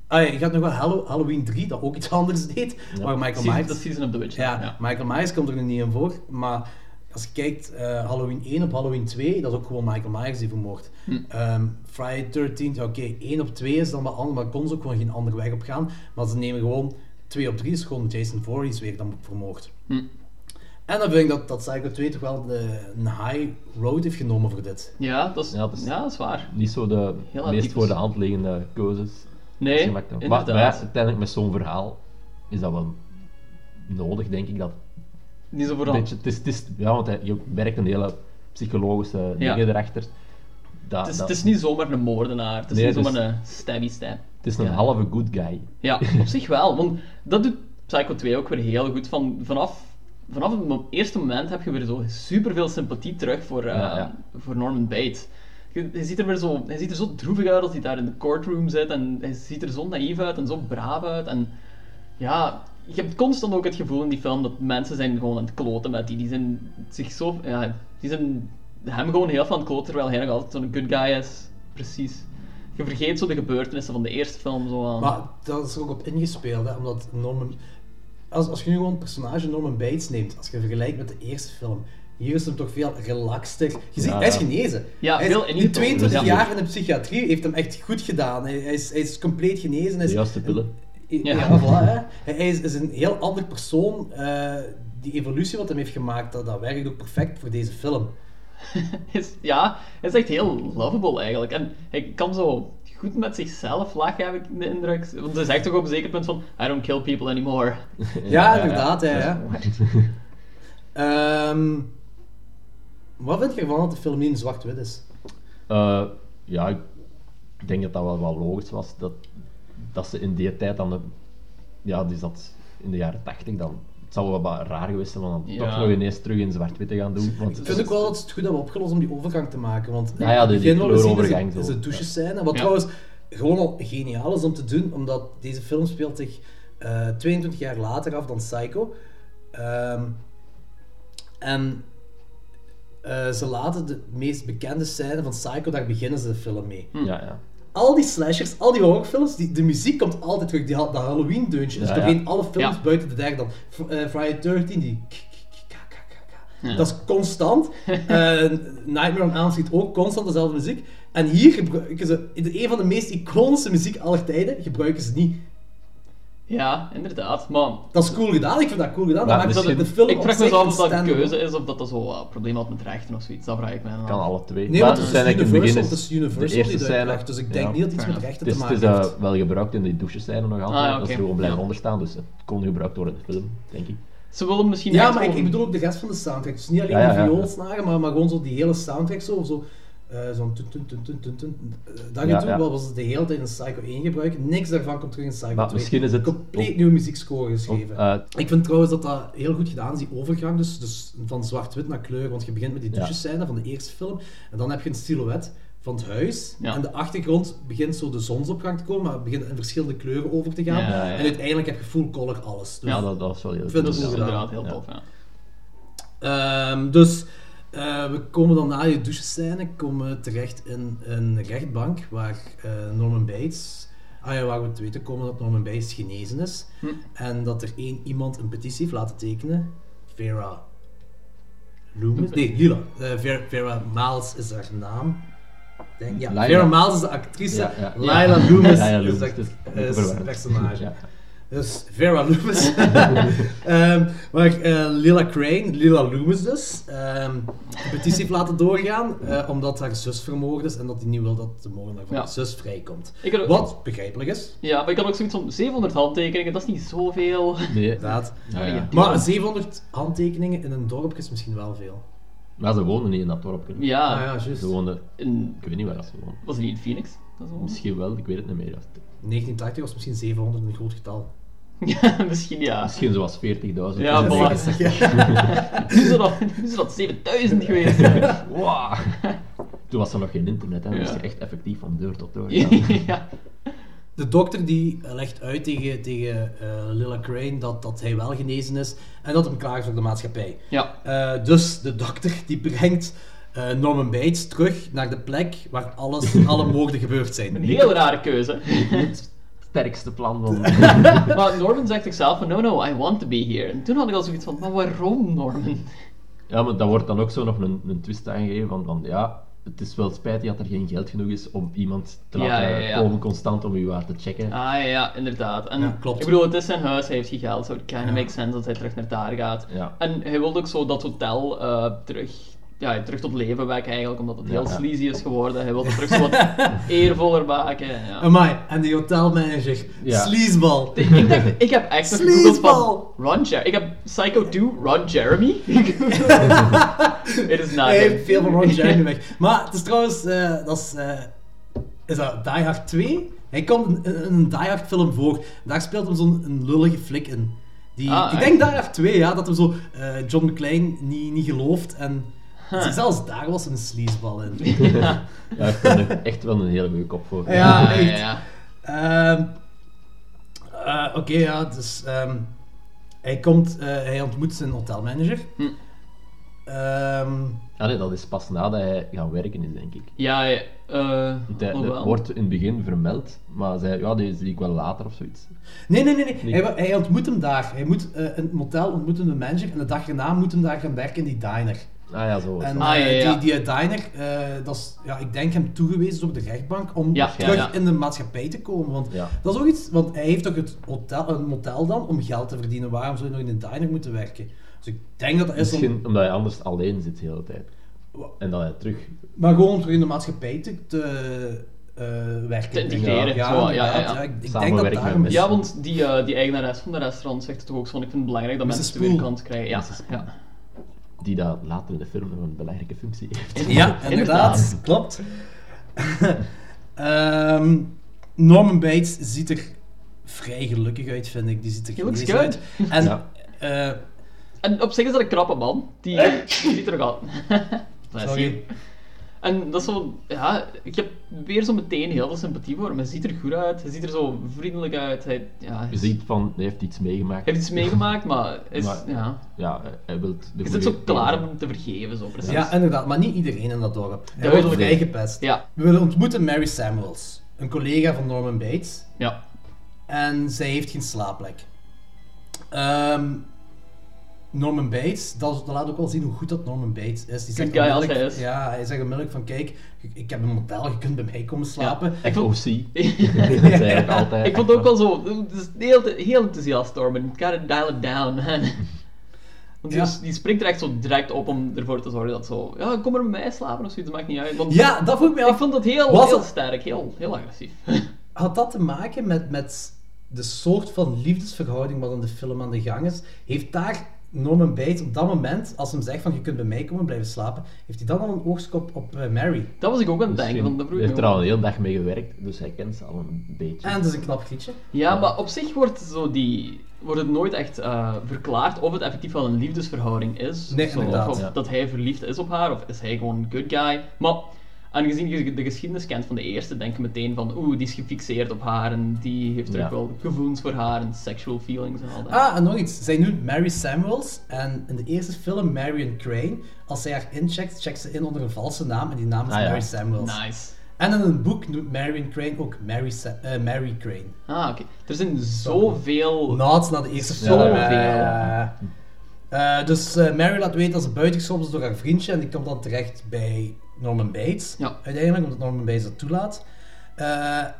Ah ja, je gaat nog wel Hallo- Halloween 3, dat ook iets anders deed. Waar Michael Season- Myers... dat is Season of the Witch. Ja, Michael Myers komt er nu niet in voor. Maar als je kijkt, eh, Halloween 1 op Halloween 2, dat is ook gewoon Michael Myers die vermoord. Hm. Ehm, Friday 13, ja, oké, 1 op 2 is dan wat anders, maar kon ze ook gewoon geen andere weg op gaan. Maar ze nemen gewoon 2 op 3 is gewoon Jason Voorhees weer dan vermoord. Hm. En dan vind ik dat, dat Psycho 2 toch wel de, een high road heeft genomen voor dit. Ja, dat is, ja, dat is- dat is waar. Niet zo de Heel meest atypisch. voor de hand liggende keuzes. Nee, Als je maakt- maar, maar inderdaad. ja, uiteindelijk met zo'n verhaal is dat wel nodig, denk ik. Dat Niet zo voor de een hand. beetje- het is, het is, Ja, want hij- je merkt een hele psychologische Ja. dingen erachter. Dat, Het is, dat- het is niet zomaar een moordenaar, het is Nee, niet het is- zomaar een stabby-stab. het is een Ja. halve good guy. Ja, op zich wel. Want dat doet Psycho 2 ook weer heel goed. Van, vanaf, vanaf het mo- eerste moment heb je weer zo superveel sympathie terug voor, eh, Ja, ja. voor Norman Bates. Je, hij ziet er weer zo, hij ziet er zo droevig uit als hij daar in de courtroom zit. En hij ziet er zo naïef uit en zo braaf uit. En ja, je hebt constant ook het gevoel in die film dat mensen zijn gewoon aan het kloten met die. Die zijn zich zo... Ja, die zijn hem gewoon heel van het kloten, terwijl hij nog altijd zo'n good guy is. Precies. Je vergeet Ah, zo de gebeurtenissen van de eerste film zo aan. Maar dat is er ook op ingespeeld, hè, omdat Norman... als, als je nu gewoon het personage Norman Bates neemt, als je vergelijkt met de eerste film, hier is hem toch veel relaxter. Je ziet, Ja, hij is ja. genezen. Ja, hij is, veel in ieder die geval. 22 Ja. jaar in de psychiatrie heeft hem echt goed gedaan. Hij, hij is, hij is compleet genezen. Hij is, De juiste pillen. Ja, Ja. voilà. Hè. Hij hij is, is een heel ander persoon. eh, die evolutie wat hem heeft gemaakt, dat, dat werkt ook perfect voor deze film. is, ja, hij is echt heel lovable eigenlijk. En hij kan zo goed met zichzelf lachen, heb ik de indruk. Want hij zegt toch op een zeker punt van, I don't kill people anymore. Ja, inderdaad, ja, ja. Dat is- Ehm, wat vind je ervan dat de film niet in zwart-wit is? Eh, ja, ik denk dat dat wel, wel logisch was. Dat, dat ze in die tijd dan... De, ja, die zat in de jaren tachtig dan. Het zou wel wat raar geweest zijn om dan Ja. toch nog ineens terug in zwart-wit te gaan doen. Want Ik vind ook wel dat het goed hebben opgelost om die overgang te maken. Want Ja, ja, in die- het begin die wat we zien is kleurovergang het- is zo. het douches zijn. Wat Ja. trouwens gewoon al geniaal is om te doen, omdat deze film speelt zich eh, 22 jaar later af dan Psycho. Ehm, en eh, ze laten de meest bekende scène van Psycho, daar beginnen ze de film mee. Ja, ja. Al die slashers, al die horrorfilms, die, de muziek komt altijd terug. Die, ha- dat Halloween-deuntje is Ja, doorheen ja. alle films Ja. buiten de derde dan. Fr- eh, Friday 13, die Ja. dat is constant. Eh, Nightmare on Elm Street ook constant dezelfde muziek. En hier gebruiken ze de- een van de meest iconische muziek aller tijden, gebruiken ze niet. ja, inderdaad. Maar Dat is cool gedaan, ik vind dat cool gedaan. Dat maakt dat de film ik op vraag me zich zo af of dat een stand-alone. keuze is of dat dat zo wat probleem had met rechten of zoiets. Dat vraag ik me dan. Kan alle twee. Nee, Maar want het is uiteindelijk in Universal, begin het is Universal de eerste die dat scène- uitbracht, dus ik denk niet dat het iets Fair met enough. rechten Het is, te het maken is heeft. eh, wel gebruikt in die douches zijn nog altijd. Ah, ja, Dat oké. ze gewoon blijven Ja. onderstaan, dus het kon gebruikt worden in de film, denk ik. Ze willen misschien Ja, echt maar ik, gewoon- ik bedoel ook de rest van de soundtrack. Dus niet alleen Ja, ja, ja. de vioolsnaren, maar, maar gewoon zo die hele soundtrack zo. of zo eh, Zo'n tun tun tun tun tun tun. Eh, Dat Ja, gedoe ja. wat was het de hele tijd in Psycho 1 gebruikt. Niks daarvan komt terug in Psycho Maar 2. misschien is het Compleet ook- nieuwe muziekscore geschreven. ook, eh, ik vind trouwens dat dat heel goed gedaan is, die overgang dus, dus van zwart-wit naar kleur. Want je begint met die Ja. douchescène van de eerste film. En dan heb je een silhouet van het huis. Ja. En de achtergrond begint zo de zonsopgang te komen, maar het begint in verschillende kleuren over te gaan. Ja, ja, ja. En uiteindelijk heb je full color alles. Dus Ja, dat, dat was wel heel ik vind cool. het cool gedaan. heel tof, Ehm, dus eh, we komen dan na die douchescène komen we terecht in een rechtbank waar eh, Norman Bates, ah ja, waar we te weten komen dat Norman Bates genezen is Hm. en dat er één iemand een petitie heeft laten tekenen, Vera Loomis, nee Lila, Eh, Vera, Vera Miles is haar naam. Ik Denk, ja, Lila. Vera Miles is de actrice, Ja, ja. Lila Ja. Loomis Lila is Loomis, het dus eh, niet verwarrend. personage. Ja. Dus Vera Loomis. Ehm, maar eh, Lila Crane, Lila Loomis dus, ehm de petitie heeft laten doorgaan eh, omdat haar zus vermoord is en dat hij niet wil dat de moordenaar van Ja. haar zus vrijkomt. Ik had ook- Wat begrijpelijk is. Ja, maar ik had ook zoiets van 700 handtekeningen, dat is niet zoveel. Nee. Ah, Inderdaad. Ja, ja. Maar 700 handtekeningen in een dorp is misschien wel veel. Maar ze woonden niet in dat dorp. hè. Ja. Ah, ja, juist. Ze woonden... Ik weet niet waar ze woonden. Was het niet in Phoenix? Dat ze woonden? Misschien wel, ik weet het niet meer. 1980 was misschien 700 een groot getal. Ja, misschien ja. Misschien zoals 40.000. Ja, voilà. Nu zou dat, nu zou dat 7000 geweest zijn. Wow. Toen was er nog geen internet, hè. Dan Ja. moest je echt effectief van deur tot deur. De dokter die eh, legt uit tegen, tegen eh, Lila Crane dat, dat hij wel genezen is en dat hem klaar is voor de maatschappij. Ja. Eh, dus de dokter die brengt eh, Norman Bates terug naar de plek waar alles, alle moorden gebeurd zijn. Een heel rare keuze. Het sterkste plan van... maar Norman zegt zichzelf van, no, no, I want to be here. En toen had ik al zoiets van, maar waarom Norman? Ja, maar daar wordt dan ook zo nog een, een twist aangegeven van, van ja, het is wel spijtig dat er geen geld genoeg is om iemand te Ja, laten ja, ja. komen constant om u waar te checken. Ah ja, ja, inderdaad. En Ja, klopt. Ik bedoel, het is zijn huis, hij heeft geen geld, so it kind Ja. of makes sense dat hij terug naar daar gaat. Ja. En hij wilde ook zo dat hotel eh, terug, ja, terug tot leven wekken eigenlijk, omdat het Ja, heel ja. sleazy is geworden. Hij wilde terug zo wat eervoller maken. Ja. Amai, en die hotelmanager, Ja. sleazeball. Ik, dacht, ik heb echt nog gegoogeld van Ron Jeremy. Ik heb Psycho 2 Ron Jeremy. Het is Hij nagedacht. heeft veel van Ron Jeremy weg. Maar het is trouwens, eh, dat is, eh, is dat Die Hard 2? Hij komt in een Die Hard film voor. Daar speelt hem zo'n een lullige flik in. Die, Ah, ik echt? denk Die Hard 2, ja, dat hem zo eh, John McClane niet niet gelooft. En Huh. zelfs daar was een sleazeball in. Ja, ja ik vind er echt wel een hele goede kop voor. Ja, echt. Ah, ja. Ehm, eh, Oké, ja, dus ehm, hij komt, eh, hij ontmoet zijn hotelmanager. Ehm, Allee, dat is pas nadat hij gaan werken is, denk ik. Ja, ja, eh, Want hij- oh, dat wel. wordt in het begin vermeld, maar zei, ja, die zie ik wel later of zoiets. Nee, nee, nee. nee. Nee. Hij, wa- hij ontmoet hem daar. Hij moet eh, in het motel ontmoeten de manager en de dag erna moet hem daar gaan werken in die diner. Ah ja, zo. En zo. eh, die, die diner, eh, dat is, ja, ik denk hem toegewezen door de rechtbank om Ja, ja, terug ja. in de maatschappij te komen. Want Ja. dat is ook iets, want hij heeft toch het hotel, een motel dan om geld te verdienen. Waarom zou hij nog in een diner moeten werken? Dus ik denk dat dat is om- Misschien omdat hij anders alleen zit de hele tijd. En dat hij terug... Maar gewoon om terug in de maatschappij te, te eh, werken. te integreren. Ja, Zo, ja, ja, inderdaad, ja. Ik, ik denk dat daarom is. Ja, want die, eh, die eigenares van de restaurant zegt het toch ook zo van, ik vind het belangrijk dat Mrs. mensen de tweede Poel. kans krijgen. Ja, ja. Die dat later in de film nog een belangrijke functie heeft. Ja, inderdaad. Klopt. Ehm, Norman Bates ziet er vrij gelukkig uit, vind ik. Die ziet er He looks genezen uit. good. En, Ja. eh, En op zich is dat een krappe man. Die, die ziet er ook aan. Sorry. Sorry. En dat is zo, ja, ik heb weer zo meteen heel veel sympathie voor hem. Hij ziet er goed uit, hij ziet er zo vriendelijk uit. Hij, ja, hij Je is- ziet van, hij heeft iets meegemaakt. hij heeft iets meegemaakt, maar, is, Maar- ja. Ja, hij wil de is goede- het zo klaar om hem te vergeven, zo precies. ja, inderdaad. Maar niet iedereen in dat dorp. Hij wordt Duidelijk. vrij gepest. Ja. We willen ontmoeten Mary Samuels, een collega van Norman Bates. Ja. En zij heeft geen slaapplek. Ehm, Norman Bates, dat, dat laat ook wel zien hoe goed dat Norman Bates is. Die Good guy als onmiddellijk- hij is. Ja, hij zegt onmiddellijk van, kijk, ik- ik heb een motel, je kunt bij mij komen slapen. Ik vond... OC. eigenlijk altijd. Ik vond het ook wel zo, het is heel, heel enthousiast Norman. Gotta dial it down, man. Want die, Ja. is- die springt er echt zo direct op om ervoor te zorgen dat zo, ja, kom maar bij mij slapen of zoiets, maakt niet uit. Want Ja, dat vroeg ik me af. Ik vond dat heel, Was heel het- sterk, heel, heel agressief. Had dat te maken met, met de soort van liefdesverhouding wat in de film aan de gang is? Heeft daar Norman Bates op dat moment, als hij hem zegt van je kunt bij mij komen blijven slapen, heeft hij dan al een oogskop op eh, Mary? Dat was ik ook aan het Misschien- denken, want dat vroeg Hij ik heeft me er al ook. een hele dag mee gewerkt, dus hij kent ze al een beetje. En dat is een knap liedje. Ja, maar op zich wordt, zo die, wordt het nooit echt eh, verklaard of het effectief wel een liefdesverhouding is. Nee, Zo, inderdaad, Of ja. dat hij verliefd is op haar, of is hij gewoon een good guy. Maar aangezien je de geschiedenis kent van de eerste, denk je meteen van oeh, die is gefixeerd op haar en die heeft terug Ja. wel gevoelens voor haar en sexual feelings en al dat. Ah, en nog iets. Zij noemt Mary Samuels en in de eerste film Marion Crane. Als zij haar incheckt, checkt ze in onder een valse naam en die naam is Ah, ja. Mary Samuels. Nice. En in een boek noemt Marion Crane ook Mary, Sa- eh, Mary Crane. Ah, oké. Er zijn zoveel... Nods naar de eerste film. Zoveel. eh. Eh, dus eh, Mary laat weten dat ze buitengeschopt is door haar vriendje en die komt dan terecht bij Norman Bates. Uiteindelijk, omdat Norman Bates dat toelaat. Eh,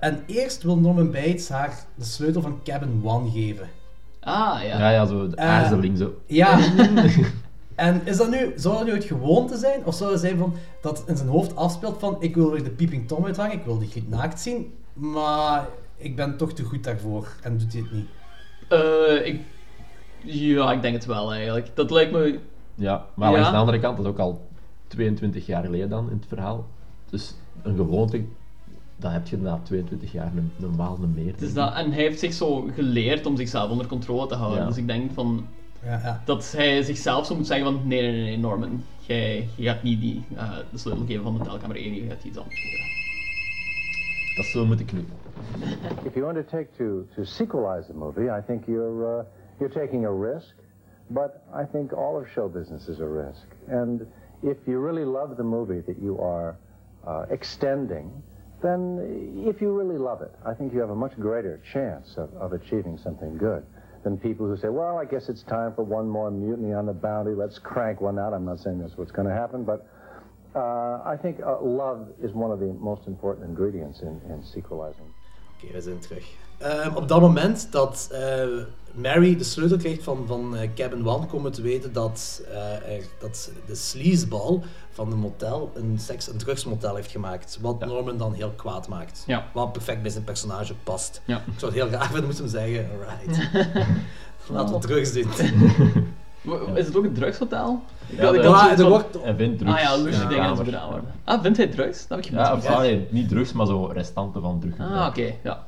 en eerst wil Norman Bates haar de sleutel van Cabin One geven. Ah, ja. Ja, ja, zo de Eh, aarzeling zo. Ja. en is dat nu, zou dat nu het gewoonte zijn? Of zou het zijn van, dat het in zijn hoofd afspeelt van ik wil weer de peeping Tom uithangen, ik wil die goed naakt zien, maar ik ben toch te goed daarvoor en doet hij het niet. Eh, ik... Ja, ik denk het wel eigenlijk. Dat lijkt me... Ja, maar Ja. aan de andere kant, dat is ook al 22 jaar geleden dan in het verhaal. Dus een gewoonte, dat heb je na 22 jaar een- normaal niet meer. Het is Dus dat, en hij heeft zich zo geleerd om zichzelf onder controle te houden. Ja. Dus ik denk van, Ja, ja. dat hij zichzelf zo moet zeggen van, nee, nee, nee, nee, Norman, jij, jij gaat niet die, eh, de sleutel geven van hotelkamer 1, je gaat iets anders geven. Dat zullen we moeten knippen. If you undertake to, to sequelize the movie, I think you're, uh, you're taking a risk. But I think all of show business is a risk. And if you really love the movie that you are uh, extending, then if you really love it, I think you have a much greater chance of, of achieving something good than people who say, well, I guess it's time for one more mutiny on the bounty. Let's crank one out. I'm not saying that's what's going to happen, but uh, I think uh, love is one of the most important ingredients in, in sequelizing. Oké, we zijn terug. Ehm, op dat moment dat eh, Mary de sleutel krijgt van, van eh, Cabin One, komen we te weten dat, eh, er- dat de sleazeball van de motel een seks- en drugsmotel heeft gemaakt. Wat Norman dan heel kwaad maakt. Ja. Wat perfect bij zijn personage past. Ja. Ik zou het heel graag vinden, moest hem zeggen, alright. Laten we drugs doen. W- Is het ook een drugshotel? Ja, de- Ja, Ah, er wordt- Hij vindt drugs Ah ja, in loesje de dingen in kamer. zijn bedrijf. Ah, vindt hij drugs? Dat heb ik gemist. Ja, of, allee, niet drugs, maar zo restanten van drugs. Ah, oké, ja.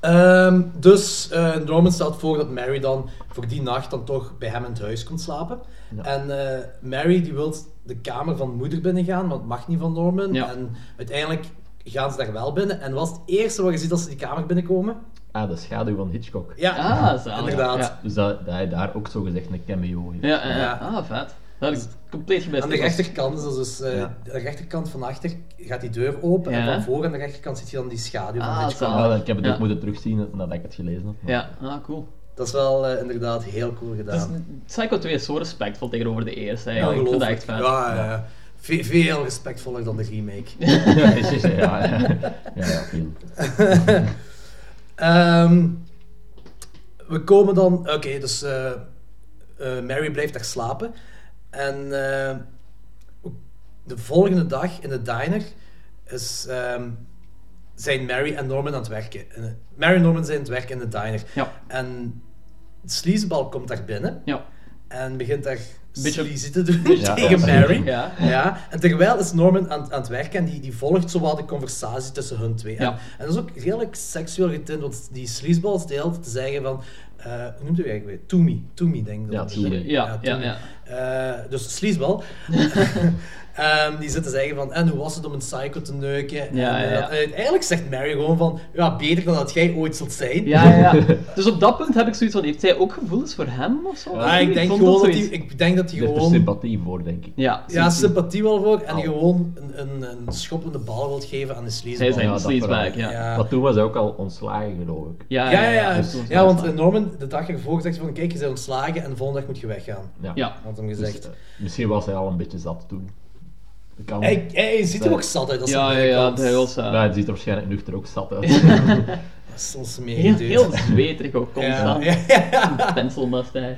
Ehm, dus eh, Norman stelt voor dat Mary dan voor die nacht dan toch bij hem in het huis komt slapen. Ja. En eh, Mary die wil de kamer van moeder binnengaan, want het mag niet van Norman. Ja. En uiteindelijk gaan ze daar wel binnen. En was het eerste wat je ziet als ze die kamer binnenkomen? Ah, de schaduw van Hitchcock. Ja, Ah, zalig. inderdaad. Ja. Dus dat, dat hij daar ook zo gezegd een cameo heeft. Ja, ja, ja. Ah, vet. Dat is compleet gemist. Aan de rechterkant, is dat dus eh, de rechterkant van achter, gaat die deur open. En Ja. van voor aan de rechterkant zit je dan die schaduw Ah, van Hitchcock. zalig. ik heb het Ja. ook moeten terugzien nadat ik het gelezen had. maar- Ja, ah, cool. Dat is wel eh, inderdaad heel cool gedaan. Psycho 2 is zo respectvol tegenover de eerste. Ja, eigenlijk. ik vind dat echt ja, vet. ja, ja. Ve- veel respectvoller dan de remake. ja, ja. Ja, ja, veel. Ehm, we komen dan... Oké, dus eh, eh, Mary blijft daar slapen. En eh, de volgende dag in de diner is, ehm, zijn Mary en Norman aan het werken. En, Mary en Norman zijn aan het werken in de diner. En Sleazeball komt daar binnen. En begint daar Beetje- sleazy te doen Beetje- tegen Ja. Mary. Ja. Ja, en terwijl is Norman aan, aan het werk en die, die volgt zowel de conversatie tussen hun twee. En, Ja. en dat is ook redelijk seksueel getint, want die sleazeballs deelt te zeggen van... eh, hoe noemt u eigenlijk weer? Toomey. Toomey, denk ik. Ja, dat het Toomey. is. Ja, ja, Toomey. Eh, dus sleazeball. Ehm, die zit te zeggen van, en hoe was het om een psycho te neuken? En, Ja, ja, eh, ja. dat- eh, eigenlijk zegt Mary gewoon van, ja, beter dan dat jij ooit zult zijn. Ja, ja, ja. Dus op dat punt heb ik zoiets van, heeft zij ook gevoelens voor hem of zo? Ah, ik, denk vond gewoon dat zoiets. die, ik denk dat hij Er is er gewoon... sympathie voor, denk ik. Ja, Ja, sympathie wel voor en gewoon een, een, een schoppende bal wilt geven aan de sleazeball. Ja, dat vooral. Maar toen was hij ook al ontslagen, geloof ik. Ja, ja, ja. ja, Dus toen was hij want eh, ontslagen. Norman, de dag ervoor, zegt van kijk, je bent ontslagen en de volgende dag moet je weggaan. Had hem Dus, gezegd. eh, misschien was hij al een beetje zat toen. Dat Kan... Hij- hij ziet er ook zat uit als hij binnenkomt. eh, Ja, hij ziet er waarschijnlijk nuchter ook zat uit. Soms meer Heel, dude. heel zweterig ook constant. Ja, Een penselmustache.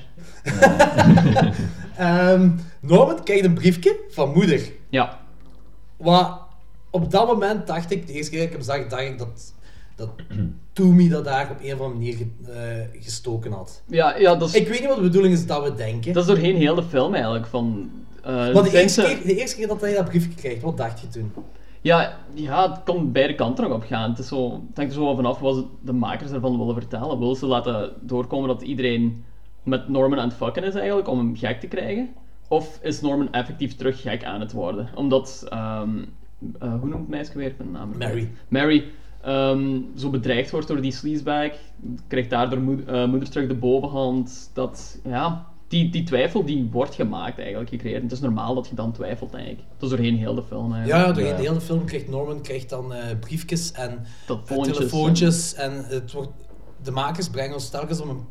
Ehm, Norman krijgt een briefje van moeder. Ja. Wat op dat moment dacht ik, de eerste keer dat ik hem zag, dacht ik dat, dat Toomey dat daar op een of andere manier ge- eh, gestoken had. Ja, ja, dat is... Ik weet niet wat de bedoeling is dat we denken. Dat is doorheen heel de film eigenlijk, van... eh, Maar de zijn eerste, ze- keer, de eerste keer dat hij dat briefje krijgt, wat dacht je toen? Ja, ja, het kon beide kanten nog op gaan. Het is zo, het hangt er zo wel vanaf wat ze- de makers ervan willen vertellen. Willen ze laten doorkomen dat iedereen met Norman aan het fucken is eigenlijk, om hem gek te krijgen? Of is Norman effectief terug gek aan het worden? Omdat, ehm, eh, hoe noemt het meisje weer? Ik ben de naam ervan. Mary. Mary ehm, zo bedreigd wordt door die sleazebag, krijgt daardoor moed- eh, moeder terug de bovenhand. Dat, ja, die, die twijfel die wordt gemaakt eigenlijk, gecreëerd. Het is normaal dat je dan twijfelt eigenlijk. Dat is doorheen heel de film eigenlijk. Ja, ja, doorheen de hele film krijgt Norman krijgt dan eh, briefjes en Telefoontjes. Eh, telefoontjes. En het wordt, de makers brengen ons telkens op een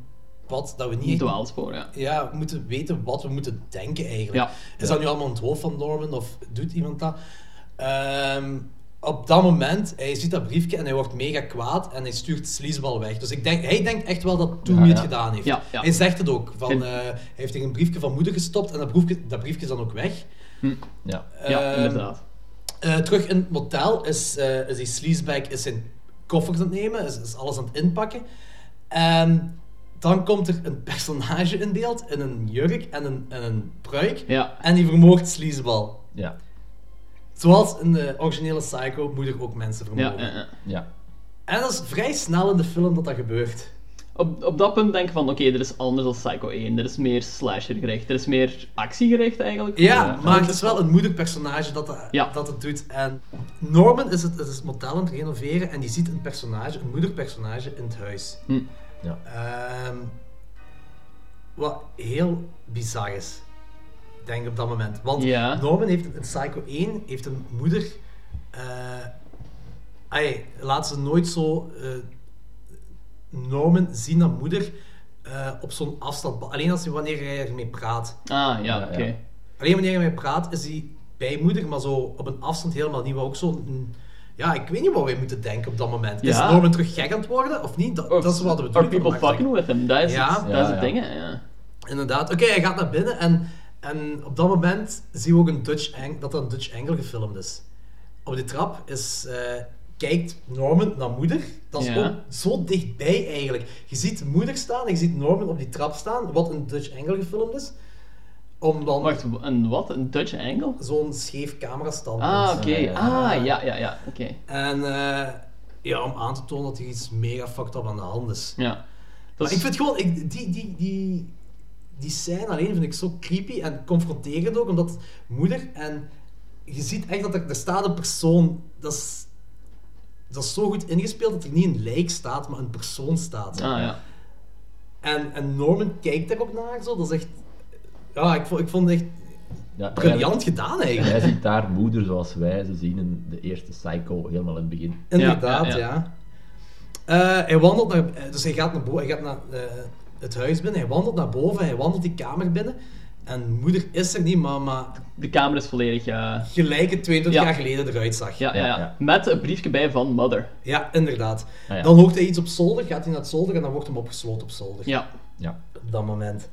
pad dat we niet... Een dwaalspoor, ja. Ja, we moeten weten wat we moeten denken eigenlijk. Ja. Is dat nu allemaal in het hoofd van Norman of doet iemand dat? Ehm, op dat moment, hij ziet dat briefje en hij wordt mega kwaad en hij stuurt Sleazeball weg. Dus ik denk, hij denkt echt wel dat Toomey Ja, ja. het gedaan heeft. Ja, ja. Hij zegt het ook. Van, En- eh, hij heeft er een briefje van moeder gestopt en dat briefje, dat briefje is dan ook weg. Ja, ja Ehm, inderdaad. Eh, terug in het motel is, eh, is die sleazebag is zijn koffers aan het nemen, is, is alles aan het inpakken. En dan komt er een personage in beeld, in een jurk en een, en een pruik. Ja. En die vermoogt sleazeball. Ja. Zoals in de originele Psycho moeder ook mensen Ja, vermogen. ja, ja. Ja. En dat is vrij snel in de film dat dat gebeurt. Op, op dat punt denk ik van, oké, dit is anders dan Psycho 1. Dit is meer slashergericht. Dit is meer actiegericht eigenlijk. Ja, maar het is wel een moedig personage dat, dat, Eh, Ja. dat het doet. En Norman is het, is het motel aan het renoveren en die ziet een personage, een moedig personage in het huis. Hm. Ja. Ehm, wat heel bizar is, denk ik op dat moment. Want Ja. Norman heeft in Psycho 1 heeft een moeder. eh ai, laat ze nooit zo eh, Norman zien dat moeder eh, op zo'n afstand. Alleen als hij, wanneer hij ermee praat. Ah, ja, oké. Alleen wanneer hij mee praat, is hij bij moeder, maar zo op een afstand helemaal niet. Maar ook zo'n... Ja, ik weet niet wat wij moeten denken op dat moment. Is Ja. Norman terug gek aan het worden of niet? Dat, dat is wat we Are bedoelen. people fucking with him? Dat is Ja. het, dat Ja, is het ja. ding, hè, ja. Inderdaad. Oké, hij gaat naar binnen en, en op dat moment zien we ook een Dutch Ang- dat dat een Dutch Angle gefilmd is. Op de trap is, eh, kijkt Norman naar moeder. Dat is Ja. ook zo dichtbij eigenlijk. Je ziet moeder staan en je ziet Norman op die trap staan, wat een Dutch Angle gefilmd is. Om dan Wacht, een wat? Een Dutch angle? zo'n scheef camerastand. Ah, is. oké. Ah, ja, ja, ja. Oké. eh, En eh, ja, om aan te tonen dat er iets mega fucked up aan de hand is. Ja. Maar Dat ik is- vind gewoon, ik, die, die, die, die scène alleen vind ik zo creepy en confronterend ook, omdat moeder en je ziet echt dat er, er staat een persoon, dat is, dat is zo goed ingespeeld dat er niet een lijk staat, maar een persoon staat. Ah, ja. En, en Norman kijkt daar ook naar, zo, dat is echt, ja, ik vond, ik vond het echt Ja, Briljant gedaan eigenlijk. Hij ziet daar moeder zoals wij ze zien in de eerste Psycho, helemaal in het begin. Inderdaad, ja. Eh, hij wandelt naar... eh, Dus hij gaat naar, bo- hij gaat naar eh, het huis binnen, hij wandelt naar boven, hij wandelt die kamer binnen. En moeder is er niet, mama. De kamer is volledig... eh, Gelijk het 22 Ja. jaar geleden eruit zag. Ja, ja, ja. Met een briefje bij van Mother. Ja, inderdaad. Ah, ja. Dan hoort hij iets op zolder, gaat hij naar het zolder en dan wordt hem opgesloten op zolder. Ja. Ja. Op dat moment.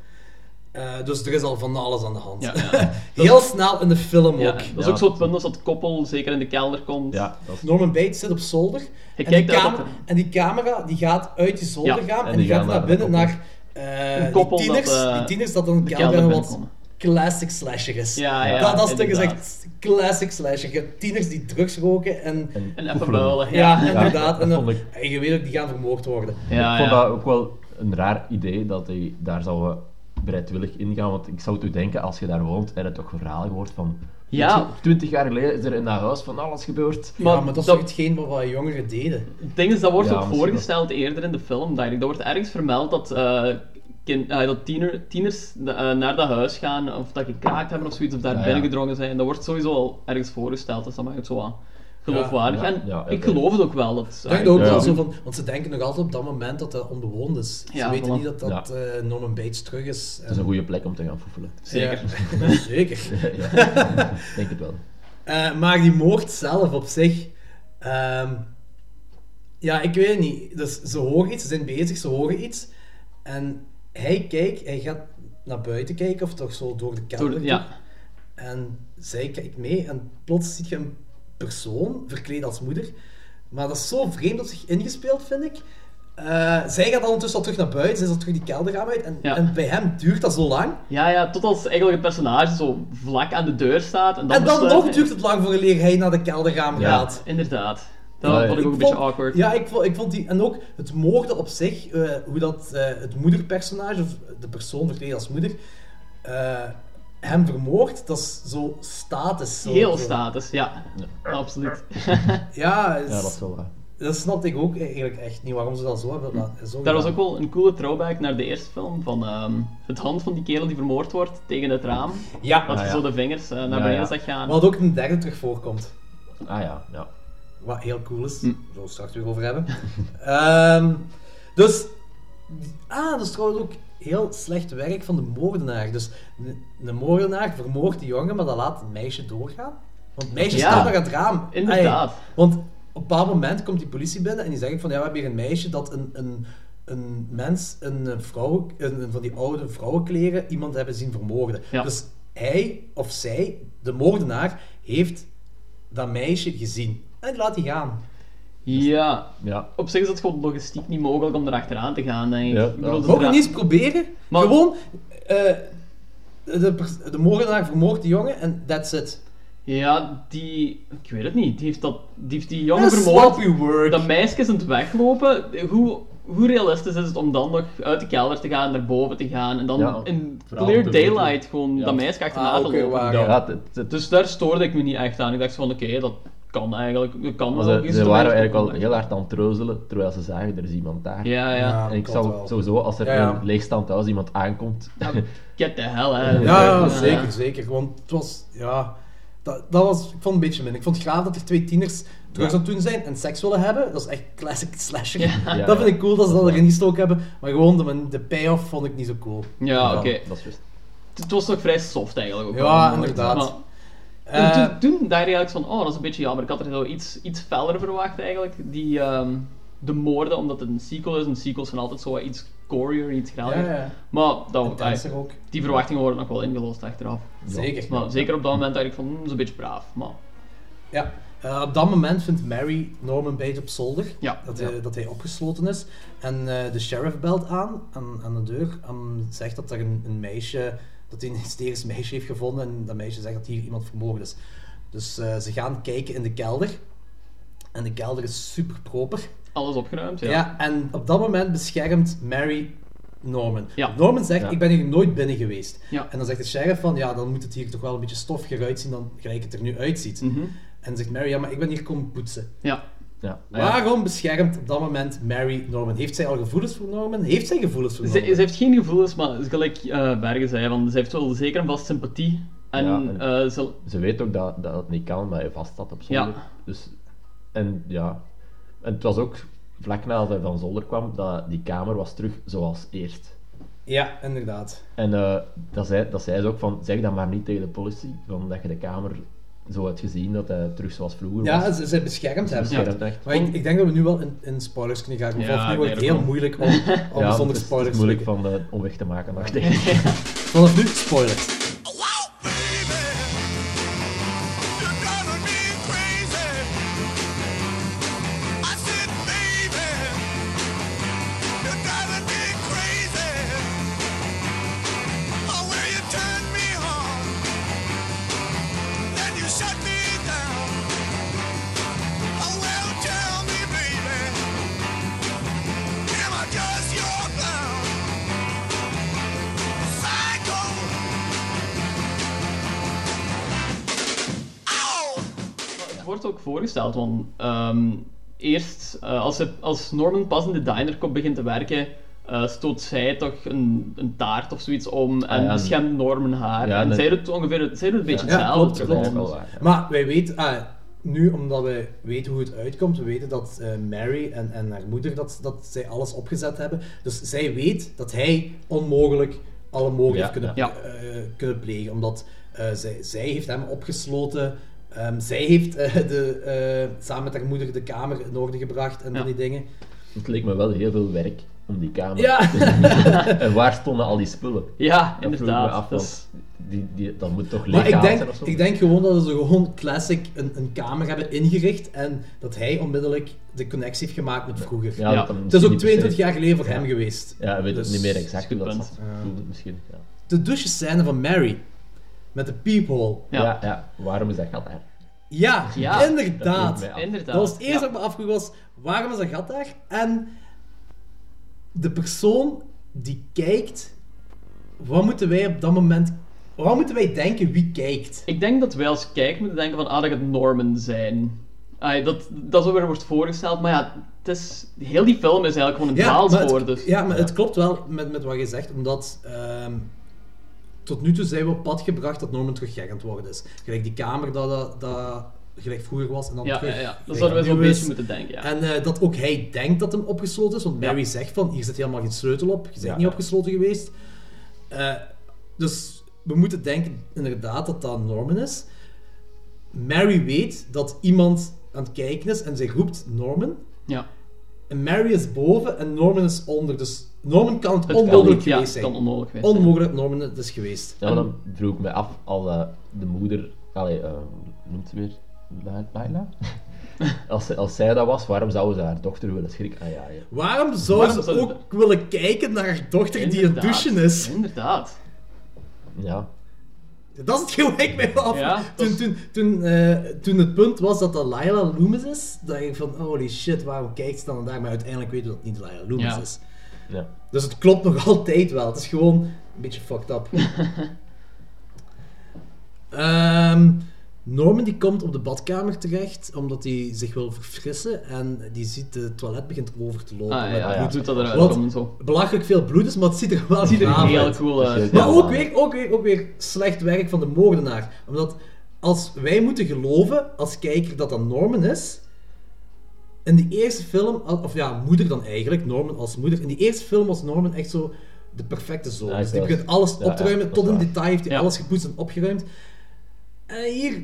Eh, dus er is al van alles aan de hand. Ja, ja. Heel snel in de film Ja, ook. dat is ook zo'n punt als dat koppel zeker in de kelder komt. Ja, Norman Bates zit op zolder. En die, kijkt uit kamer- op en die camera die gaat uit die zolder Ja, gaan en en, die die gaat gaan naar naar de binnen naar eh, Een die, koppel tieners, dat, eh, die tieners dat een de kelder kelder wat binnenkomen. classic slasher is. Ja, ja, dat, dat is toch inderdaad. gezegd classic slasher. Je hebt tieners die drugs roken en... En, even builen, Ja, ja. Ja, inderdaad. En, dat dan- vond ik- en je weet ook, die gaan vermoord worden. ik vond dat ook wel een raar idee dat hij daar zou eh, bereidwillig ingaan. Want ik zou toch denken, als je daar woont en het toch verhalen hoort van. Ja. weet je, 20 jaar geleden is er in dat huis van alles gebeurd. Maar, ja, maar dat is toch hetgeen wat wij jongeren deden. Het ding is, dat wordt Ja, ook misschien voorgesteld eerder in de film, denk ik. Dat wordt ergens vermeld dat, eh, kind, eh, dat tiener, tieners eh, naar dat huis gaan, of dat gekraakt hebben of zoiets, of daar Ja, ja. binnengedrongen zijn. Dat wordt sowieso al ergens voorgesteld, dus dat maakt het zo aan geloofwaardig. Ja, ja, en ja, ik ja. geloof het ook wel. Dat, Ik denk ook Ja. wel zo van, want ze denken nog altijd op dat moment dat dat onbewoond is. Ze Ja, weten voilà. niet dat dat eh, Norman Bates terug is. Het is een goede plek om te gaan foefelen. Zeker. Zeker. Ja, ja. Denk het wel. Eh, maar die moord zelf op zich. ehm, ja, ik weet het niet. Dus ze horen iets, ze zijn bezig, ze horen iets. En hij kijkt, hij gaat naar buiten kijken, of toch zo door de kelder. Door- ja. toe. En zij kijkt mee en plots zie je een persoon verkleed als moeder. Maar dat is zo vreemd op zich ingespeeld, vind ik. Eh, zij gaat ondertussen al terug naar buiten, zij is al terug die kelderraam uit. En, Ja. en bij hem duurt dat zo lang. Ja, ja, tot als eigenlijk het personage zo vlak aan de deur staat. En dan, eh, En dan besluit nog hij- duurt het lang voor een hij naar de kelderraam Ja, gaat. inderdaad. Dat Ja, vond ik ook een vond- beetje awkward. Ja, ik vond, ik vond die... En ook het moorden op zich, eh, hoe dat eh, het moederpersonage, of de persoon verkleed als moeder, eh, hem vermoordt, dat is zo status. Zo, Heel zo. status, ja. Absoluut. Ja, Ja, dat is wel waar. Dat snapte ik ook eigenlijk echt niet, waarom ze dat zo hebben laten- zo Daar was gedaan. ook wel een coole throwback naar de eerste film van ehm, het hand van die kerel die vermoord wordt tegen het raam. Ja. Dat Ah, je ja. zo de vingers eh, naar Ja, beneden ja. zag gaan. Wat ook in de derde terug voorkomt. Ah ja, ja. Wat heel cool Hm. is. Daar zullen we straks weer over hebben. Ehm, dus... Ah, dat is trouwens ook heel slecht werk van de moordenaar. Dus de, de moordenaar vermoordt die jongen, maar dat laat het meisje doorgaan. Want het meisje Ja, staat nog aan het raam. inderdaad. Ai, want op een bepaald moment komt die politie binnen en die zegt van... Ja, we hebben hier een meisje dat een... een een mens, een eh, vrouw, een, een van die oude vrouwenkleren, iemand hebben zien vermoorden. Dus hij of zij, de moordenaar, heeft dat meisje gezien. En die laat die gaan. Ja. ja. Op zich is het gewoon logistiek niet mogelijk om erachteraan te gaan, denk ik. Ja, ik bedoel, Ja. het Mogen we ra- niet eens proberen? Maar- Gewoon, eh, de, pers- de moordenaar vermoordt de jongen en that's it. Ja, die... Ik weet het niet. Die heeft, dat, die, heeft die jongen Dat is sloppy vermoord. Dat meisje is aan het weglopen. Hoe, hoe realistisch is het om dan nog uit de kelder te gaan, naar boven te gaan en dan Ja, in vooral clear te daylight weten. gewoon Ja. dat meisje achterna Ah, te oké, lopen? waar, ja. Ja, het- Dus daar stoorde ik me niet echt aan. Ik dacht van, oké, dat kan eigenlijk. Dat kan Maar wel. ze, Is ze het een waren meisje? eigenlijk al heel hard aan het treuzelen, terwijl ze zagen, er is iemand daar. Ja, ja. Ja, Ah, En ik dat zou wel. sowieso, als er Ja, ja. een leegstand huis iemand aankomt... Get the hell Ja, out of ja, here. zeker, zeker. Want het was, ja, dat, dat was, ik vond het een beetje min. Ik vond het graag dat er twee tieners drugs aan het doen zijn en seks willen hebben. Dat is echt classic slasher. Ja. dat vind ik cool dat ze dat erin gestoken hebben. Maar gewoon de, man- de payoff vond ik niet zo cool. Ja, Daarvan. oké. Het was nog vrij soft eigenlijk ook. Ja, wel. inderdaad. Maar- Eh, toen, toen dacht ik eigenlijk van, oh, dat is een beetje jammer. Ik had er zo iets, iets feller verwacht eigenlijk. Die, ehm, de moorden, omdat het een sequel is. En sequels zijn altijd zo wat iets gorier, iets gradiger. Ja, ja. Maar dat, Intenser eh, ook. die verwachtingen worden nog wel ingelost achteraf. Zeker. Maar zeker op dat moment dacht ik van, hm, dat is een beetje braaf. Maar Ja. Eh, op dat moment vindt Mary Norman Bates op zolder. Dat, hij, Ja. dat hij opgesloten is. En eh, de sheriff belt aan, aan, aan de deur. En zegt dat er een, een meisje, dat hij een hysterisch meisje heeft gevonden. En dat meisje zegt dat hier iemand vermoord is. Dus eh, ze gaan kijken in de kelder. En de kelder is super proper. alles opgeruimd, ja. Ja. en op dat moment beschermt Mary Norman. Norman zegt, Ja. ik ben hier nooit binnen geweest. Ja. En dan zegt de sheriff van, ja, dan moet het hier toch wel een beetje stoffiger uitzien dan gelijk het er nu uitziet. Mhm. En zegt Mary, ja, maar ik ben hier komen poetsen. Ja. Ja. Waarom beschermt op dat moment Mary Norman? Heeft zij al gevoelens voor Norman? Heeft zij gevoelens voor Ze, Norman? ze heeft geen gevoelens, maar gelijk eh Bergen zei, want ze heeft wel zeker en vast sympathie. En En, Ja, eh, ze, Ze weet ook dat, dat het niet kan, maar hij vast zat op zolder. Dus, en ja, en het was ook vlak nadat hij van zolder kwam, dat die kamer was terug zoals eerst. Ja, inderdaad. En eh, dat, zei, dat zei ze ook van, zeg dat maar niet tegen de politie, van dat je de kamer zo had gezien dat hij terug zoals vroeger was. Ja, ze, ze beschermt hem. beschermt echt. Maar ik, ik denk dat we nu wel in, in spoilers kunnen gaan. Ja, nu wordt het heel moeilijk om, om Ja, zonder het is- spoilers Het is moeilijk van de, om weg te maken. dacht ik. Vanaf nu spoilers. Het wordt ook voorgesteld, want ehm, eerst eh, als, ze- als Norman pas in de diner komt begint te werken, eh, stoot zij toch een, een taart of zoiets om en Ah, ja, en- beschermt Norman haar. Ja, en dat- zij doet ongeveer zij doet een beetje Ja, hetzelfde. klopt, klopt. gewoon. Maar wij weten, ah, nu omdat we weten hoe het uitkomt, we weten dat eh, Mary en, en haar moeder, dat, dat zij alles opgezet hebben. Dus zij weet dat hij onmogelijk alle moord Ja, heeft kunnen, ja. eh, kunnen plegen. Omdat eh, zij, zij heeft hem opgesloten, ehm, zij heeft eh, de, eh, samen met haar moeder de kamer in orde gebracht en al die dingen. Het leek me wel heel veel werk om die kamer Ja. te En waar stonden al die spullen? Ja, Dat vroeg ik me inderdaad, af, dat want is- die, die, dat moet toch Maar ik legaal denk, zijn of zo? ik denk gewoon dat ze gewoon classic een, een kamer hebben ingericht en dat hij onmiddellijk de connectie heeft gemaakt met vroeger. Ja, dat dan Het is ook niet per se- 22 jaar geleden voor hem geweest. Ja, ik weet Dus- het niet meer exact hoe dat zat. Ik bedoel, Misschien, ja. De douchescène van Mary met de peephole. Ja. Ja, waarom is dat gat daar? Ja, Ja, dat inderdaad. vroeg ik mij af. Inderdaad, Dat was het eerste ja. dat ik me afvroeg was, waarom is dat gat daar? En de persoon die kijkt, wat moeten wij op dat moment... Wat moeten wij denken wie kijkt? Ik denk dat wij als kijker moeten denken van, ah, dat gaat Norman zijn. Ah, dat, dat zo weer wordt voorgesteld, maar ja, het is, heel die film is eigenlijk gewoon een dwaalspoor. het, Dus. ja, maar het klopt wel met, met wat je zegt, omdat ehm, tot nu toe zijn we op pad gebracht dat Norman terug aan worden is. Gelijk die kamer dat, dat, dat gelijk vroeger was en dan Ja, terug. ja, ja. Dat gelijk zouden we zo'n nieuw beetje is. moeten denken, ja. En eh, dat ook hij denkt dat hem opgesloten is, want Mary zegt van, hier zit helemaal geen sleutel op, je bent niet opgesloten geweest. Eh, dus we moeten denken inderdaad dat dat Norman is. Mary weet dat iemand aan het kijken is en zij roept Norman. Ja. En Mary is boven en Norman is onder. Dus Norman kan het, Het kan onmogelijk niet, ja, geweest het zijn. kan onmogelijk geweest zijn. Onmogelijk dat Norman het is geweest. Ja, maar dan vroeg ik me af, als eh, de moeder, allee, eh, hoe noemt ze weer Lai- Laila? als, ze- als zij dat was, waarom zou ze haar dochter willen Ah, schrik aanjagen? Waarom zou Waarom ze zou- ook willen kijken naar haar dochter die aan het Inderdaad, douchen is? Inderdaad. Ja. Dat is hetgeen wat ik mij af. Ja, toen, toen, toen, eh, toen het punt was dat dat Lila Loomis is, dacht ik van holy shit, waarom kijkt ze dan daar? Maar uiteindelijk weten we dat het niet Lila Loomis Ja. is. Ja. Dus het klopt nog altijd wel. Het is gewoon een beetje fucked up. Ehm, Norman die komt op de badkamer terecht omdat hij zich wil verfrissen en die ziet de toilet begint over te lopen. Ah, met ja, ja, bloed. doet dat eruit Wat komt en zo. belachelijk veel bloed is, maar het ziet er wel Het ziet er gaaf heel uit. cool uit. Maar Ja. ook weer, ook, weer, ook weer slecht werk van de moordenaar. Omdat als wij moeten geloven als kijker dat dat Norman is, in die eerste film, of ja, moeder dan eigenlijk, Norman als moeder. In die eerste film was Norman echt zo de perfecte zoon. Ja, dus die dat- begint alles ja, op te ja, ruimen, dat tot is in waar. detail heeft hij alles gepoetst en opgeruimd. En hier eh,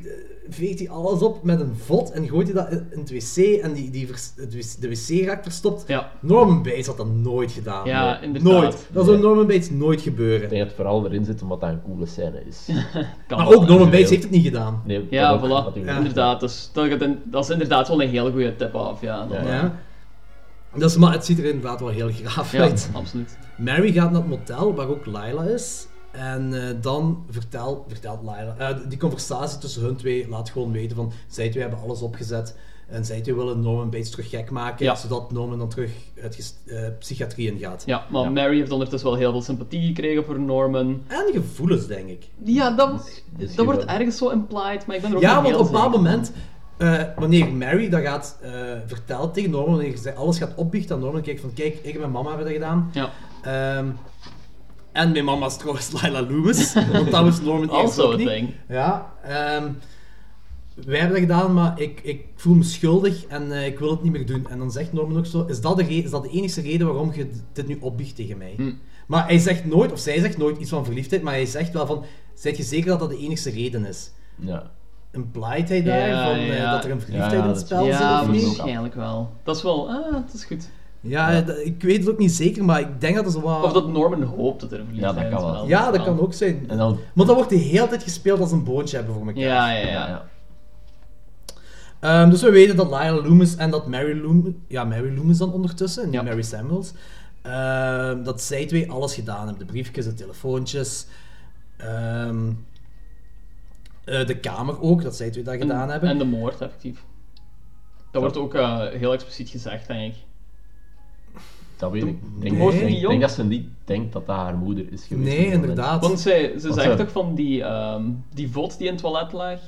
veegt hij alles op met een vod en gooit hij dat in in het wc en die, die vers- het wc de wc raakt verstopt. Norman Bates had dat nooit gedaan. Ja, Nee. inderdaad. Nooit. Dat zou Norman Bates nooit gebeuren. Ik denk dat het vooral erin zit omdat dat een coole scène is. maar ook Norman Bates heeft het niet gedaan. Nee, Ja, dat ook, voilà. natuurlijk. Inderdaad, dus, dat, gaat in- dat is inderdaad wel een hele goede tip af. Ja, dan, Ja. Dus, maar het ziet er inderdaad wel heel graaf Ja, uit. absoluut. Mary gaat naar het motel waar ook Lila is. En eh, dan vertelt, vertelt Lila, eh, die conversatie tussen hun twee laat gewoon weten van zij twee hebben alles opgezet. En zij twee willen Norman Bates terug gek maken, Ja. zodat Norman dan terug uit ges- eh, psychiatrie ingaat. Ja, maar Mary heeft ondertussen wel heel veel sympathie gekregen voor Norman. En gevoelens, denk ik. Ja, dat, dat wordt ergens zo implied, maar ik ben er ook Ja, niet want heel op een bepaald zeker van. moment, eh, wanneer Mary dat gaat eh, vertellen tegen Norman, wanneer zij alles gaat opbiechten aan Norman, kijk van kijk, ik en mijn mama hebben dat gedaan. Ja. Ehm, En mijn mama is trouwens Laila Loomis. Want dat was Norman eerst Also ook a niet. thing. Ja. ehm, wij hebben dat gedaan, maar ik, ik voel me schuldig en eh, ik wil het niet meer doen. En dan zegt Norman ook zo, is dat de, re- is dat de enige reden waarom je dit nu opbiecht tegen mij? Hm. Maar hij zegt nooit, of zij zegt nooit iets van verliefdheid, maar hij zegt wel van, zijt je zeker dat dat de enige reden is? Ja. Implied hij daar, Ja, van, eh, ja. dat er een verliefdheid Ja, in het dat- spel ja, zit of niet? waarschijnlijk Ehm, wel. Dat is wel, ah, dat is goed. Ja, dat- ik weet het ook niet zeker, maar ik denk dat er zo wat... Of dat Norman hoopt dat er een verliefdheid dat kan wel. is. Ja, dat kan ook zijn. En dan... Want dat wordt de hele tijd gespeeld als een boontje hebben voor elkaar. Ja, ja, ja. Ehm, dus we weten dat Lyle Loomis en dat Mary Loomis, ja, Mary Loomis dan ondertussen, en niet Mary Samuels, ehm, dat zij twee alles gedaan hebben. De briefjes, de telefoontjes, ehm, eh, de kamer ook, dat zij twee dat gedaan en, hebben. Mm. En de moord, effectief. Dat wordt ook eh, heel expliciet gezegd, denk ik. Dat weet ik. Ik moord denk, van ik die denk, jong? denk dat ze niet denkt dat dat haar moeder is geweest. Nee, op dat moment. inderdaad. Want zij, ze Want zegt ze- ook van die, ehm, die vod die in het toilet lag.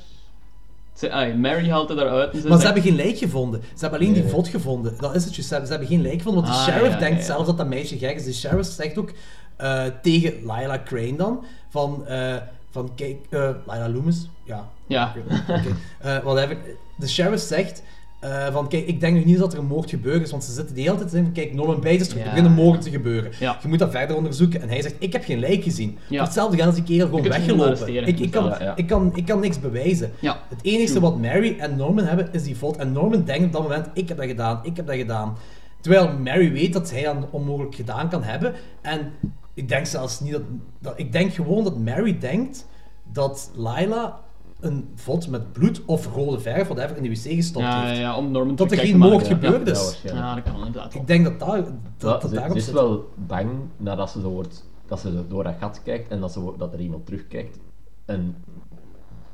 Ze, ah, Mary haalt het eruit. En ze Maar ze zegt- hebben geen lijk gevonden. Ze hebben alleen die vod gevonden. Dat is het juist. Ze hebben, ze hebben geen lijk gevonden. Want Ah, de sheriff ja, denkt ja, ja. zelf dat dat meisje gek is. De sheriff zegt ook eh, tegen Lila Crane dan: van, eh, van kijk, eh Lila Loomis. Ja. Ja. Oké. Eh, whatever. De sheriff zegt. eh, van kijk, ik denk nog niet dat er een moord gebeurd is, want ze zitten de hele tijd in van kijk, Norman Bates is terug, Ja. er beginnen moorden te gebeuren. Ja. Je moet dat verder onderzoeken. En hij zegt, ik heb geen lijk gezien. Ja. Voor Hetzelfde gaan ze die kerel gewoon kunt hem gewoon weggelopen. arresteren, Ik, ik, kan, inderdaad, ja. ik, kan, ik kan niks bewijzen. Ja. Het enige wat Mary en Norman hebben is die vod. En Norman denkt op dat moment: ik heb dat gedaan, ik heb dat gedaan. Terwijl Mary weet dat hij dat onmogelijk gedaan kan hebben. En ik denk zelfs niet dat, dat. Ik denk gewoon dat Mary denkt dat Lila een vod met bloed of rode verf, whatever, in de wc gestopt ja, ja, heeft. ja, om Norman Dat er gek te geen maken. moord Ja, gebeurd ja, is. Ja, dat kan inderdaad. wel. Ik denk dat daar- dat, dat, Ja, ze, daarop ze is zit. wel bang nadat ze, zo wordt, dat ze zo door dat gat kijkt en dat, ze, wo- dat er iemand terugkijkt. En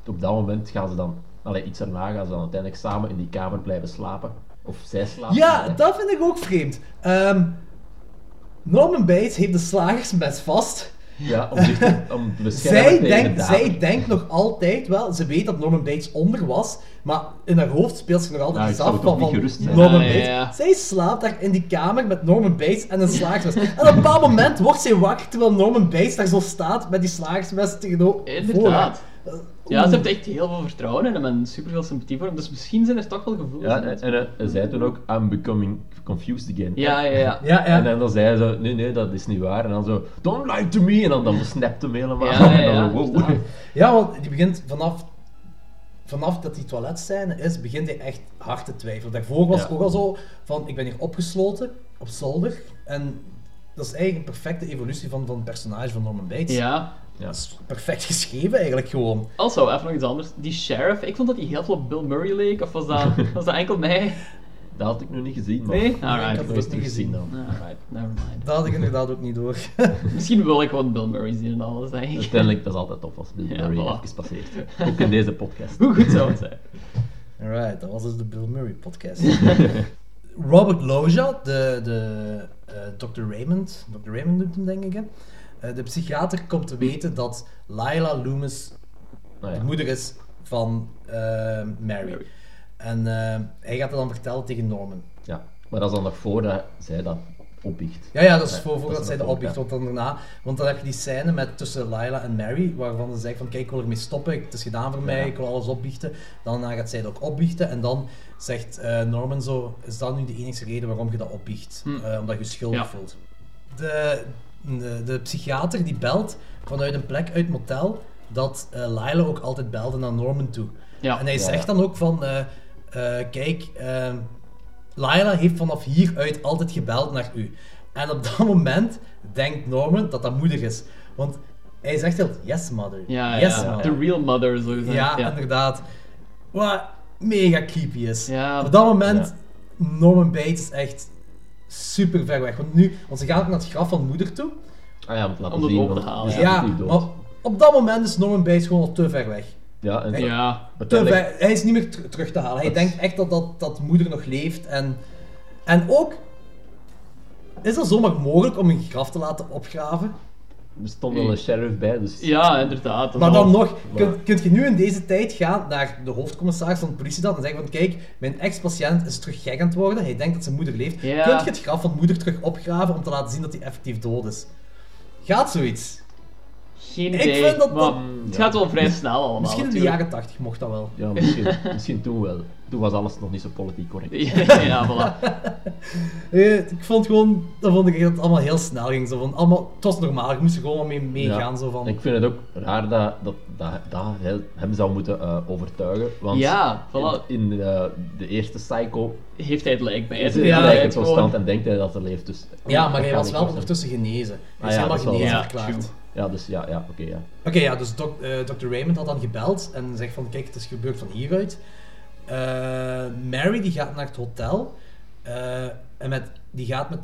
op dat moment gaan ze dan, allee, iets erna, gaan ze dan uiteindelijk samen in die kamer blijven slapen. Of zij slapen. Ja, dat vind ik ook vreemd. Ehm, Norman Bates heeft de slagersmes vast. Ja, om zich te- om te beschermen zij, tegen denkt, de zij dader. denkt nog altijd wel, ze weet dat Norman Bates onder was, maar in haar hoofd speelt ze nog altijd Ja, iets ik zou af toch van, niet van gerust zijn. Norman Ja, ja, Bates. ja. Zij slaapt daar in die kamer met Norman Bates en een slagersmes. en op een bepaald moment wordt zij wakker terwijl Norman Bates daar zo staat met die slagersmes tegenover. Inderdaad. Ja, ze oeh. heeft echt heel veel vertrouwen in hem en super veel sympathie voor hem. Dus misschien zijn er toch wel gevoelens. Ja, in en, het en eh, zij toen ook, I'm becoming confused again. Ja, ja, ja. Ja, En dan, dan zei hij zo, nee, nee, dat is niet waar. En dan zo, don't lie to me. En dan, dan snapte hem helemaal. Ja, ja, en dan ja, dus zo, wow. inderdaad. Ja, want die begint vanaf, vanaf dat die toiletscène is, begint hij echt hard te twijfelen. Daarvoor was Ja. het ook al zo van, ik ben hier opgesloten, op zolder. En dat is eigenlijk een perfecte evolutie van, van het personage van Norman Bates. Ja. Dat is perfect geschreven eigenlijk gewoon. Also, even nog iets anders. Die sheriff, ik vond dat hij heel veel op Bill Murray leek. Of was dat, was dat enkel mij? Dat had ik nog niet gezien, maar Nee? Ah, ik Alright. had Ik had het het nooit niet teruggezien dan. Alright, never mind. Dat had ik inderdaad ook niet door. Misschien wil ik gewoon Bill Murray zien en alles, denk ik. Uiteindelijk, dat is altijd tof als Bill Ja, Murray voilà. even passeert. Ook in deze podcast. Hoe goed zou het zijn? Alright, dat was dus de Bill Murray podcast. Robert Loja, de, de eh, Dr. Raymond, Dr. Raymond noemt hem denk ik, hè? Eh, de psychiater komt te weten dat Lila Loomis Ah, ja. de moeder is van eh, Mary. En eh, hij gaat dat dan vertellen tegen Norman. Ja, maar dat is dan nog voordat zij dat opbiecht. Ja, ja, dat is voor, voordat nog zij de voor, opbiecht, ja. want dan daarna... Want dan heb je die scène met tussen Lila en Mary, waarvan ze zegt van, kijk, ik wil ermee stoppen, het is gedaan voor mij, ik wil alles opbiechten. Daarna gaat zij dat ook opbiechten en dan zegt eh, Norman zo, is dat nu de enige reden waarom je dat opbiecht? Hm. Eh, omdat je schuldig Ja. voelt. De, de, de psychiater die belt vanuit een plek uit motel, dat eh Lila ook altijd belde naar Norman toe. Ja. En hij Ja, zegt ja. dan ook van, eh, eh, kijk... ehm, Laila heeft vanaf hieruit altijd gebeld naar u. En op dat moment denkt Norman dat dat moedig is. Want hij zegt heel, yes mother, Ja, yes ja. mother. The real mother, zo gezegd. Ja, inderdaad. Wat mega creepy is. Ja. Op dat moment, Norman Bates is echt super ver weg. Want nu, want ze gaan ook naar het graf van moeder toe. Ah ja, om het laten Om het zien, op te want halen, die Ja, is effectief dood. maar op dat moment is Norman Bates gewoon al te ver weg. Ja, en Hey. Ja. Te uiteindelijk- ver, hij is niet meer ter- terug te halen. Hij denkt echt dat, dat, dat moeder nog leeft. En, en ook, is dat zomaar mogelijk om een graf te laten opgraven? er stond wel een sheriff bij, dus... Ja, inderdaad. dat Maar is dan wel- nog, kun, kunt je nu in deze tijd gaan naar de hoofdcommissaris van de politie dan en zeggen van kijk, mijn ex-patiënt is terug gek aan het worden, hij denkt dat zijn moeder leeft. Ja. Kunt je het graf van moeder terug opgraven om te laten zien dat hij effectief dood is? Gaat zoiets? Geen Ik idee, vind dat maar dat- het gaat wel vrij snel allemaal. Misschien in de natuurlijk. jaren 80 mocht dat wel. Ja, misschien, misschien toen wel. Toen was alles nog niet zo politiek correct. Ja, ja, voilà. Eh, ik vond gewoon, dan vond ik dat het allemaal heel snel ging. Zo van, allemaal, het was normaal, ik moest er gewoon wat mee meegaan. Ja, Zo van. Ik vind het ook raar dat, dat, dat, dat heel- hem zou moeten eh, overtuigen. Want Ja, voilà. in, in, eh, de eerste Psycho Heeft hij het lijk bij? is Ja, hij eigenlijk hij in heeft zo'n gewoon- stand en denkt hij dat er leeft. Dus, Ja, maar dat hij kan was ik wel niet ondertussen genezen. Hij is Ah ja, helemaal dat is wel- genezen ja, verklaard. true. Ja, dus ja, ja oké, ja. Oké, ja, dus doc- eh, Dr. Raymond had dan gebeld en zegt van, kijk, het is gebeurd van hieruit. Eh, Mary, die gaat naar het hotel eh, en met, die gaat met...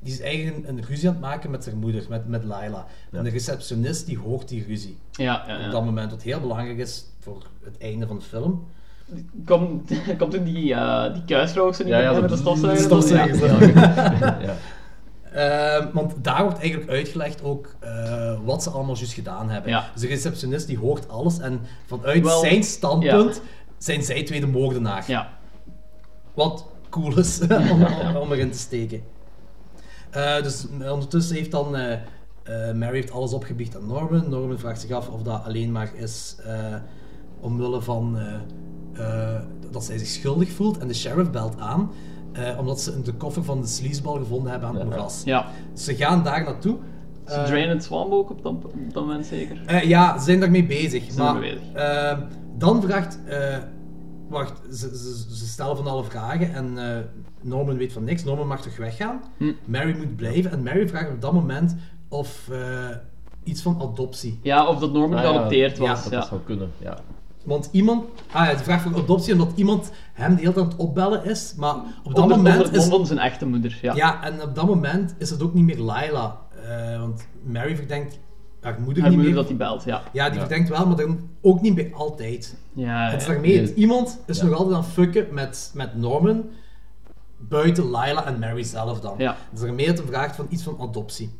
Die is eigenlijk een, een ruzie aan het maken met haar moeder, met, met Laila. En de receptionist, die hoort die ruzie. Ja, ja, ja. Op dat moment, wat heel belangrijk is voor het einde van de film. Komt komt toen die, eh die kuisrookster niet Ja, meer ja, bij met de dat- stofzuiger? stofzuiger, Ja, ja. ja, ja. Eh, want daar wordt eigenlijk uitgelegd ook eh, wat ze allemaal juist gedaan hebben. Ja. Dus de receptionist die hoort alles en vanuit Wel, zijn standpunt zijn zij twee de moordenaar. Wat cool is om, om, om erin te steken. Eh, dus ondertussen heeft dan eh, eh, Mary heeft alles opgebiecht aan Norman. Norman vraagt zich af of dat alleen maar is eh, omwille van eh, eh, dat zij zich schuldig voelt. En de sheriff belt aan eh, omdat ze de koffer van de sleazebal gevonden hebben aan het moeras. Ja. Ze gaan daar naartoe. Ze Eh, drainen het zwamboek op dat, op dat moment zeker. eh, ja, ze zijn daarmee bezig. Ze zijn maar, ermee bezig. eh, dan vraagt. eh, wacht, ze, ze, ze stellen van alle vragen en eh, Norman weet van niks. Norman mag toch weggaan? Hm. Mary moet blijven. En Mary vraagt op dat moment of eh, iets van adoptie. Ja, of dat Norman Ah, ja. geadopteerd Ja, was. dat ja. zou kunnen, ja. Want iemand. Ah ja, ze vraagt voor adoptie omdat iemand hem de hele tijd aan het opbellen is. Maar op dat Onder- moment. onder het is, mond van zijn echte moeder, ja. en op dat moment is het ook niet meer Lila. eh, want Mary verdenkt haar moeder Haar niet moeder meer. dat hij belt, ja. Ja, die verdenkt wel, maar dan ook niet bij altijd. Ja, eh, het is ja. daarmee, Nee. iemand is Ja. nog altijd aan het fucken met, met Norman, buiten Lila en Mary zelf dan. Ja. Het is daarmee dat hij vraagt van iets van adoptie.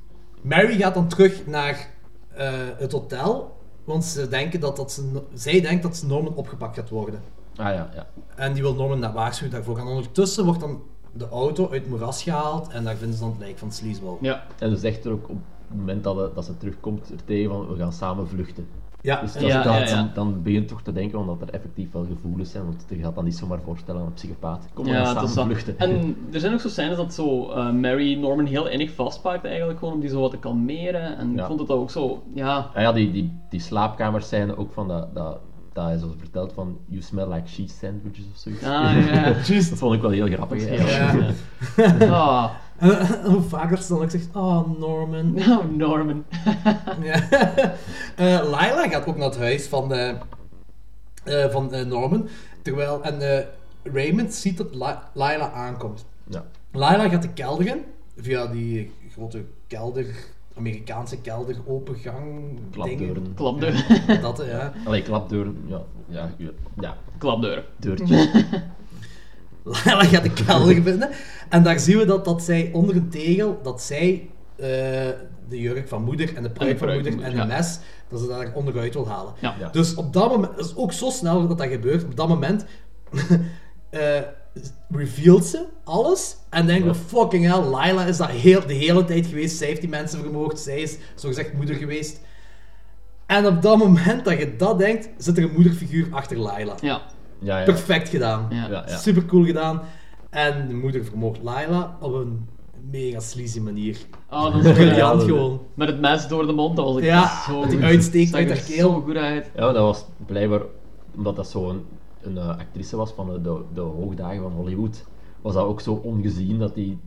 Mary gaat dan terug naar eh, het hotel, want ze denken dat, dat ze, zij denkt dat ze Norman opgepakt gaat worden. Ah ja, ja. En die wil Norman naar waarschuwen daarvoor. En ondertussen wordt dan de auto uit het moeras gehaald en daar vinden ze dan het lijk van Sleazeball. En ze zegt er ook op het moment dat, het- dat ze terugkomt er tegen van we gaan samen vluchten. Ja. dus dat, Ja, dat- ja, ja. Dan, dan begin je toch te denken omdat er effectief wel gevoelens zijn, want je gaat dan niet zomaar voorstellen aan een psychopaat. Kom, we gaan dat samen is dat. vluchten. En er zijn ook zo scènes dat zo eh, Mary Norman heel innig vastpakt eigenlijk, gewoon om die zo wat te kalmeren. En ik Ja. vond het ook zo, ja... Ah ja, die, die, die slaapkamers zijn ook van dat, dat, dat hij zo vertelt van you smell like cheese sandwiches of zoiets. Ah, ja, juist. Dat vond ik wel heel grappig. Ja. eigenlijk. Ah. En hoe vaak dat ze dan ook zegt, oh Norman. Oh Norman. ja. Eh, Lila gaat ook naar het huis van, eh, eh, van eh, Norman. Terwijl, en eh, Raymond ziet dat Li- Lila aankomt. Ja. Lila gaat de kelder in, via die grote kelder, Amerikaanse kelder, open gang. Klapdeuren. Klapdeuren. Dat, eh, ja. Allee, klapdeuren. Ja, ja, ja, ja. Klapdeuren. Deurtjes. Lila gaat de kelder binnen. En daar zien we dat, dat zij onder een tegel, dat zij eh, de jurk van moeder en de pruik van pruik van moeder en de moeder, ja. mes, dat ze daar onderuit wil halen. Ja. Ja. Dus op dat moment, dat is ook zo snel dat dat gebeurt, op dat moment eh, revealt ze alles en denken we, fucking hell, Lila is dat heel, de hele tijd geweest, zij heeft die mensen vermoord, zij is zogezegd moeder geweest. En op dat moment dat je dat denkt, zit er een moederfiguur achter Lila. Ja. Ja, ja. Perfect gedaan. Ja. Ja, ja. Super cool gedaan. En de moeder vermoordt Lila op een mega sleazy manier. Oh, dat is briljant ja, gewoon. Met het mes door de mond, dat was ik Ja, zo die goed. uitsteekt Zag uit er haar keel. zo goed uit. Ja, dat was blijkbaar omdat dat zo'n een, eh, actrice was van eh, de, de hoogdagen van Hollywood. Was dat ook zo ongezien dat die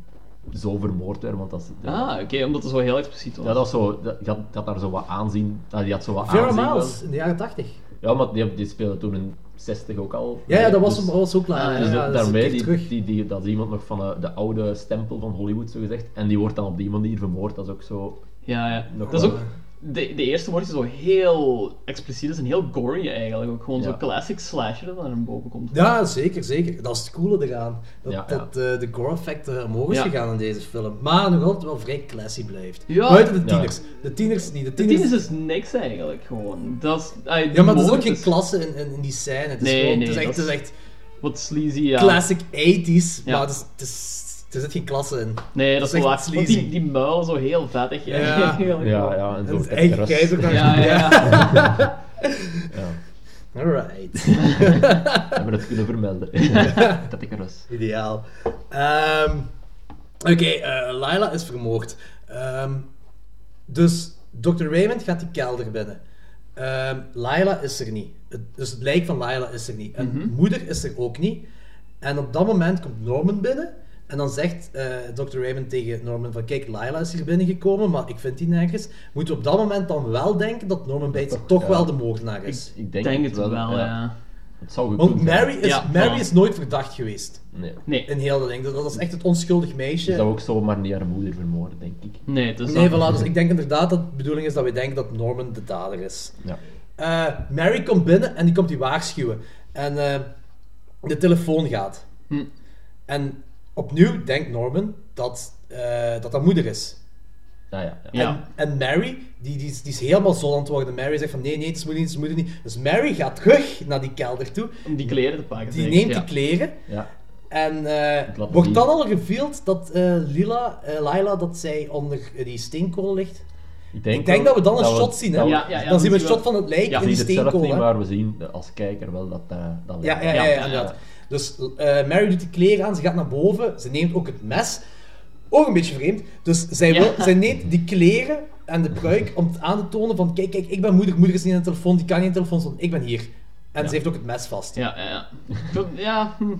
zo vermoord werd? Want dat, is- Ah, oké, omdat het zo heel expliciet was. Ja, dat was zo, dat, die had, die had daar zo wat aanzien. ah, die had zo wat Vera aanzien wel. Miles, in de jaren 80. Ja, maar die, die speelde toen in 60 ook al. Ja, ja, dat was Dus- hem- was ook klaar, ja, dus ja, ook dat is daarmee, echt die, terug. Die, die, dat is iemand nog van eh, de oude stempel van Hollywood, zo gezegd. En die wordt dan op die manier vermoord. Dat is ook zo. Ja, ja. Nog dat is wel, ook... De, de eerste woord is zo heel expliciet is en heel gory eigenlijk. Ook gewoon Ja. zo'n classic slasher dat naar boven komt. Ja, zeker, zeker. Dat is het coole eraan. Dat, Ja, ja. dat eh, de gore effect eh, omhoog is Ja. gegaan in deze film. Maar nog altijd wel vrij classy blijft. Ja. Buiten de Ja. tieners. De tieners niet. De De tieners... tieners is dus niks eigenlijk gewoon. Dat is, ah, die ja, maar er is ook moord geen klasse in, in, in die scène. Het is Nee, gewoon, nee, het is echt, het dat is is echt wat sleazy, ja. classic 80s. Ja. Maar het is, het is Er zit geen klasse in. Nee, dat is echt wel waar. Want sleazy. die, die muil zo heel vettig. Ja. eigenlijk. Ja, ja, en zo Dat is op het echt terras. keizer dan- Ja, ja, ja. ja. Alright. We hebben het kunnen vermelden. Dat ik er was. Ideaal. Ehm, Oké, eh, Laila is vermoord. Ehm, dus Dr. Raymond gaat die kelder binnen. Ehm Laila is er niet. Het- dus het lijk van Laila is er niet. En Mhm. moeder is er ook niet. En op dat moment komt Norman binnen. En dan zegt eh, Dr. Raymond tegen Norman van... Kijk, Laila is hier binnengekomen, maar ik vind die nergens. Moeten we op dat moment dan wel denken dat Norman Bates toch, ja. wel de moordenaar is? Ik denk, het wel, ja. Het zou goed Want kunnen zijn. Oh, Mary is, Dus Mary is nooit verdacht geweest. Nee. In heel dat ding. Dat, dat is echt het onschuldig meisje. Ze zou ook zomaar niet haar moeder vermoorden, denk ik. nee, voilà, dus ik denk inderdaad dat de bedoeling is dat we denken dat Norman de dader is. Ja. Eh, Mary komt binnen en die komt die waarschuwen. En eh, de telefoon gaat. Hm. En opnieuw denkt Norman dat eh, dat haar moeder is. Ja, ja. ja. En, en Mary, die, die, is, die is helemaal zot aan het worden. Mary zegt van nee, nee, het is moeder niet, het is moeder niet. Dus Mary gaat terug naar die kelder toe. Om die kleren te pakken. Die denk ik, neemt ja. die kleren. Ja. En eh, laat wordt zien. dan al revealed dat eh, Lila, eh, Laila dat zij onder eh, die steenkool ligt? Ik Ik denk dat we dan een shot zien, hè? dat we- dan zien we een shot van het lijk ja, in die we zien het zelf steenkool. niet, hè? maar we zien eh, als kijker wel dat eh, dat Ja, lijk- ja, ja, ja, inderdaad. Dus eh, Mary doet die kleren aan, ze gaat naar boven, ze neemt ook het mes. Ook een beetje vreemd. Dus zij, wil, zij neemt die kleren en de pruik om het aan te tonen van kijk, kijk, ik ben moeder, moeder is niet aan de telefoon, die kan niet aan de telefoon staan, ik ben hier. En ze heeft ook het mes vast. Ja, ja, ja. Goed, ja. hm.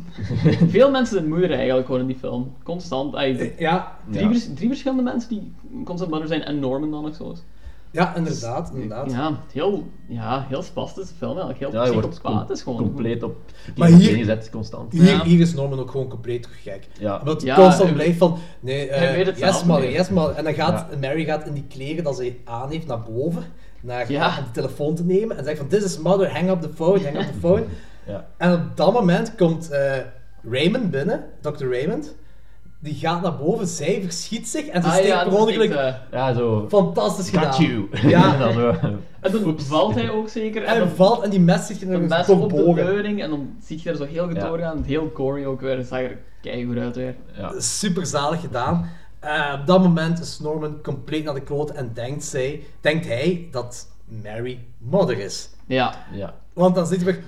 Veel mensen zijn moeder eigenlijk gewoon in die film. Constant. Ay, d- ja. Drie, Ja. vers- drie verschillende mensen die constant moeder zijn en Norman dan nog zo is. Ja, inderdaad, inderdaad. Ja, heel, ja, heel spastische film eigenlijk. Heel Ja, je wordt psychopaat is com- gewoon. compleet op Maar maar hier- gezet, constant. Hier, hier is Norman ook gewoon compleet gek. Ja. Omdat hij Ja, constant hij- blijft van, nee, eh, hij weet het yes zelf mother, niet. yes mother. En dan gaat, Mary gaat in die kleren dat ze aan heeft naar boven, naar, Ja. om de telefoon te nemen. En zegt van, this is mother, hang up the phone, hang up the phone. Ja. En op dat moment komt eh, Raymond binnen, Dr. Raymond. Die gaat naar boven, zij verschiet zich en ze Ah, steekt ja, per dat ongeluk... steekt, Ja, zo. Fantastisch Got gedaan. you. Ja. En dan zo. En dan valt hij ook zeker. En dan valt en die mes zit in een een mes op de bogen. leuring en dan zie je er zo heel goed Ja. doorgaan. Het Heel gory ook weer. Het zag er keigoed uit weer. Super zalig gedaan. Eh, op dat moment is Norman compleet naar de kloot en denkt, zij, denkt hij dat Mary mother is. Ja. Ja. Want dan zit hij weer...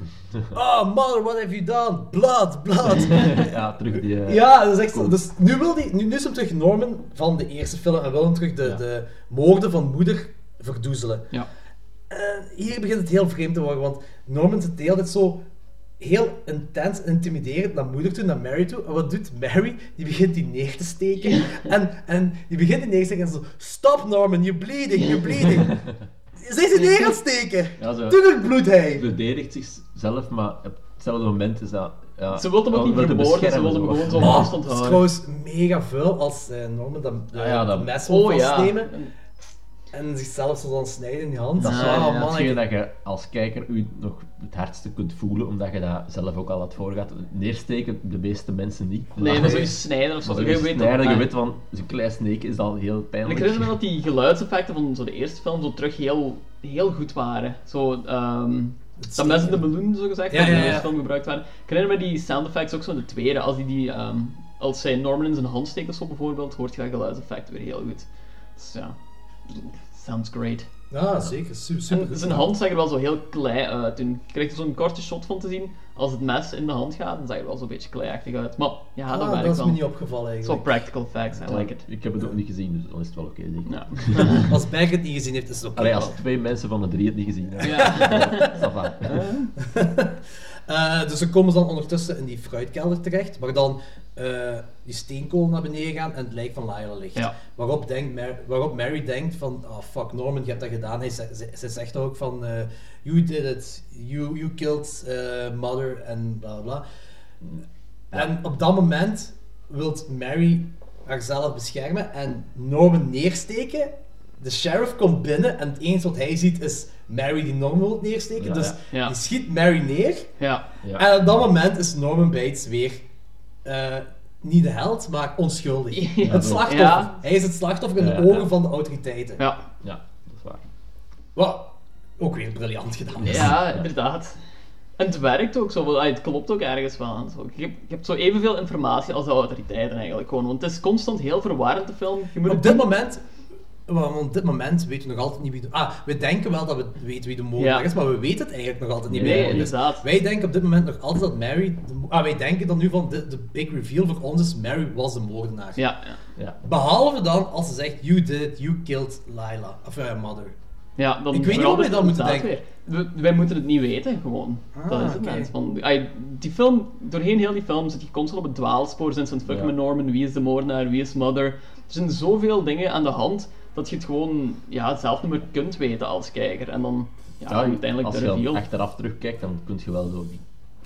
Oh, mother, what have you done? Blood, blood. ja, terug die... eh, ja, dat is echt zo. Dus nu, wil die, nu, nu is hem terug Norman van de eerste film en wil hem terug de, de moorden van moeder verdoezelen. Ja. En hier begint het heel vreemd te worden, want Norman zit de hele tijd zo heel intens en intimiderend naar moeder toe, naar Mary toe. En wat doet Mary? Die begint die neer te steken. En, en die begint die neer te steken en zo... Stop Norman, you're bleeding, you're bleeding. Zij is die neer aan het steken. Ja, zo. Tuurlijk bloedt hij. Oh, verdedigt zichzelf, maar op hetzelfde moment is dat... Ja, Ze wilde hem ook oh, niet wilde vermoorden, ze beschermen, wilde hem gewoon zo Oh, afstand Het is houden. trouwens mega vuil als eh, Norman dat, Ja, ja, dat dat- mes wil oh, ja. vastnemen. En zichzelf zo dan snijden in die hand. Dat is Ah, wel man, hetgeen ik- dat je als kijker u nog het hardste kunt voelen, omdat je dat zelf ook al had voorgehad. Neersteken de meeste mensen niet. Nee, maar zo'n snijder of zo, Maar je zo'n weet dat- snijder, je ah. weet, want zo'n klein sneek is al heel En ik pijnlijk. herinner me dat die geluidseffecten van zo de eerste film zo terug heel, heel goed waren. Zo, ehm dat mensen in de balloon, zo gezegd, Ja, dat in ja, de ja. eerste film gebruikt waren. Ik herinner me die sound effects ook zo in de tweede. Als, die, die, ehm, als zij Norman in zijn hand steekt of zo bijvoorbeeld, hoort je dat geluidseffect weer heel goed. Dus ja, sounds great. Ja, zeker. Super, super En goed zijn gedaan. hand zag er wel zo heel klei uit. Toen kreeg je zo'n korte shot van te zien. Als het mes in de hand gaat, dan zag je er wel zo'n beetje kleiachtig uit. Maar ja, dat Ah, werkt dat is wel. me niet opgevallen Het is wel eigenlijk. practical facts, I like it. Ik heb het ook niet gezien, dus dan is het wel oké. zeker. Als Berg het niet gezien heeft, is het ook Allee, wel. als twee mensen van de drie het niet gezien hebben. Ja. Ça va. Eh, dus dan komen ze dan ondertussen in die fruitkelder terecht, waar dan eh, die steenkool naar beneden gaan en het lijk van Lyle ligt. Ja. Waarop, denkt Mar- waarop Mary denkt van, ah fuck Norman, je hebt dat gedaan. Hij ze- ze- ze zegt ook van, eh, you did it, you, you killed eh, mother en bla bla, bla. En op dat moment wil Mary haarzelf beschermen en Norman neersteken. De sheriff komt binnen en het enige wat hij ziet is Mary die Norman wil neersteken. Ja, dus ja. Ja. die schiet Mary neer. Ja. En op dat moment is Norman Bates weer eh, niet de held, maar onschuldig. Ja, het dat- slachtoffer. ja. Hij is het slachtoffer in de Ja, ogen ja. van de autoriteiten. Ja. Ja, dat is waar. Wat ook weer briljant gedaan is. Ja, inderdaad. En het werkt ook zo, wel, ah, het klopt ook ergens wel. en Zo. Je, hebt- je hebt zo evenveel informatie als de autoriteiten eigenlijk gewoon, want het is constant heel verwarrend de film. Je moet Op dit moment... Want op dit moment weten we nog altijd niet wie de... Ah, we denken wel dat we weten wie de moordenaar Ja. is, maar we weten het eigenlijk nog altijd niet Nee, wie de moordenaar is. inderdaad. Wij denken op dit moment nog altijd dat Mary... de mo- ah, wij denken dan nu van de, de big reveal voor ons is Mary was de moordenaar. Ja, ja, ja. Behalve dan als ze zegt, you did it, you killed Lila. Of eh, mother. Ja, dan Ik weet niet verandert wat wij het dan moeten inderdaad denken. weer. We- wij moeten het niet weten, gewoon. Ah, dat is het oké. net. Van, ai, die film, doorheen heel die film zit je constant op het dwaalspoor. Zijn ze aan het fucken Ja. met Norman? Wie is de moordenaar? Wie is Mother? Er zijn zoveel dingen aan de hand dat je het gewoon ja, zelf niet meer kunt weten als kijker. En dan ja, uiteindelijk als de je dan reveal. achteraf terugkijkt, dan kun je wel zo die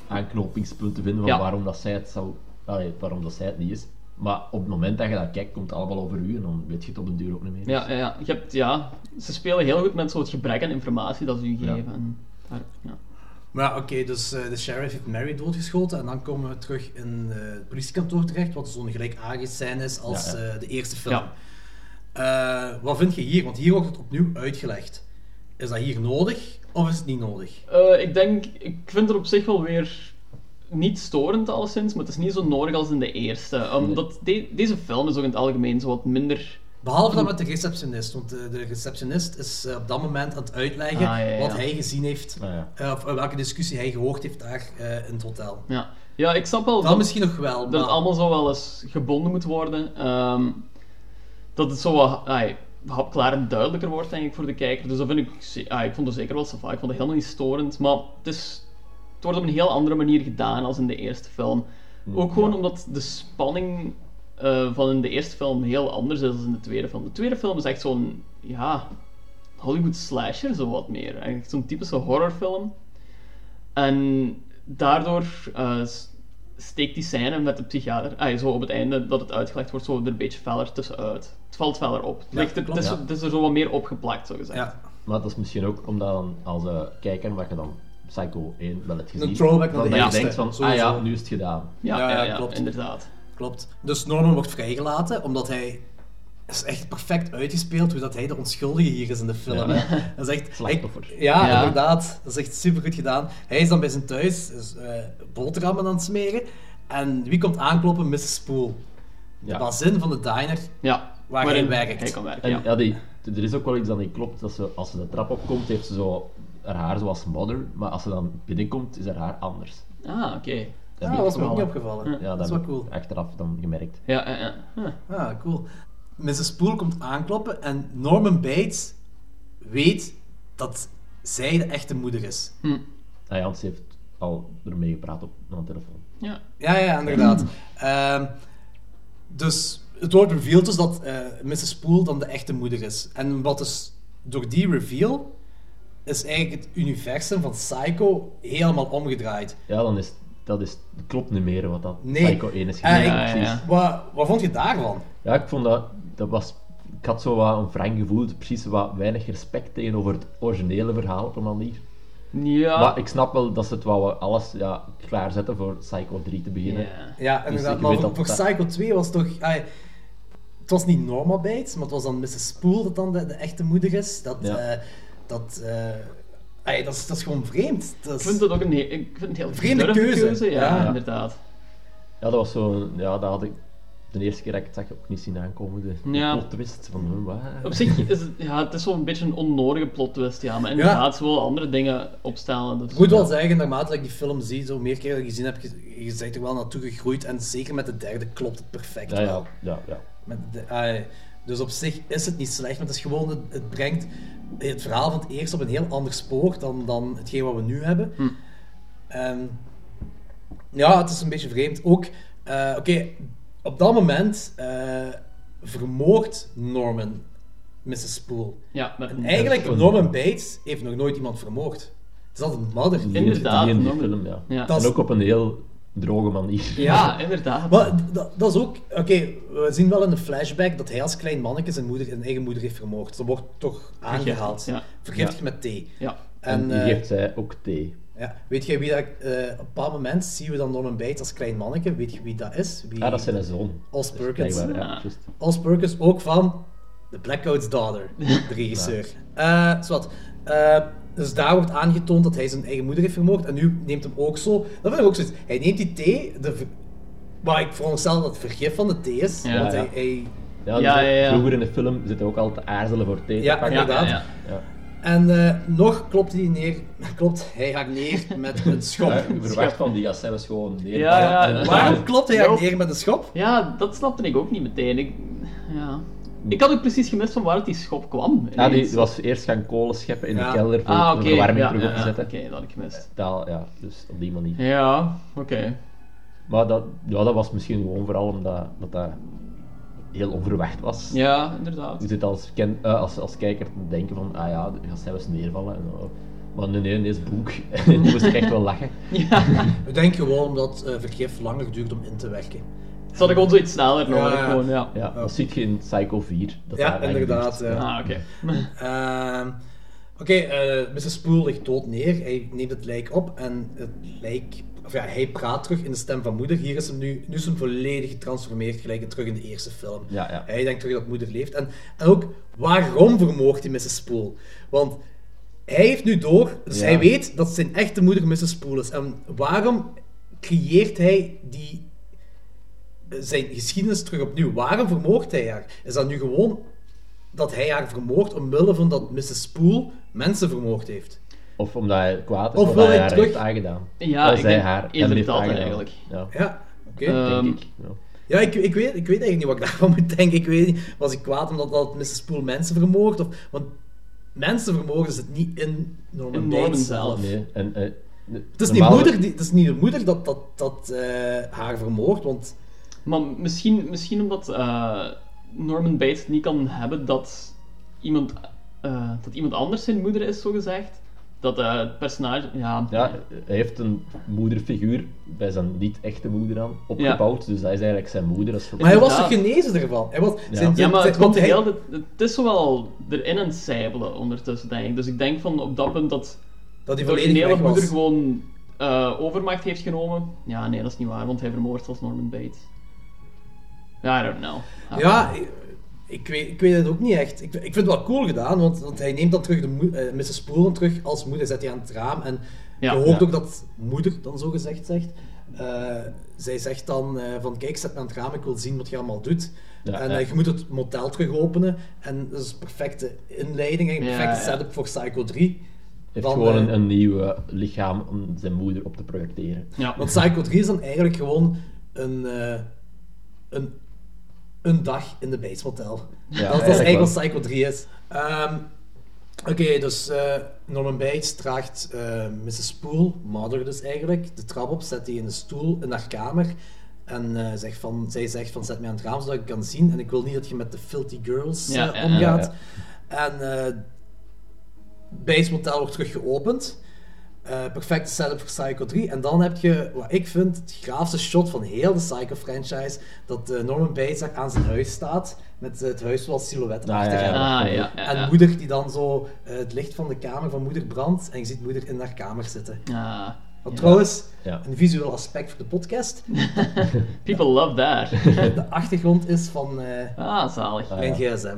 aanknopingspunten vinden van Ja. waarom, dat zij het zou, allee, waarom dat zij het niet is. Maar op het moment dat je dat kijkt, komt het allemaal over u en dan weet je het op de duur ook niet meer. Ja, ja, ja. Je hebt, ja, ze spelen heel goed met zo'n gebrek aan informatie dat ze je geven. En daar- ja. Maar ja, oké, dus eh, de sheriff heeft Mary doodgeschoten en dan komen we terug in eh, het politiekantoor terecht, wat zo'n gelijkaardige scène is als Ja, ja. eh, de eerste film. Ja. Eh, wat vind je hier? Want hier wordt het opnieuw uitgelegd. Is dat hier nodig of is het niet nodig? Eh, ik denk, ik vind het op zich wel weer niet storend alleszins, maar het is niet zo nodig als in de eerste. Omdat de- deze film is ook in het algemeen zo wat minder... Behalve dan met de receptionist, want eh, de receptionist is eh, op dat moment aan het uitleggen Ah, ja, ja. wat hij gezien heeft, Ah, ja. eh, of eh, welke discussie hij gehoord heeft daar eh, in het hotel. Ja. ja, ik snap wel... Dat misschien nog wel, Dat maar- het allemaal zo wel eens gebonden moet worden. Ehm, dat het zo wat... ai, hapklaar en duidelijker wordt, denk ik, voor de kijker. Dus dat vind ik... ze- ai, ik vond het zeker wel sava. Ik vond het helemaal niet storend, maar het is... Het wordt op een heel andere manier gedaan als in de eerste film. Mm, Ook gewoon omdat de spanning eh, van in de eerste film heel anders is dan in de tweede film. De tweede film is echt zo'n... Ja... Hollywood slasher, zo wat meer. Eigenlijk zo'n typische horrorfilm. En daardoor eh, s- steekt die scène met de psychiater, ah, zo op het einde dat het uitgelegd wordt, zo er een beetje feller tussenuit. Het valt feller op. Het, Ja, ligt er, het, klopt. is, Ja. het is er zo wat meer opgeplakt, zo gezegd. Ja. Maar dat is misschien ook omdat dan als eh, kijker, wat je dan Psycho 1 wel hebt gezien, throwback naar dan de dat je eerste, denkt van, ah sowieso. ja, nu is het gedaan. Ja, ja, ja, inderdaad. Klopt. Dus Norman wordt vrijgelaten omdat hij is echt perfect uitgespeeld hoe dat hij de onschuldige hier is in de film. Ja. hè. Dat is echt, Slachtoffer. hij- ja, Ja. inderdaad. Dat is echt supergoed gedaan. Hij is dan bij zijn thuis dus, eh, boterhammen aan het smeren. En wie komt aankloppen? Mrs. Spoel. De Ja. bazin van de diner Ja. waar hij Waarin werkt. En, ja. die, er is ook wel iets dat niet klopt. Dat ze, als ze de trap opkomt, heeft ze zo haar haar zoals modder. Maar als ze dan binnenkomt, is haar haar anders. Ah, oké. Dat Ah, is was me ook niet opgevallen. Ja, dat, Dat is heb wel ik Achteraf dan gemerkt. Ja, ja, ja. Ah, cool. Mrs. Spoel komt aankloppen en Norman Bates weet dat zij de echte moeder is. Ah, ja, want ze heeft al ermee gepraat op aan de telefoon. Ja. Ja, ja, inderdaad. Ehm, dus het wordt revealed dus dat eh, Mrs. Spoel dan de echte moeder is. En wat dus door die reveal is eigenlijk het universum van Psycho helemaal omgedraaid. Ja, dan is dat is, klopt niet meer wat dat Nee. Psycho 1 is Eh, geweest. ik- Wat, wat vond je daarvan? Ja, ik vond dat, dat was... Ik had zo wat een wrang gevoel, precies wat weinig respect tegenover het originele verhaal op een manier. Ja. Maar ik snap wel dat ze het wouden alles ja, klaarzetten voor Psycho 3 te beginnen. Ja, Dus inderdaad. ik maar weet voor, dat voor dat- Psycho 2 was toch... ai, het was niet Norma Bates, maar het was dan Mrs. Spoel dat dan de, de echte moeder is. Dat... Ja. eh, dat eh, ai, dat, is, dat is gewoon vreemd. Dat is- Ik vind het ook een, he- ik vind het heel Vreemde keuze. ja, Ja. inderdaad. Ja, dat was zo... Ja, dat had ik de eerste keer dat ik het zag ook niet zien aankomen. De, de Ja. plot twist van... huh, wat? Op zich is het, ja, het is wel een beetje een onnodige plot twist, ja. Maar inderdaad, ze willen andere dingen opstellen. Dus, Ik moet wel ja. zeggen, naarmate ik die film zie, zo meer keer dat ik gezien heb, je, je bent er wel naartoe gegroeid. En zeker met de derde klopt het perfect Ja, Ah, ja, wel. ja, ja. Met de, ah, dus op zich is het niet slecht, maar het is gewoon, het, het brengt het verhaal van het eerst op een heel ander spoor dan, dan hetgeen wat we nu hebben. En ja, het is een beetje vreemd. Ook, eh, oké, op dat moment eh vermoordt Norman Mrs. Spool. Ja, met en een- eigenlijk, een- Norman Bates heeft nog nooit iemand vermoord. Het is altijd een mother. Die heeft die in die film, ja. Ja. Dat is- En ook op een heel droge manier. inderdaad. Maar d- dat, dat is ook... Oké, we zien wel in de flashback dat hij als klein manneke zijn, moeder, zijn eigen moeder heeft vermoord. Dat wordt toch aangehaald. ja. Vergiftigd Ja. met thee. Ja. En, En, die eh, geeft zij ook thee. ja. Weet jij wie dat... eh, op een bepaald moment zien we dan Norman Bates als klein manneke. Weet je wie dat is? Wie... Ah, dat is zijn zoon. Os Dus Perkins. blijkbaar, ja, juist. Os Perkins ook van The Blackout's Daughter, de regisseur. Eh zwart. Eh, dus daar wordt aangetoond dat hij zijn eigen moeder heeft vermoord. En nu neemt hem ook zo. Dat vind ik ook zoiets. Hij neemt die thee, de, ver- maar ik veronderstel dat het vergif van de thee is. Ja, want ja. hij. hij- Ja, ja, ja, Vroeger in de film zit hij ook al te aarzelen voor thee. te Ja, pakken. inderdaad. Ja, ja. En eh, nog klopt hij, neer, klopt hij haar neer met een schop. Ja, je verwacht van die gast, hij was gewoon neer. Ja, ja. Waarom klopt hij haar Nope. neer met een schop? Ja, dat snapte ik ook niet meteen. Ik, ja. ik had ook precies gemist van waar die schop kwam. Ja, die Ineens. was eerst gaan kolen scheppen in Ja. de kelder voor Ah, oké. de verwarming Ja, terug ja, op te ja. zetten. Oké, dat had ik gemist. Taal, ja, dus op die manier. Ja, oké. Maar dat, ja, dat was misschien gewoon vooral omdat dat, dat heel onverwacht was. Ja, inderdaad. Je zit als, ken, eh, als, als kijker te denken van, ah ja, de gast hij was neervallen. En, zo. maar nee, nee, in deze boek. En moest ik echt wel lachen. Ik denk gewoon omdat eh, vergif langer duurt om in te werken. Ze hadden gewoon zoiets sneller nodig, gewoon, ja. Ja, dat ziet je in Psycho 4. Dat ja, daar lang inderdaad. duurt. ja. Ah, Ehm, Oké, eh, Mr. Spoel ligt dood neer. Hij neemt het lijk op en het lijk... Of ja, hij praat terug in de stem van moeder. Hier is hem nu, nu is hem volledig getransformeerd, gelijk in terug in de eerste film. Ja, ja. Hij denkt terug dat moeder leeft. En, en ook, waarom vermoogt hij Mrs. Spoel? Want hij heeft nu door, dus Ja. hij weet dat zijn echte moeder Mrs. Spoel is. En waarom creëert hij die eh, zijn geschiedenis terug opnieuw. Waarom vermoogt hij haar? Is dat nu gewoon dat hij haar vermoogt omwille van dat Mrs. Spoel mensen vermoord heeft? Of omdat hij kwaad is, Of omdat wil hij hij haar terug- heeft aangedaan. Ja, dat ik zij denk haar hem eerder heeft dat aangedaan. eigenlijk. Ja, Ja, oké. denk Ehm, ik. Ja. Ja, ik, ik, weet, ik weet eigenlijk niet wat ik daarvan moet denken. Ik weet niet, was ik kwaad omdat dat Mrs. Spoel mensen vermoogt? Of, want mensen vermogen zit niet in Norman, Bates zelf. Nee, en, eh, Het, is normaal- niet moeder, die, het is niet de moeder dat, dat, dat eh, haar vermoogt, want... Maar misschien, misschien omdat eh, Norman Bates het niet kan hebben dat iemand, eh, dat iemand anders zijn moeder is, zogezegd. Dat eh, het personage... Ja, Ja, hij heeft een moederfiguur bij zijn niet-echte moeder aan opgebouwd, dus dat is eigenlijk zijn moeder. Dat is Maar hij was Inderdaad. toch genezen ervan? Hij was, Ja. zijn- Ja, zijn- maar zijn- het, komt want hij- heel de- het is zowel erin aan het sijbelen ondertussen, denk ik. Dus ik denk van op dat punt dat, Dat hij volledig de originele weg was. moeder gewoon eh, overmacht heeft genomen. Ja, nee, dat is niet waar, want hij vermoordt als Norman Bates. Ja, I don't know. Ah. Ja, ik, ik weet, ik weet het ook niet echt. Ik, ik vind het wel cool gedaan, want, want hij neemt dan terug de moe- eh, Mrs. Spoel dan terug als moeder, zet hij aan het raam. En Ja, je hoopt ja. ook dat moeder dan zo gezegd zegt. eh, zij zegt dan eh, van kijk, zet me aan het raam, ik wil zien wat je allemaal doet. Ja, en ja. eh, je moet het motel terug openen. En dat is een perfecte inleiding en een Ja, perfecte ja. setup voor Psycho 3. Hij heeft Dan, gewoon eh, een, een nieuw eh, lichaam om zijn moeder op te projecteren. Want Psycho 3 is dan eigenlijk gewoon een, eh, een, een dag in de basemotel. dat, Ja, dat is eigenlijk eigenlijk wel. wat Psycho 3 is. Ehm, Oké, dus eh, Norman Bates draagt eh, Mrs. Spoel, mother dus eigenlijk, de trap op, zet die in een stoel in haar kamer. En eh, zegt van, zij zegt van, zet mij aan het raam zodat ik kan zien. En ik wil niet dat je met de filthy girls eh, Ja, ja, omgaat. En eh Bates Motel wordt terug geopend. Eh, perfecte setup voor Psycho 3. En dan heb je, wat ik vind, het graafste shot van heel de Psycho-franchise. Dat eh, Norman Bates daar aan zijn huis staat. Met eh, het huis zoals silhouet Ah, ja, achter ja, hem. dat vond ik. Ah, ja, ja, ja. En moeder die dan zo eh, het licht van de kamer van moeder brandt. En je ziet moeder in haar kamer zitten. Ah. Wat ja. trouwens, Ja. een visueel aspect voor de podcast. People love that. de achtergrond is van eh, Ah, zalig. mijn Ah, ja. gsm.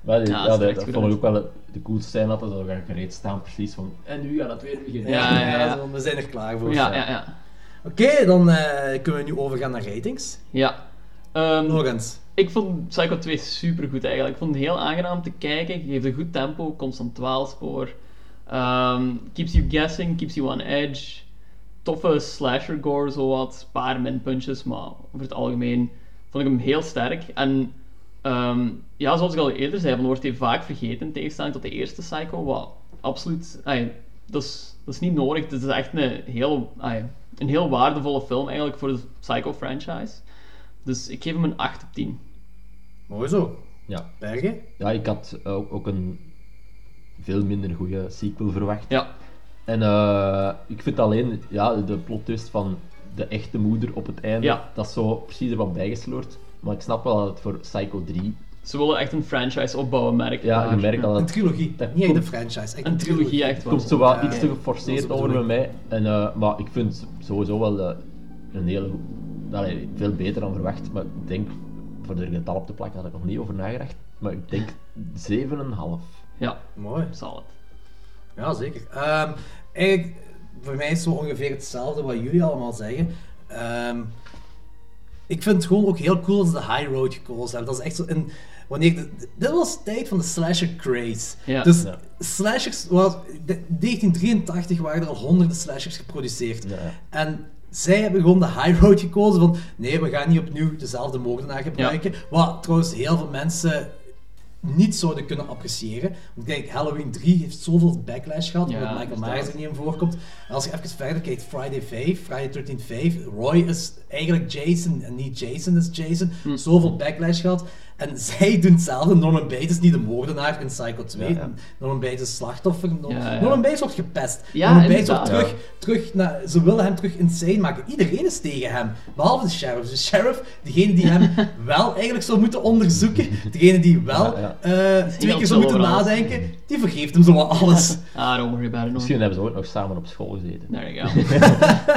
Maar die- Ja, ja, dat is dat, echt dat goed vond ik uit. ook wel de coolste scène dat ze zo gaan gereed staan, precies van... En nu gaat het weer beginnen. Ja, ja, ja. zo, we zijn er klaar voor. Ja, ja, ja. Oké, dan eh, kunnen we nu overgaan naar ratings. Ja. Ehm, Nog eens. Ik vond Psycho 2 supergoed eigenlijk. Ik vond het heel aangenaam te kijken. Je geeft een goed tempo, constant 12 spoor. Ehm, keeps you guessing, keeps you on edge. Toffe slasher gore, zowat. Paar minpuntjes, maar over het algemeen vond ik hem heel sterk. En ehm, ja, zoals ik al eerder zei, dan wordt hij vaak vergeten in tegenstelling tot de eerste Psycho. Wat absoluut, ai, dat, is, dat is niet nodig. Het is echt een heel, ai, een heel waardevolle film eigenlijk voor de Psycho franchise. Dus ik geef hem een 8 op 10. Mooi zo. Ja. Bergen? Ja, ik had ook, ook een veel minder goede sequel verwacht. Ja. En eh, ik vind alleen ja, de plot twist van de echte moeder op het einde, Ja. dat is zo precies ervan bijgesloord. Maar ik snap wel dat het voor Psycho 3... Ze willen echt een franchise opbouwen, merk ik Ja, daar. je merkt al dat... Een trilogie, niet echt een franchise. Echt een trilogie, echt Het wel. komt zo wat Ja, iets ja. te geforceerd Dat is de over bij mij. En, eh, maar ik vind het sowieso wel eh, een hele goe- allee, veel beter dan verwacht. Maar ik denk, voor de getal op te plakken had ik nog niet over nagedacht. Maar ik denk 7,5. Ja. Mooi. Solid. Ja, zeker. Ehm, eigenlijk, voor mij is het zo ongeveer hetzelfde wat jullie allemaal zeggen. Ehm, ik vind het gewoon ook heel cool dat ze de high road gekozen hebben. Dat is echt zo een... Wanneer ik de- dit was de tijd van de slasher craze. Ja. dus Ja. slashers... Was, de- 1983 waren er al honderden slashers geproduceerd. En zij hebben gewoon de high road gekozen van... Nee, we gaan niet opnieuw dezelfde moordenaar gebruiken. Wat trouwens heel veel mensen niet zouden kunnen appreciëren. Want kijk, Halloween 3 heeft zoveel backlash gehad, Ja, dus omdat Michael inderdaad. Myers er niet in voorkomt. En als je even verder kijkt, Friday 5, Friday 13 5, Roy is eigenlijk Jason en niet Jason is Jason. Hm. Zoveel backlash gehad. En zij doen hetzelfde. Norman Bates is niet de moordenaar in Psycho 2. Ja, ja. Norman Bates is slachtoffer. Nor- Ja, ja. Norman Bates wordt gepest. Ja, Norman Bates wordt inderdaad. terug, Ja. terug naar... Ze willen hem terug insane maken. Iedereen is tegen hem. Behalve de sheriff. De sheriff, degene die hem wel eigenlijk zou moeten onderzoeken. Degene die wel eh, twee heel keer chill zou moeten over alles. nadenken. Die vergeeft hem zo wat alles. Ah, don't worry about it. Misschien hebben ze ooit nog samen op school gezeten. There you go.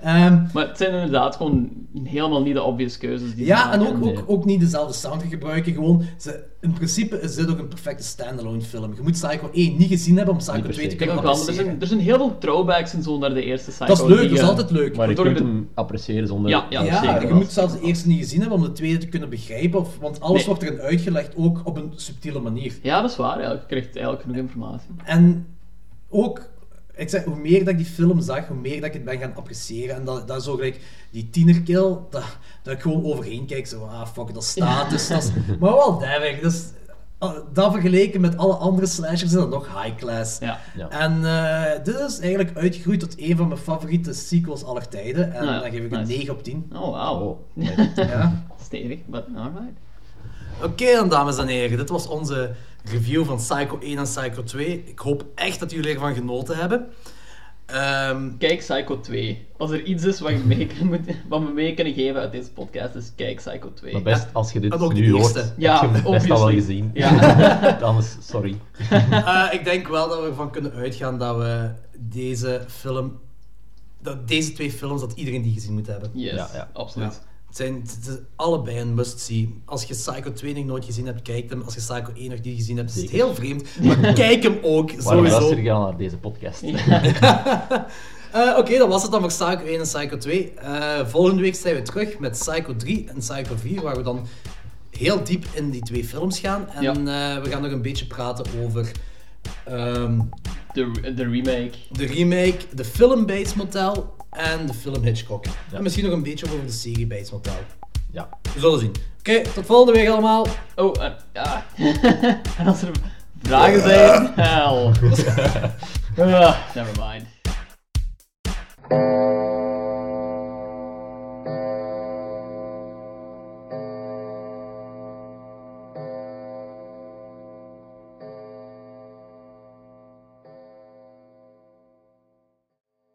Ehm, maar het zijn inderdaad gewoon helemaal niet de obvious keuzes die ze Ja, en maken. ook, ook, ook niet dezelfde sound gebruiken. Gewoon, ze, in principe is dit ook een perfecte standalone film. Je moet Psycho 1 niet gezien hebben om Psycho 2 te Ik denk kunnen ook wel, er appreciëren. zijn, er zijn heel veel throwbacks en zo naar de eerste cycle. Dat is leuk, eh, dat is altijd leuk. Maar je Waardoor kunt je de- hem appreciëren zonder... Ja, ja, Ja, zeker. je moet zelfs de eerste niet gezien hebben om de tweede te kunnen begrijpen. Of, want alles Nee. wordt erin uitgelegd, ook op een subtiele manier. Ja, dat is waar. Ja. Je krijgt eigenlijk genoeg informatie. En ook, ik zeg, hoe meer dat ik die film zag, hoe meer dat ik het ben gaan appreciëren. En dat, dat is ook gelijk die tienerkill, dat, dat ik gewoon overheen kijk. Zo, ah fuck, dat staat dus. Dat is, maar wel duidelijk. Dus, ah, dat vergeleken met alle andere slashers is dat nog high class. Ja. Ja. En eh, dit is eigenlijk uitgegroeid tot een van mijn favoriete sequels aller tijden. En Ah, ja. dan geef ik een Nice. 9 op 10. Oh, wauw. Ja. Stevig, but alright. Oké dan, dames en heren. Dit was onze review van Psycho 1 en Psycho 2. Ik hoop echt dat jullie ervan genoten hebben. Ehm, Kijk Psycho 2. Als er iets is wat, je mee kan- moet- wat we mee kunnen geven uit deze podcast, is kijk Psycho 2. Maar best, als je en dit ook de nu hoort, eerste. heb je Ja, hem best al wel obviously. gezien. Ja. Anders, sorry. Eh, ik denk wel dat we ervan kunnen uitgaan dat we deze film... Dat deze twee films, dat iedereen die gezien moet hebben. Yes, Ja, ja. absoluut. Het zijn het is allebei een must-see. Als je Psycho 2 nog nooit gezien hebt, kijk hem. Als je Psycho 1 nog niet gezien hebt, is het heel vreemd. Maar kijk hem ook, Waarom sowieso. luister je al naar deze podcast? Eh, Oké, dat was het dan voor Psycho 1 en Psycho 2. Eh, volgende week zijn we terug met Psycho 3 en Psycho 4, waar we dan heel diep in die twee films gaan. En Ja. eh, we gaan nog een beetje praten over ehm, De, de remake. de remake, de film Bates Motel en de film Hitchcock. En misschien nog een beetje over de serie Bates Motel. Ja. We zullen zien. Oké, tot volgende week allemaal. Oh, en, ja. en als er vragen zijn, hell. Ah, Never mind. Thank you.